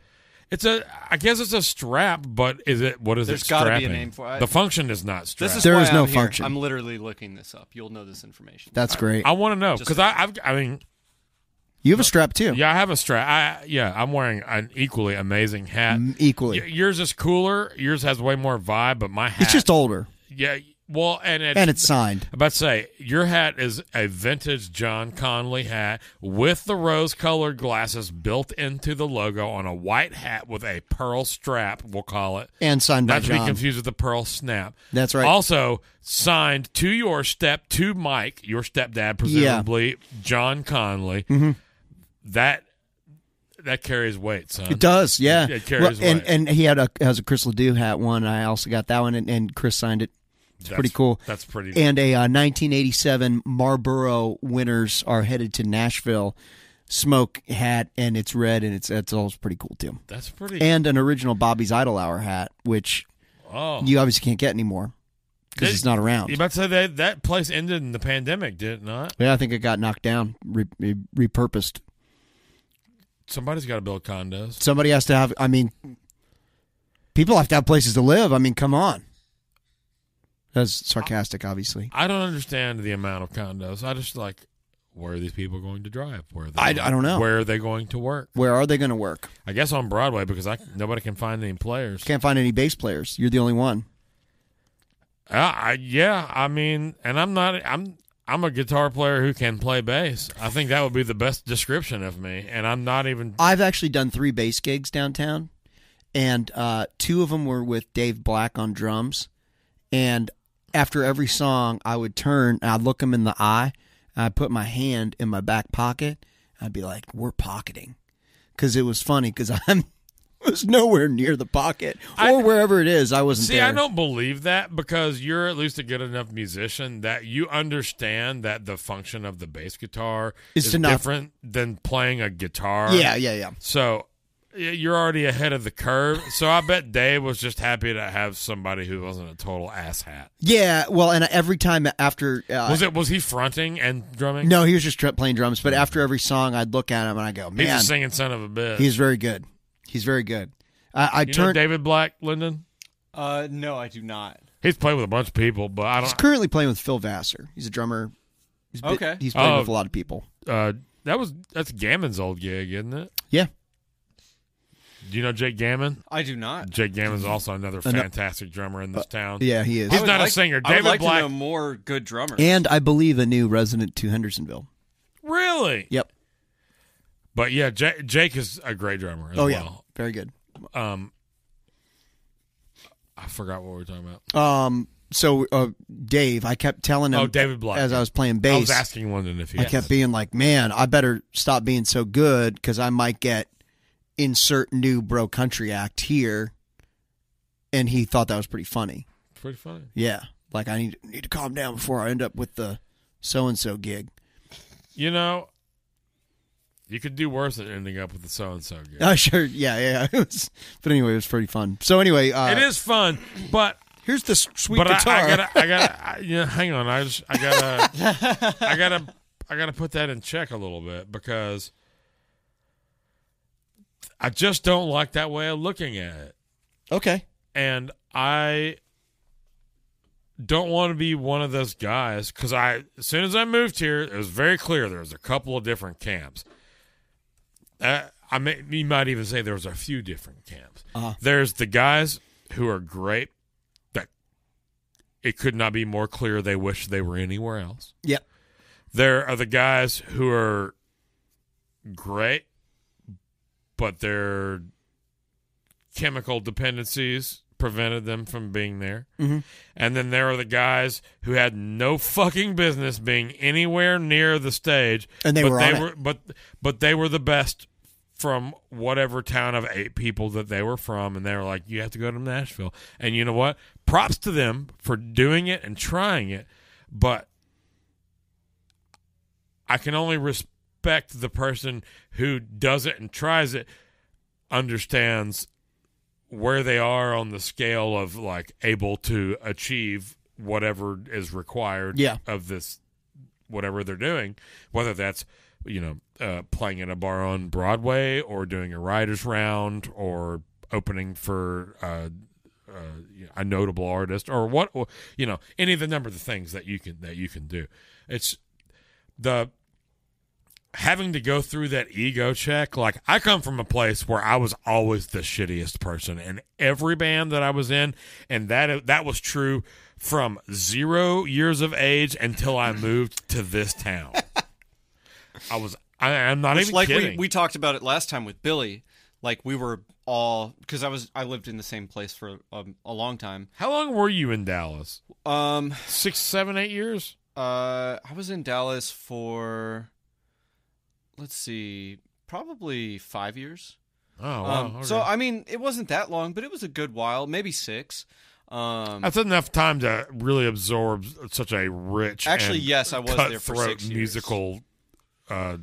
Speaker 1: It's a. I guess it's a strap, but is it? What is
Speaker 3: There's
Speaker 1: it?
Speaker 3: gotta be a
Speaker 1: strapping?
Speaker 3: name for it.
Speaker 1: The function is not strap.
Speaker 3: This is
Speaker 2: There
Speaker 3: why
Speaker 2: is no
Speaker 3: I'm here.
Speaker 2: function.
Speaker 3: I'm literally looking this up. You'll know this information.
Speaker 2: That's great.
Speaker 1: I want to know
Speaker 3: Just-
Speaker 1: because I. I've, I mean,
Speaker 2: You have a strap too.
Speaker 1: yeah, I have a strap. I yeah, I'm wearing an equally amazing hat.
Speaker 2: Mm, Equally.
Speaker 1: Y- yours is cooler. Yours has way more vibe, but my hat.
Speaker 2: It's just older
Speaker 1: yeah. Well, and it's,
Speaker 2: and it's signed.
Speaker 1: I'm about to say your hat is a vintage John Conley hat with the rose-colored glasses built into the logo on a white hat with a pearl strap. We'll call it.
Speaker 2: And signed by
Speaker 1: Not to be
Speaker 2: John.
Speaker 1: confused with the Pearl Snap.
Speaker 2: That's right.
Speaker 1: Also signed to your step to Mike, your stepdad, presumably John Conley.
Speaker 2: Mm-hmm.
Speaker 1: That that carries weight, son.
Speaker 2: It does, yeah.
Speaker 1: It carries
Speaker 2: and,
Speaker 1: weight.
Speaker 2: and he had a has a Chris Ledoux hat one. I also got that one, and, and Chris signed it.
Speaker 1: It's
Speaker 2: pretty cool.
Speaker 1: That's pretty.
Speaker 2: And a uh, 1987 Marlboro winners are headed to Nashville smoke hat, and it's red, and it's that's all pretty cool too.
Speaker 1: that's pretty.
Speaker 2: And an original Bobby's Idol Hour hat, which
Speaker 1: oh,
Speaker 2: you obviously can't get anymore because
Speaker 1: They-
Speaker 2: it's not around.
Speaker 1: you about to say that that place ended in the pandemic, did it not?
Speaker 2: yeah, I think it got knocked down, re- re- repurposed.
Speaker 1: Somebody's got to build condos.
Speaker 2: Somebody has to have. I mean, people have to have places to live. I mean, come on. That's sarcastic, obviously.
Speaker 1: I don't understand the amount of condos. I just like. Where are these people going to drive? Where are they
Speaker 2: I-
Speaker 1: going-
Speaker 2: I don't know.
Speaker 1: Where are they going to work?
Speaker 2: Where are they going to work?
Speaker 1: I guess on Broadway because I nobody can find any players.
Speaker 2: Can't find any bass players. You're the only one.
Speaker 1: Uh, I, yeah, I mean, and I'm not. I'm I'm a guitar player who can play bass. I think that would be the best description of me. And I'm not even.
Speaker 2: I've actually done three bass gigs downtown, and uh, two of them were with Dave Black on drums. And after every song, I would turn and I'd look him in the eye. And I'd put my hand in my back pocket. I'd be like, "We're pocketing," because it was funny because I'm was nowhere near the pocket or
Speaker 1: I-
Speaker 2: wherever it is. I wasn't
Speaker 1: See,
Speaker 2: there.
Speaker 1: I don't believe that because you're at least a good enough musician that you understand that the function of the bass guitar
Speaker 2: Is
Speaker 1: is
Speaker 2: to not-
Speaker 1: different than playing a guitar.
Speaker 2: Yeah, yeah, yeah.
Speaker 1: So y- you're already ahead of the curve. so I bet Dave was just happy to have somebody who wasn't a total asshat.
Speaker 2: Yeah, well, and every time after uh,
Speaker 1: Was it? Was he fronting and drumming?
Speaker 2: No, he was just tr- playing drums, but after every song I'd look at him and I go,
Speaker 1: He's
Speaker 2: "Man,
Speaker 1: a singing son of a bitch.
Speaker 2: He's very good. He's very good. I, I
Speaker 1: Uh, You
Speaker 2: turned.
Speaker 1: know David Black, Lyndon?
Speaker 3: Uh, no, I do not.
Speaker 1: He's played with a bunch of people, but I
Speaker 2: he's
Speaker 1: don't.
Speaker 2: currently playing with Phil Vassar. He's a drummer. He's been-
Speaker 3: Okay.
Speaker 2: He's playing
Speaker 1: Oh.
Speaker 2: with a lot of people.
Speaker 1: Uh, that was that's Gammon's old gig, isn't it?
Speaker 2: Yeah.
Speaker 1: Do you know Jake Gammon?
Speaker 3: I do not.
Speaker 1: Jake Gammon's also another
Speaker 2: I know.
Speaker 1: fantastic drummer in this town.
Speaker 2: Yeah, he is.
Speaker 1: He's
Speaker 3: I would
Speaker 1: not a
Speaker 3: like-
Speaker 1: singer.
Speaker 3: I would
Speaker 1: David
Speaker 3: like
Speaker 1: Black-
Speaker 3: to know more good drummers.
Speaker 2: and I believe a new resident to Hendersonville.
Speaker 1: Really?
Speaker 2: Yep.
Speaker 1: But yeah, Jake, Jake is a great drummer. As
Speaker 2: Oh yeah.
Speaker 1: well.
Speaker 2: Very good.
Speaker 1: yeah. Um, I forgot what we were talking about.
Speaker 2: Um. So uh, Dave, I kept telling him.
Speaker 1: Oh, David Black.
Speaker 2: As I was playing bass,
Speaker 1: I was asking London if he.
Speaker 2: I kept being like, "Man, I better stop being so good because I might get insert new bro country act here." And he thought that was pretty funny.
Speaker 1: pretty funny.
Speaker 2: Yeah, like I need need to calm down before I end up with the so and so gig.
Speaker 1: You know, you could do worse than ending up with the so and so gig.
Speaker 2: Oh, sure, yeah, yeah. It was, but anyway, it was pretty fun. So anyway, uh,
Speaker 1: it is fun, but
Speaker 2: Here's the s- sweet
Speaker 1: but
Speaker 2: guitar.
Speaker 1: I, I gotta, I gotta, I, yeah, hang on. I just, I gotta, I gotta, I gotta put that in check a little bit because I just don't like that way of looking at it,
Speaker 2: okay,
Speaker 1: and I don't want to be one of those guys because I, as soon as I moved here, it was very clear there was a couple of different camps. Uh, I may, you might even say there was a few different camps.
Speaker 2: Uh-huh.
Speaker 1: There's the guys who are great that it could not be more clear they wish they were anywhere else.
Speaker 2: Yep.
Speaker 1: There are the guys who are great, but their chemical dependencies prevented them from being there.
Speaker 2: Mm-hmm.
Speaker 1: And then there are the guys who had no fucking business being anywhere near the stage,
Speaker 2: And they
Speaker 1: but
Speaker 2: were
Speaker 1: they
Speaker 2: on it.
Speaker 1: were but but they were the best from whatever town of eight people that they were from, and they were like, "You have to go to Nashville." And you know what? Props to them for doing it and trying it, but I can only respect the person who does it and tries it understands where they are on the scale of like able to achieve whatever is required
Speaker 2: Yeah.
Speaker 1: of this whatever they're doing whether that's you know, uh, playing in a bar on Broadway or doing a writer's round or opening for uh, uh, you know, a notable artist or what, or, you know, any of the number of the things that you can that you can do. It's the having to go through that ego check like i come from a place where i was always the shittiest person in every band that i was in and that that was true from 0 years of age until i moved to this town i was I, i'm not
Speaker 3: It's
Speaker 1: even
Speaker 3: like
Speaker 1: kidding
Speaker 3: we, we talked about it last time with Billy. Like we were all because I was I lived in the same place for um, a long time.
Speaker 1: how long were you in dallas
Speaker 3: Um,
Speaker 1: six seven eight years
Speaker 3: uh, I was in Dallas for let's see, probably five years.
Speaker 1: oh wow
Speaker 3: um, So
Speaker 1: okay.
Speaker 3: I mean, it wasn't that long, but it was a good while, maybe six. Um,
Speaker 1: that's enough time to really absorb such a rich
Speaker 3: actually,
Speaker 1: and
Speaker 3: yes, I was there for
Speaker 1: cutthroat
Speaker 3: six years.
Speaker 1: musical uh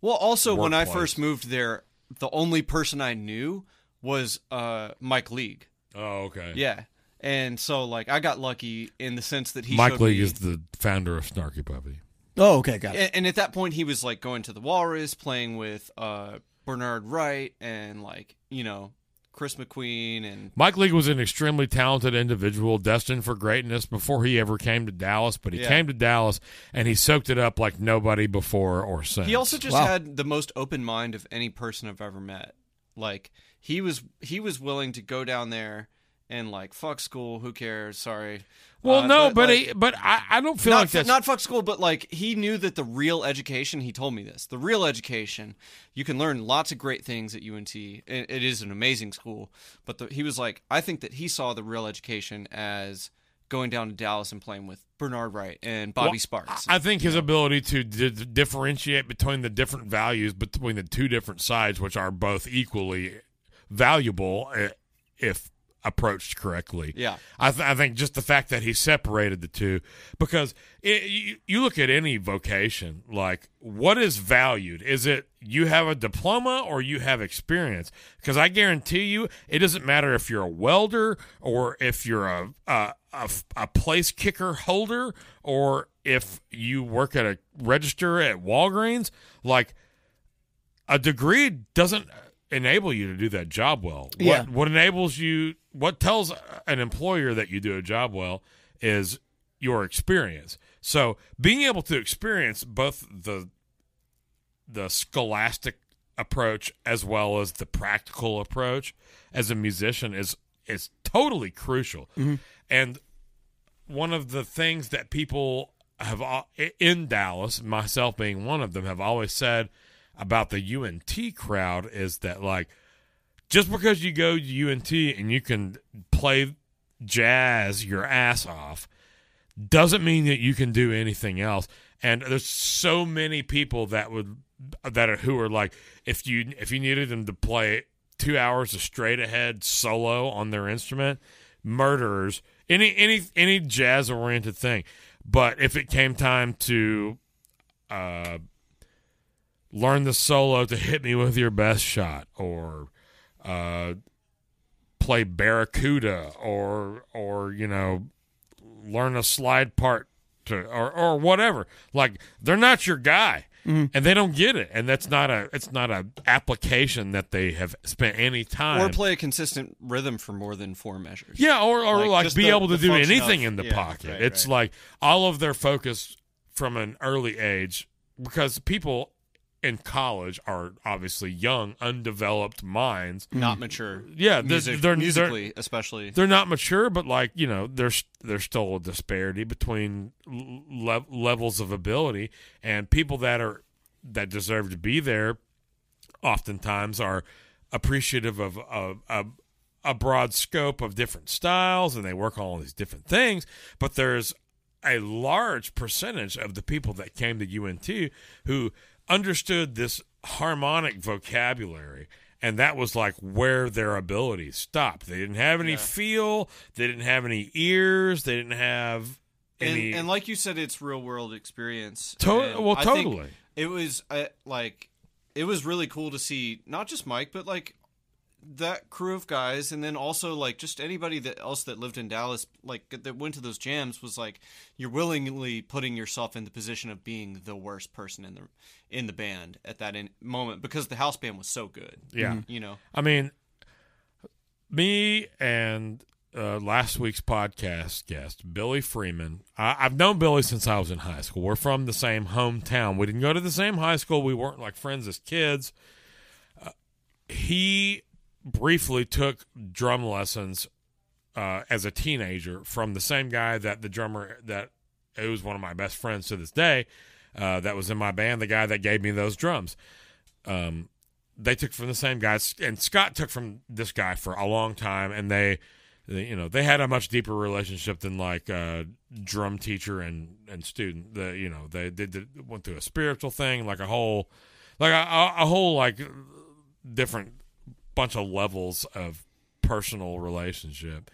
Speaker 3: Well, also when I
Speaker 1: workplace.
Speaker 3: first moved there, the only person I knew was uh, Mike League.
Speaker 1: oh okay
Speaker 3: Yeah. And so, like, I got lucky in the sense that he
Speaker 1: Mike
Speaker 3: showed
Speaker 1: League
Speaker 3: me-
Speaker 1: is the founder of Snarky Puppy.
Speaker 2: Oh, okay, got it.
Speaker 3: and, and at that point, he was like going to the Walrus, playing with uh, Bernard Wright, and like you know Chris McQueen, and
Speaker 1: Mike League was an extremely talented individual destined for greatness before he ever came to Dallas, but he
Speaker 3: Yeah.
Speaker 1: came to Dallas and he soaked it up like nobody before or since.
Speaker 3: he also just
Speaker 2: Wow.
Speaker 3: had the most open mind of any person I've ever met. Like he was he was willing to go down there and like fuck school, who cares? Sorry.
Speaker 1: well,
Speaker 3: Uh,
Speaker 1: no, but
Speaker 3: like,
Speaker 1: he, but I, I don't feel
Speaker 3: not,
Speaker 1: like that's
Speaker 3: not fuck school, but like he knew that the real education. He told me this. The real education, you can learn lots of great things at UNT. It, it is an amazing school, but the, he was like, I think that he saw the real education as going down to Dallas and playing with Bernard Wright and Bobby
Speaker 1: Well,
Speaker 3: Sparks.
Speaker 1: I I think his ability to d- d- differentiate between the different values between the two different sides, which are both equally valuable eh, if approached correctly.
Speaker 3: Yeah.
Speaker 1: I, th- I think just the fact that he separated the two, because it, you, you look at any vocation, like what is valued? Is it you have a diploma or you have experience? Because I guarantee you, it doesn't matter if you're a welder or if you're a a, a f- a place kicker holder or if you work at a register at Walgreens, like a degree doesn't enable you to do that job well. What,
Speaker 2: Yeah.
Speaker 1: what enables you, what tells an employer that you do a job well is your experience. So being able to experience both the the scholastic approach as well as the practical approach as a musician is is totally crucial. And one of the things that people have al- in Dallas, myself being one of them, have always said about the UNT crowd is that like just because you go to UNT and you can play jazz your ass off doesn't mean that you can do anything else. And there's so many people that would that are who are like if you if you needed them to play two hours of straight ahead solo on their instrument, murderers, any any any jazz oriented thing. But if it came time to uh, learn the solo to hit me with your best shot, or uh, play Barracuda, or or you know learn a slide part to or or whatever. Like they're not your guy. And they don't get it, and that's not a it's not a application that they have spent any time
Speaker 3: or play a consistent rhythm for more than four measures.
Speaker 1: yeah, or, or
Speaker 3: Like,
Speaker 1: like,
Speaker 3: just
Speaker 1: be
Speaker 3: the-
Speaker 1: able to
Speaker 3: the
Speaker 1: do
Speaker 3: function
Speaker 1: anything
Speaker 3: of-
Speaker 1: in the
Speaker 3: yeah,
Speaker 1: pocket.
Speaker 3: right,
Speaker 1: it's
Speaker 3: right.
Speaker 1: like all of their focus from an early age because people in college are obviously young, undeveloped minds.
Speaker 3: not mature.
Speaker 1: Yeah, they're-
Speaker 3: Music,
Speaker 1: they're-
Speaker 3: musically especially.
Speaker 1: They're not mature, but like you know, there's there's still a disparity between l- le- levels of ability and people that are that deserve to be there. Oftentimes, are appreciative of of, of a broad scope of different styles, and they work on all these different things. But there's a large percentage of the people that came to UNT who understood this harmonic vocabulary. And that was like where their abilities stopped. They didn't have any feel. They didn't have any ears. They didn't have any.
Speaker 3: and, and like you said, it's real world experience.
Speaker 1: To-
Speaker 3: And
Speaker 1: well,
Speaker 3: I think
Speaker 1: totally.
Speaker 3: It was uh, like it was really cool to see not just Mike, but like that crew of guys, and then also like just anybody that else that lived in Dallas, like that went to those jams, was like you're willingly putting yourself in the position of being the worst person in the in the band at that in- moment because the house band was so good.
Speaker 1: Yeah.
Speaker 3: you know,
Speaker 1: I mean, me and uh, last week's podcast guest, Billy Freeman. I, I've known Billy since I was in high school. We're from the same hometown. We didn't go to the same high school. We weren't like friends as kids. Uh, he briefly took drum lessons uh, as a teenager from the same guy that the drummer that who's one of my best friends to this day. Uh, that was in my band, the guy that gave me those drums. Um, they took from the same guy, and Scott took from this guy for a long time, and they, they you know, they had a much deeper relationship than like uh, drum teacher and and student. The you know they did the, went through a spiritual thing, like a whole, like a, a a whole like different bunch of levels of personal relationship.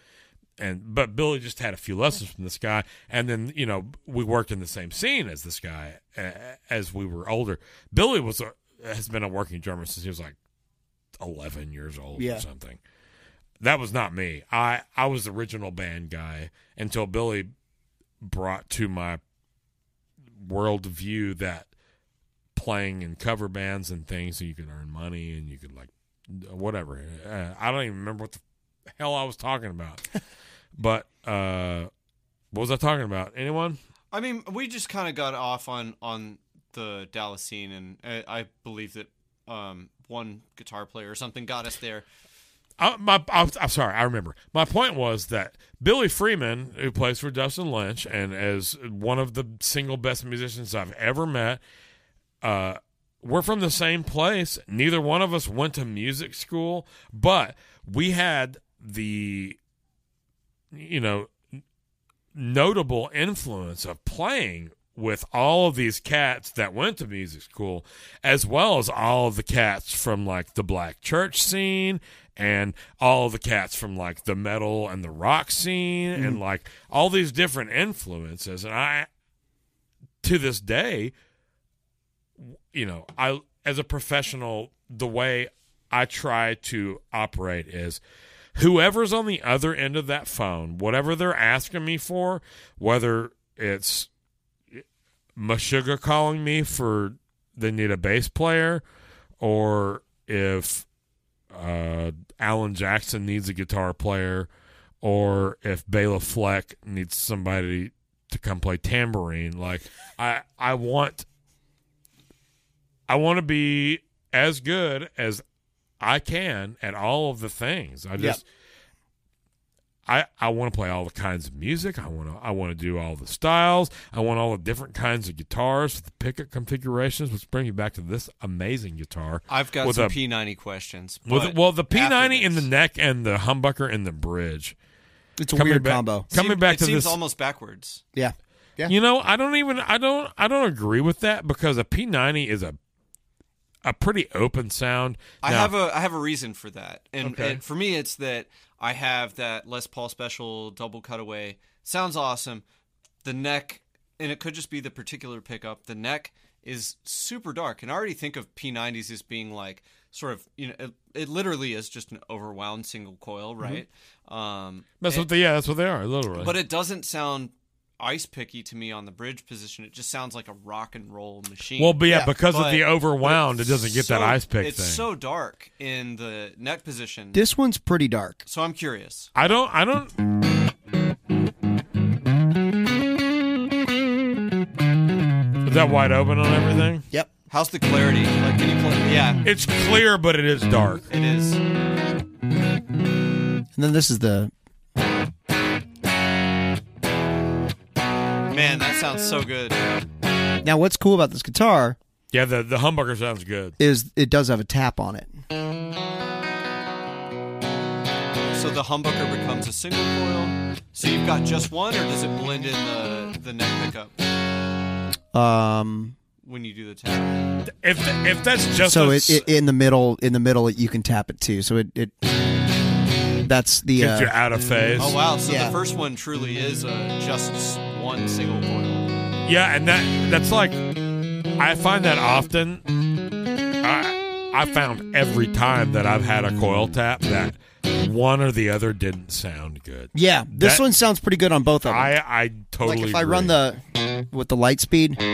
Speaker 1: And but Billy just had a few lessons from this guy, and then you know we worked in the same scene as this guy uh, as we were older. Billy was a, has been a working drummer since he was like eleven years old
Speaker 2: Yeah.
Speaker 1: or something. That was not me. I I was the original band guy until Billy brought to my worldview that playing in cover bands and things so you could earn money and you could like whatever. Uh, I don't even remember what the hell I was talking about. but uh, what was I talking about? Anyone?
Speaker 3: I mean, we just kind of got off on on the Dallas scene, and uh, I, I believe that um, one guitar player or something got us there.
Speaker 1: I, my, I, I'm sorry, I remember. My point was that Billy Freeman, who plays for Dustin Lynch and is one of the single best musicians I've ever met, uh, we're from the same place. Neither one of us went to music school, but we had the, you know, notable influence of playing with all of these cats that went to music school, as well as all of the cats from like the black church scene and all of the cats from like the metal and the rock scene and like all these different influences. And I, to this day, you know, I as a professional, the way I try to operate is whoever's on the other end of that phone, whatever they're asking me for, whether it's Meshuggah calling me for they need a bass player, or if uh, Alan Jackson needs a guitar player, or if Bela Fleck needs somebody to come play tambourine. Like I, I want I want to be as good as I can at all of the things. I just I I want to play all the kinds of music. I want to I want to do all the styles. I want all the different kinds of guitars with the pickup configurations, which brings me back to this amazing guitar.
Speaker 3: I've got
Speaker 1: With
Speaker 3: some
Speaker 1: a-
Speaker 3: P ninety questions.
Speaker 1: Well,
Speaker 3: but
Speaker 1: the, well, the P90
Speaker 3: after
Speaker 1: in the
Speaker 3: this-
Speaker 1: neck and the humbucker in the bridge.
Speaker 2: It's a
Speaker 1: Coming
Speaker 2: weird
Speaker 1: back-
Speaker 2: combo.
Speaker 1: Coming
Speaker 3: Seem-
Speaker 1: back
Speaker 3: it
Speaker 1: to
Speaker 3: seems
Speaker 1: this,
Speaker 3: almost backwards.
Speaker 2: Yeah.
Speaker 1: you know, I don't even, I don't, I don't agree with that because a P90 is a, a pretty open sound.
Speaker 3: I
Speaker 1: Now-
Speaker 3: have a I have a reason for that, and,
Speaker 1: Okay.
Speaker 3: and for me, it's that I have that Les Paul special double cutaway. Sounds awesome. The neck, and it could just be the particular pickup. The neck is super dark, and I already think of P90s as being like sort of you know it, it literally is just an overwound single coil,
Speaker 1: Mm-hmm.
Speaker 3: right? Um,
Speaker 1: That's what they, yeah, that's what they are, literally.
Speaker 3: but it doesn't sound ice picky to me on the bridge position. It just sounds like a rock and roll machine.
Speaker 1: well, but yeah, because of
Speaker 3: but-
Speaker 1: the overwound,
Speaker 3: but
Speaker 1: it
Speaker 3: it's
Speaker 1: doesn't get that
Speaker 3: so-
Speaker 1: ice pick
Speaker 3: it's
Speaker 1: thing.
Speaker 3: so dark in the neck position.
Speaker 2: This one's pretty dark.
Speaker 3: so I'm curious.
Speaker 1: I don't, I don't. Is that wide open on everything?
Speaker 2: Yep.
Speaker 3: How's the clarity? Like, can you play? Yeah,
Speaker 1: It's clear, but it is dark.
Speaker 3: it is.
Speaker 2: And then this is the
Speaker 3: Man, that sounds so good.
Speaker 2: Now what's cool about this guitar
Speaker 1: Yeah, the the humbucker sounds good.
Speaker 2: is it does have a tap on it.
Speaker 3: So the humbucker becomes a single coil. So you've got just one, or does it blend in the the neck pickup
Speaker 2: Um
Speaker 3: when you do the tap?
Speaker 1: If if that's just
Speaker 2: so
Speaker 1: a
Speaker 2: it, it in the middle in the middle you can tap it too. So it, it that's the
Speaker 1: if you're
Speaker 2: uh,
Speaker 1: out of phase.
Speaker 3: Oh wow! So
Speaker 2: Yeah.
Speaker 3: the first one truly is a just one single coil.
Speaker 1: Yeah, and that that's like I find that often. I I found every time that I've had a coil tap that one or the other didn't sound good.
Speaker 2: Yeah, this
Speaker 1: That-
Speaker 2: one sounds pretty good on both of them.
Speaker 1: I I totally
Speaker 2: like if I
Speaker 1: agree.
Speaker 2: run the with the light speed,
Speaker 1: that's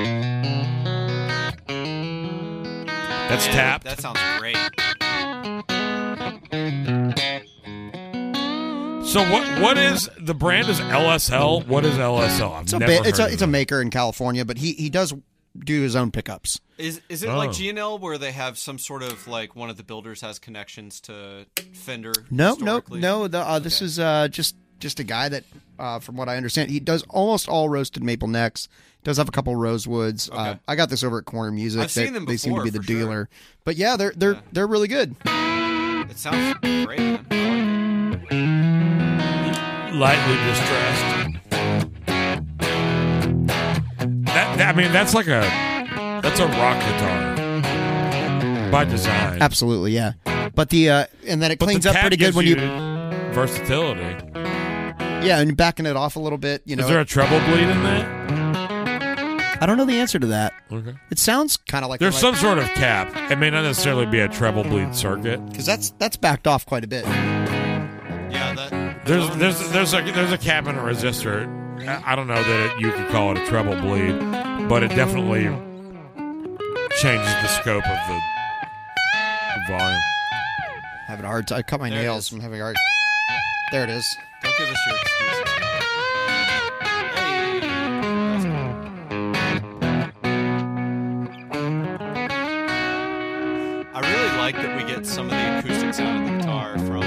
Speaker 3: Man,
Speaker 1: tapped.
Speaker 3: That sounds great.
Speaker 1: so what what is the brand is LSL? What is LSL? I've
Speaker 2: it's a
Speaker 1: never
Speaker 2: ba- it's
Speaker 1: heard
Speaker 2: a
Speaker 1: of
Speaker 2: it's a
Speaker 1: it.
Speaker 2: maker in California, but he he does do his own pickups.
Speaker 3: Is is it like
Speaker 1: Oh.
Speaker 3: GNL where they have some sort of like one of the builders has connections to Fender?
Speaker 2: No, no,
Speaker 3: historically?
Speaker 2: no. The, uh, this
Speaker 3: Okay.
Speaker 2: is uh, just just a guy that, uh, from what I understand, he does almost all roasted maple necks. Does have a couple rosewoods. Uh,
Speaker 3: Okay.
Speaker 2: I got this over at Corner Music.
Speaker 3: I've
Speaker 2: they,
Speaker 3: seen them
Speaker 2: they seem to
Speaker 3: before,
Speaker 2: be the
Speaker 3: for sure.
Speaker 2: dealer, but yeah, they're they're
Speaker 3: Yeah.
Speaker 2: they're really good.
Speaker 3: It sounds great. Man. I like
Speaker 1: lightly distressed. That, that- I mean that's like a that's a rock guitar by design.
Speaker 2: Absolutely, yeah. But the uh, and then it
Speaker 1: But the
Speaker 2: cleans up
Speaker 1: tap
Speaker 2: pretty good
Speaker 1: gives
Speaker 2: when you,
Speaker 1: versatility.
Speaker 2: yeah, and backing it off a little bit. You know,
Speaker 1: Is there a treble bleed in that?
Speaker 2: I don't know the answer to that.
Speaker 1: Okay.
Speaker 2: It sounds kind of like
Speaker 1: There's some sort of cap. It may not necessarily be a treble bleed circuit.
Speaker 2: because that's that's backed off quite a bit.
Speaker 3: it. Yeah, that.
Speaker 1: There's there's there's a there's a cap and a resistor. I I don't know that it, you could call it a treble bleed, but it definitely changes the scope of the volume.
Speaker 2: Having a hard time. I cut my
Speaker 3: There it
Speaker 2: nails.
Speaker 3: is.
Speaker 2: I'm having a hard. There it is.
Speaker 3: Don't give us your excuses. Hey, that's cool. I really like that we get some of the acoustic sound of the guitar from.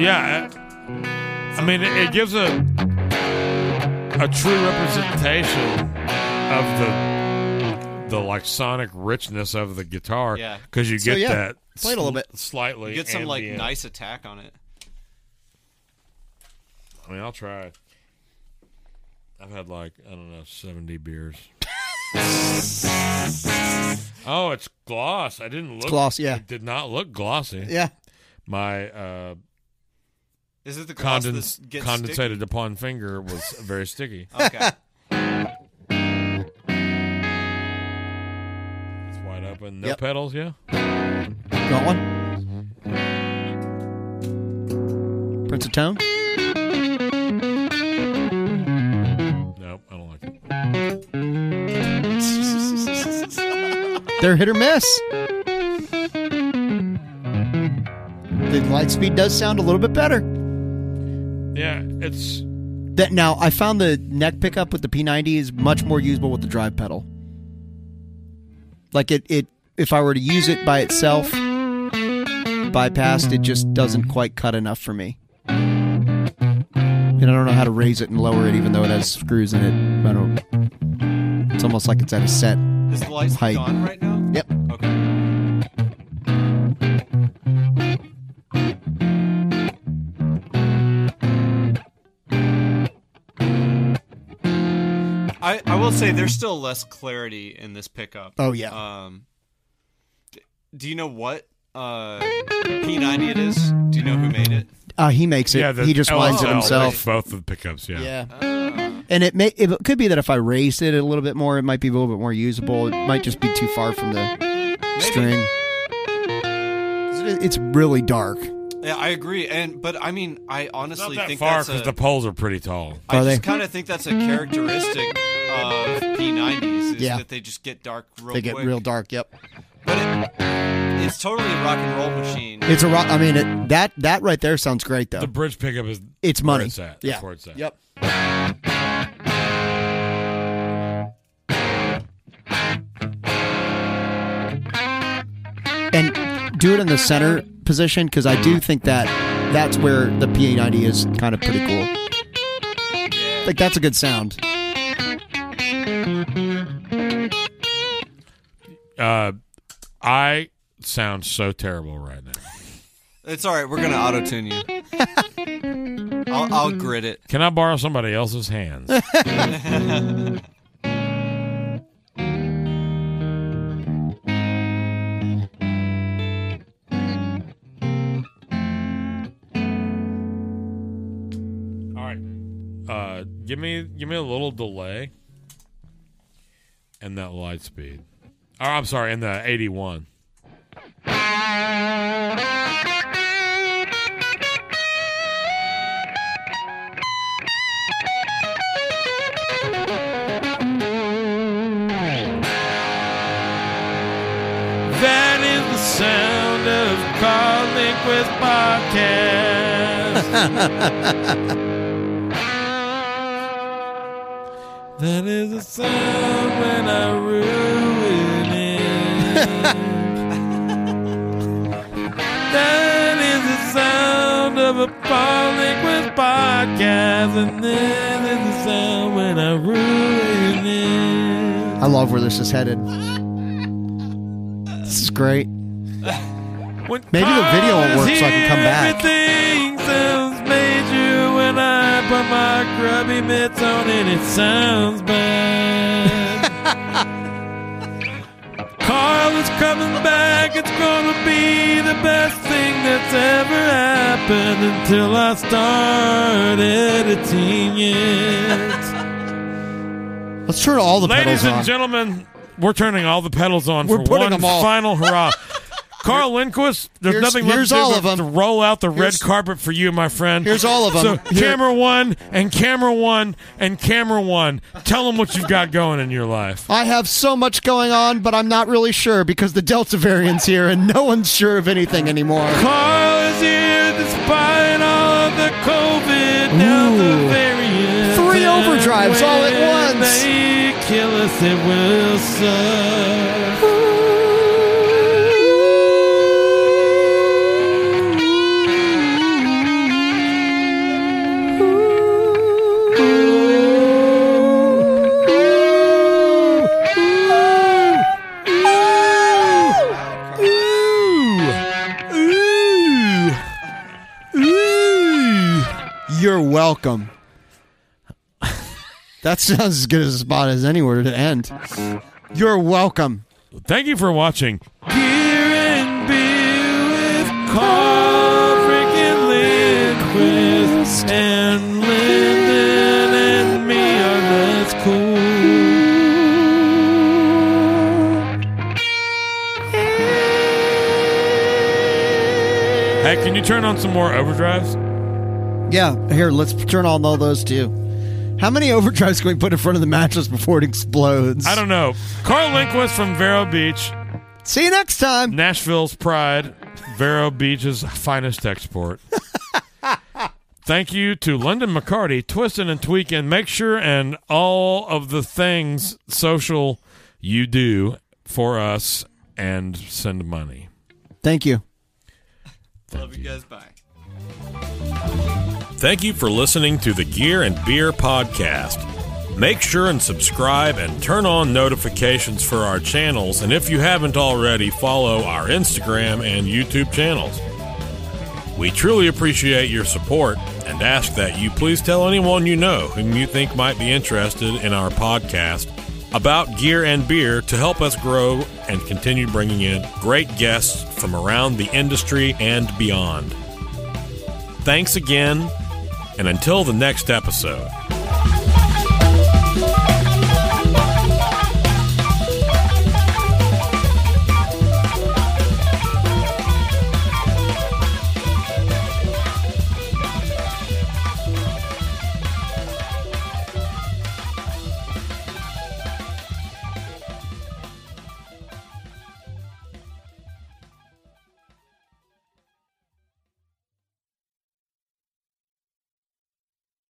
Speaker 1: Yeah, I, I mean it, it gives a a true representation of the the like sonic richness of the guitar.
Speaker 3: Yeah.
Speaker 1: because you
Speaker 2: So,
Speaker 1: get
Speaker 2: yeah,
Speaker 1: that
Speaker 2: play it a little
Speaker 1: sl-
Speaker 2: bit.
Speaker 1: slightly.
Speaker 3: You get some like
Speaker 1: ambient-
Speaker 3: nice attack on it.
Speaker 1: I mean, I'll try. it. I've had like I don't know seventy beers. oh, it's gloss. I didn't look
Speaker 2: gloss, yeah.
Speaker 1: It did not look glossy.
Speaker 2: Yeah.
Speaker 1: My uh,
Speaker 3: Is it the gloss that
Speaker 1: condens-
Speaker 3: gets
Speaker 1: condensated upon finger was very sticky.
Speaker 3: sticky? Okay.
Speaker 1: It's wide open. No
Speaker 2: Yep.
Speaker 1: pedals. Yeah.
Speaker 2: You want one? Prince of Tone?
Speaker 1: Nope. I don't like it.
Speaker 2: They're hit or miss. The light speed does sound a little bit better.
Speaker 1: Yeah, it's
Speaker 2: That now I found the neck pickup with the P90 is much more usable with the drive pedal. Like it, it if I were to use it by itself, bypassed, it just doesn't quite cut enough for me. And I don't know how to raise it and lower it, even though it has screws in it. I don't. It's almost like it's at a set.
Speaker 3: Is the light
Speaker 2: Height.
Speaker 3: stick on right now?
Speaker 2: Yep.
Speaker 3: Okay. I, I will say there's still less clarity in this pickup.
Speaker 2: Oh, yeah.
Speaker 3: Um, d- do you know what uh, P90 it is? Do you know who made it?
Speaker 2: Uh, he makes it.
Speaker 1: yeah. The
Speaker 2: he just winds it
Speaker 1: LSL,
Speaker 2: himself.
Speaker 1: Both of the pickups. Yeah.
Speaker 2: Yeah.
Speaker 3: Uh,
Speaker 2: And it may it could be that if I raised it a little bit more, it might be a little bit more usable. It might just be too far from the string. 'Cause it- It's really dark.
Speaker 3: yeah, I agree. And but I mean, I
Speaker 1: It's not
Speaker 3: honestly
Speaker 1: that
Speaker 3: think
Speaker 1: far
Speaker 3: that's a,
Speaker 1: because the poles are pretty tall.
Speaker 2: Are
Speaker 3: I just
Speaker 2: they?
Speaker 3: kind of think that's a characteristic of P90s is
Speaker 2: Yeah.
Speaker 3: that they just get dark real
Speaker 2: They get
Speaker 3: quick.
Speaker 2: real dark. Yep.
Speaker 3: But it, it's totally a rock and roll machine.
Speaker 2: It's a rock. I mean, it, that that right there sounds great
Speaker 1: The
Speaker 2: though.
Speaker 1: bridge pickup is
Speaker 2: It's
Speaker 1: where
Speaker 2: money.
Speaker 1: it's at. That's
Speaker 2: Yeah.
Speaker 1: where it's at.
Speaker 2: Yep. And do it in the center position because I do think that that's where the PA90 is kind of pretty cool. Like that's a good sound.
Speaker 1: Uh, I sound so terrible right now.
Speaker 3: It's all right. We're gonna auto tune you. I'll, I'll grit it.
Speaker 1: Can I borrow somebody else's hands? All right. Uh, give me give me a little delay and that light speed. Oh, I'm sorry, and the 81. That is the sound of Cosmic with Podcast. that is the sound when I ruin it. that is the sound of a Cosmic with Podcast. And that is the sound when I ruin it.
Speaker 2: I love where this is headed. This is great.
Speaker 1: When
Speaker 2: Maybe the video won't work so I can come back.
Speaker 1: Everything sounds major when I put my grubby mitts on and it sounds bad. Carl is coming back. It's gonna be the best thing that's ever happened until I start editing it.
Speaker 2: Let's turn all the
Speaker 7: Ladies
Speaker 2: pedals
Speaker 7: and
Speaker 2: on.
Speaker 7: gentlemen, we're turning all the pedals on
Speaker 2: We're
Speaker 7: for
Speaker 2: putting
Speaker 7: one
Speaker 2: them all-
Speaker 7: final hurrah. Carl Lindquist, there's
Speaker 2: Here's-
Speaker 7: nothing left
Speaker 2: here's
Speaker 7: to do
Speaker 2: all
Speaker 7: but
Speaker 2: of 'em.
Speaker 7: to roll out the red
Speaker 2: Here's-
Speaker 7: carpet for you, my friend.
Speaker 2: Here's all of 'em.
Speaker 7: So
Speaker 2: Here-
Speaker 7: camera one and camera one and camera one. Tell them what you've got going in your life.
Speaker 2: I have so much going on, but I'm not really sure because the Delta variant's here and no one's sure of anything anymore.
Speaker 1: Carl is here despite all of the COVID Delta
Speaker 2: Ooh.
Speaker 1: variant.
Speaker 2: Three overdrives all at
Speaker 1: When
Speaker 2: once.
Speaker 1: They kill us, it will suck.
Speaker 2: You're welcome. that sounds as good a spot as anywhere to end. You're welcome.
Speaker 7: Thank you for watching.
Speaker 1: Gear and beer with Carl freaking Lindquist and Lyndon and me are that's cool.
Speaker 7: Hey, can you turn on some more overdrives?
Speaker 2: Yeah, here, let's turn on all those too. How many overdrives can we put in front of the mattress before it explodes?
Speaker 7: I don't know. Carl Lindquist from Vero Beach,
Speaker 2: See you next time.
Speaker 7: Nashville's pride, Vero Beach's finest export. Thank you to London McCarty, Twistin' and Tweakin', Make Sure, and all of the things social you do for us and send money.
Speaker 2: Thank you.
Speaker 3: Love you guys. Bye.
Speaker 1: Thank you for listening to the Gear and Beer Podcast. Make sure and subscribe and turn on notifications for our channels. And if you haven't already, follow our Instagram and YouTube channels. We truly appreciate your support and ask that you please tell anyone you know whom you think might be interested in our podcast about gear and beer to help us grow and continue bringing in great guests from around the industry and beyond. Thanks again, and until the next episode.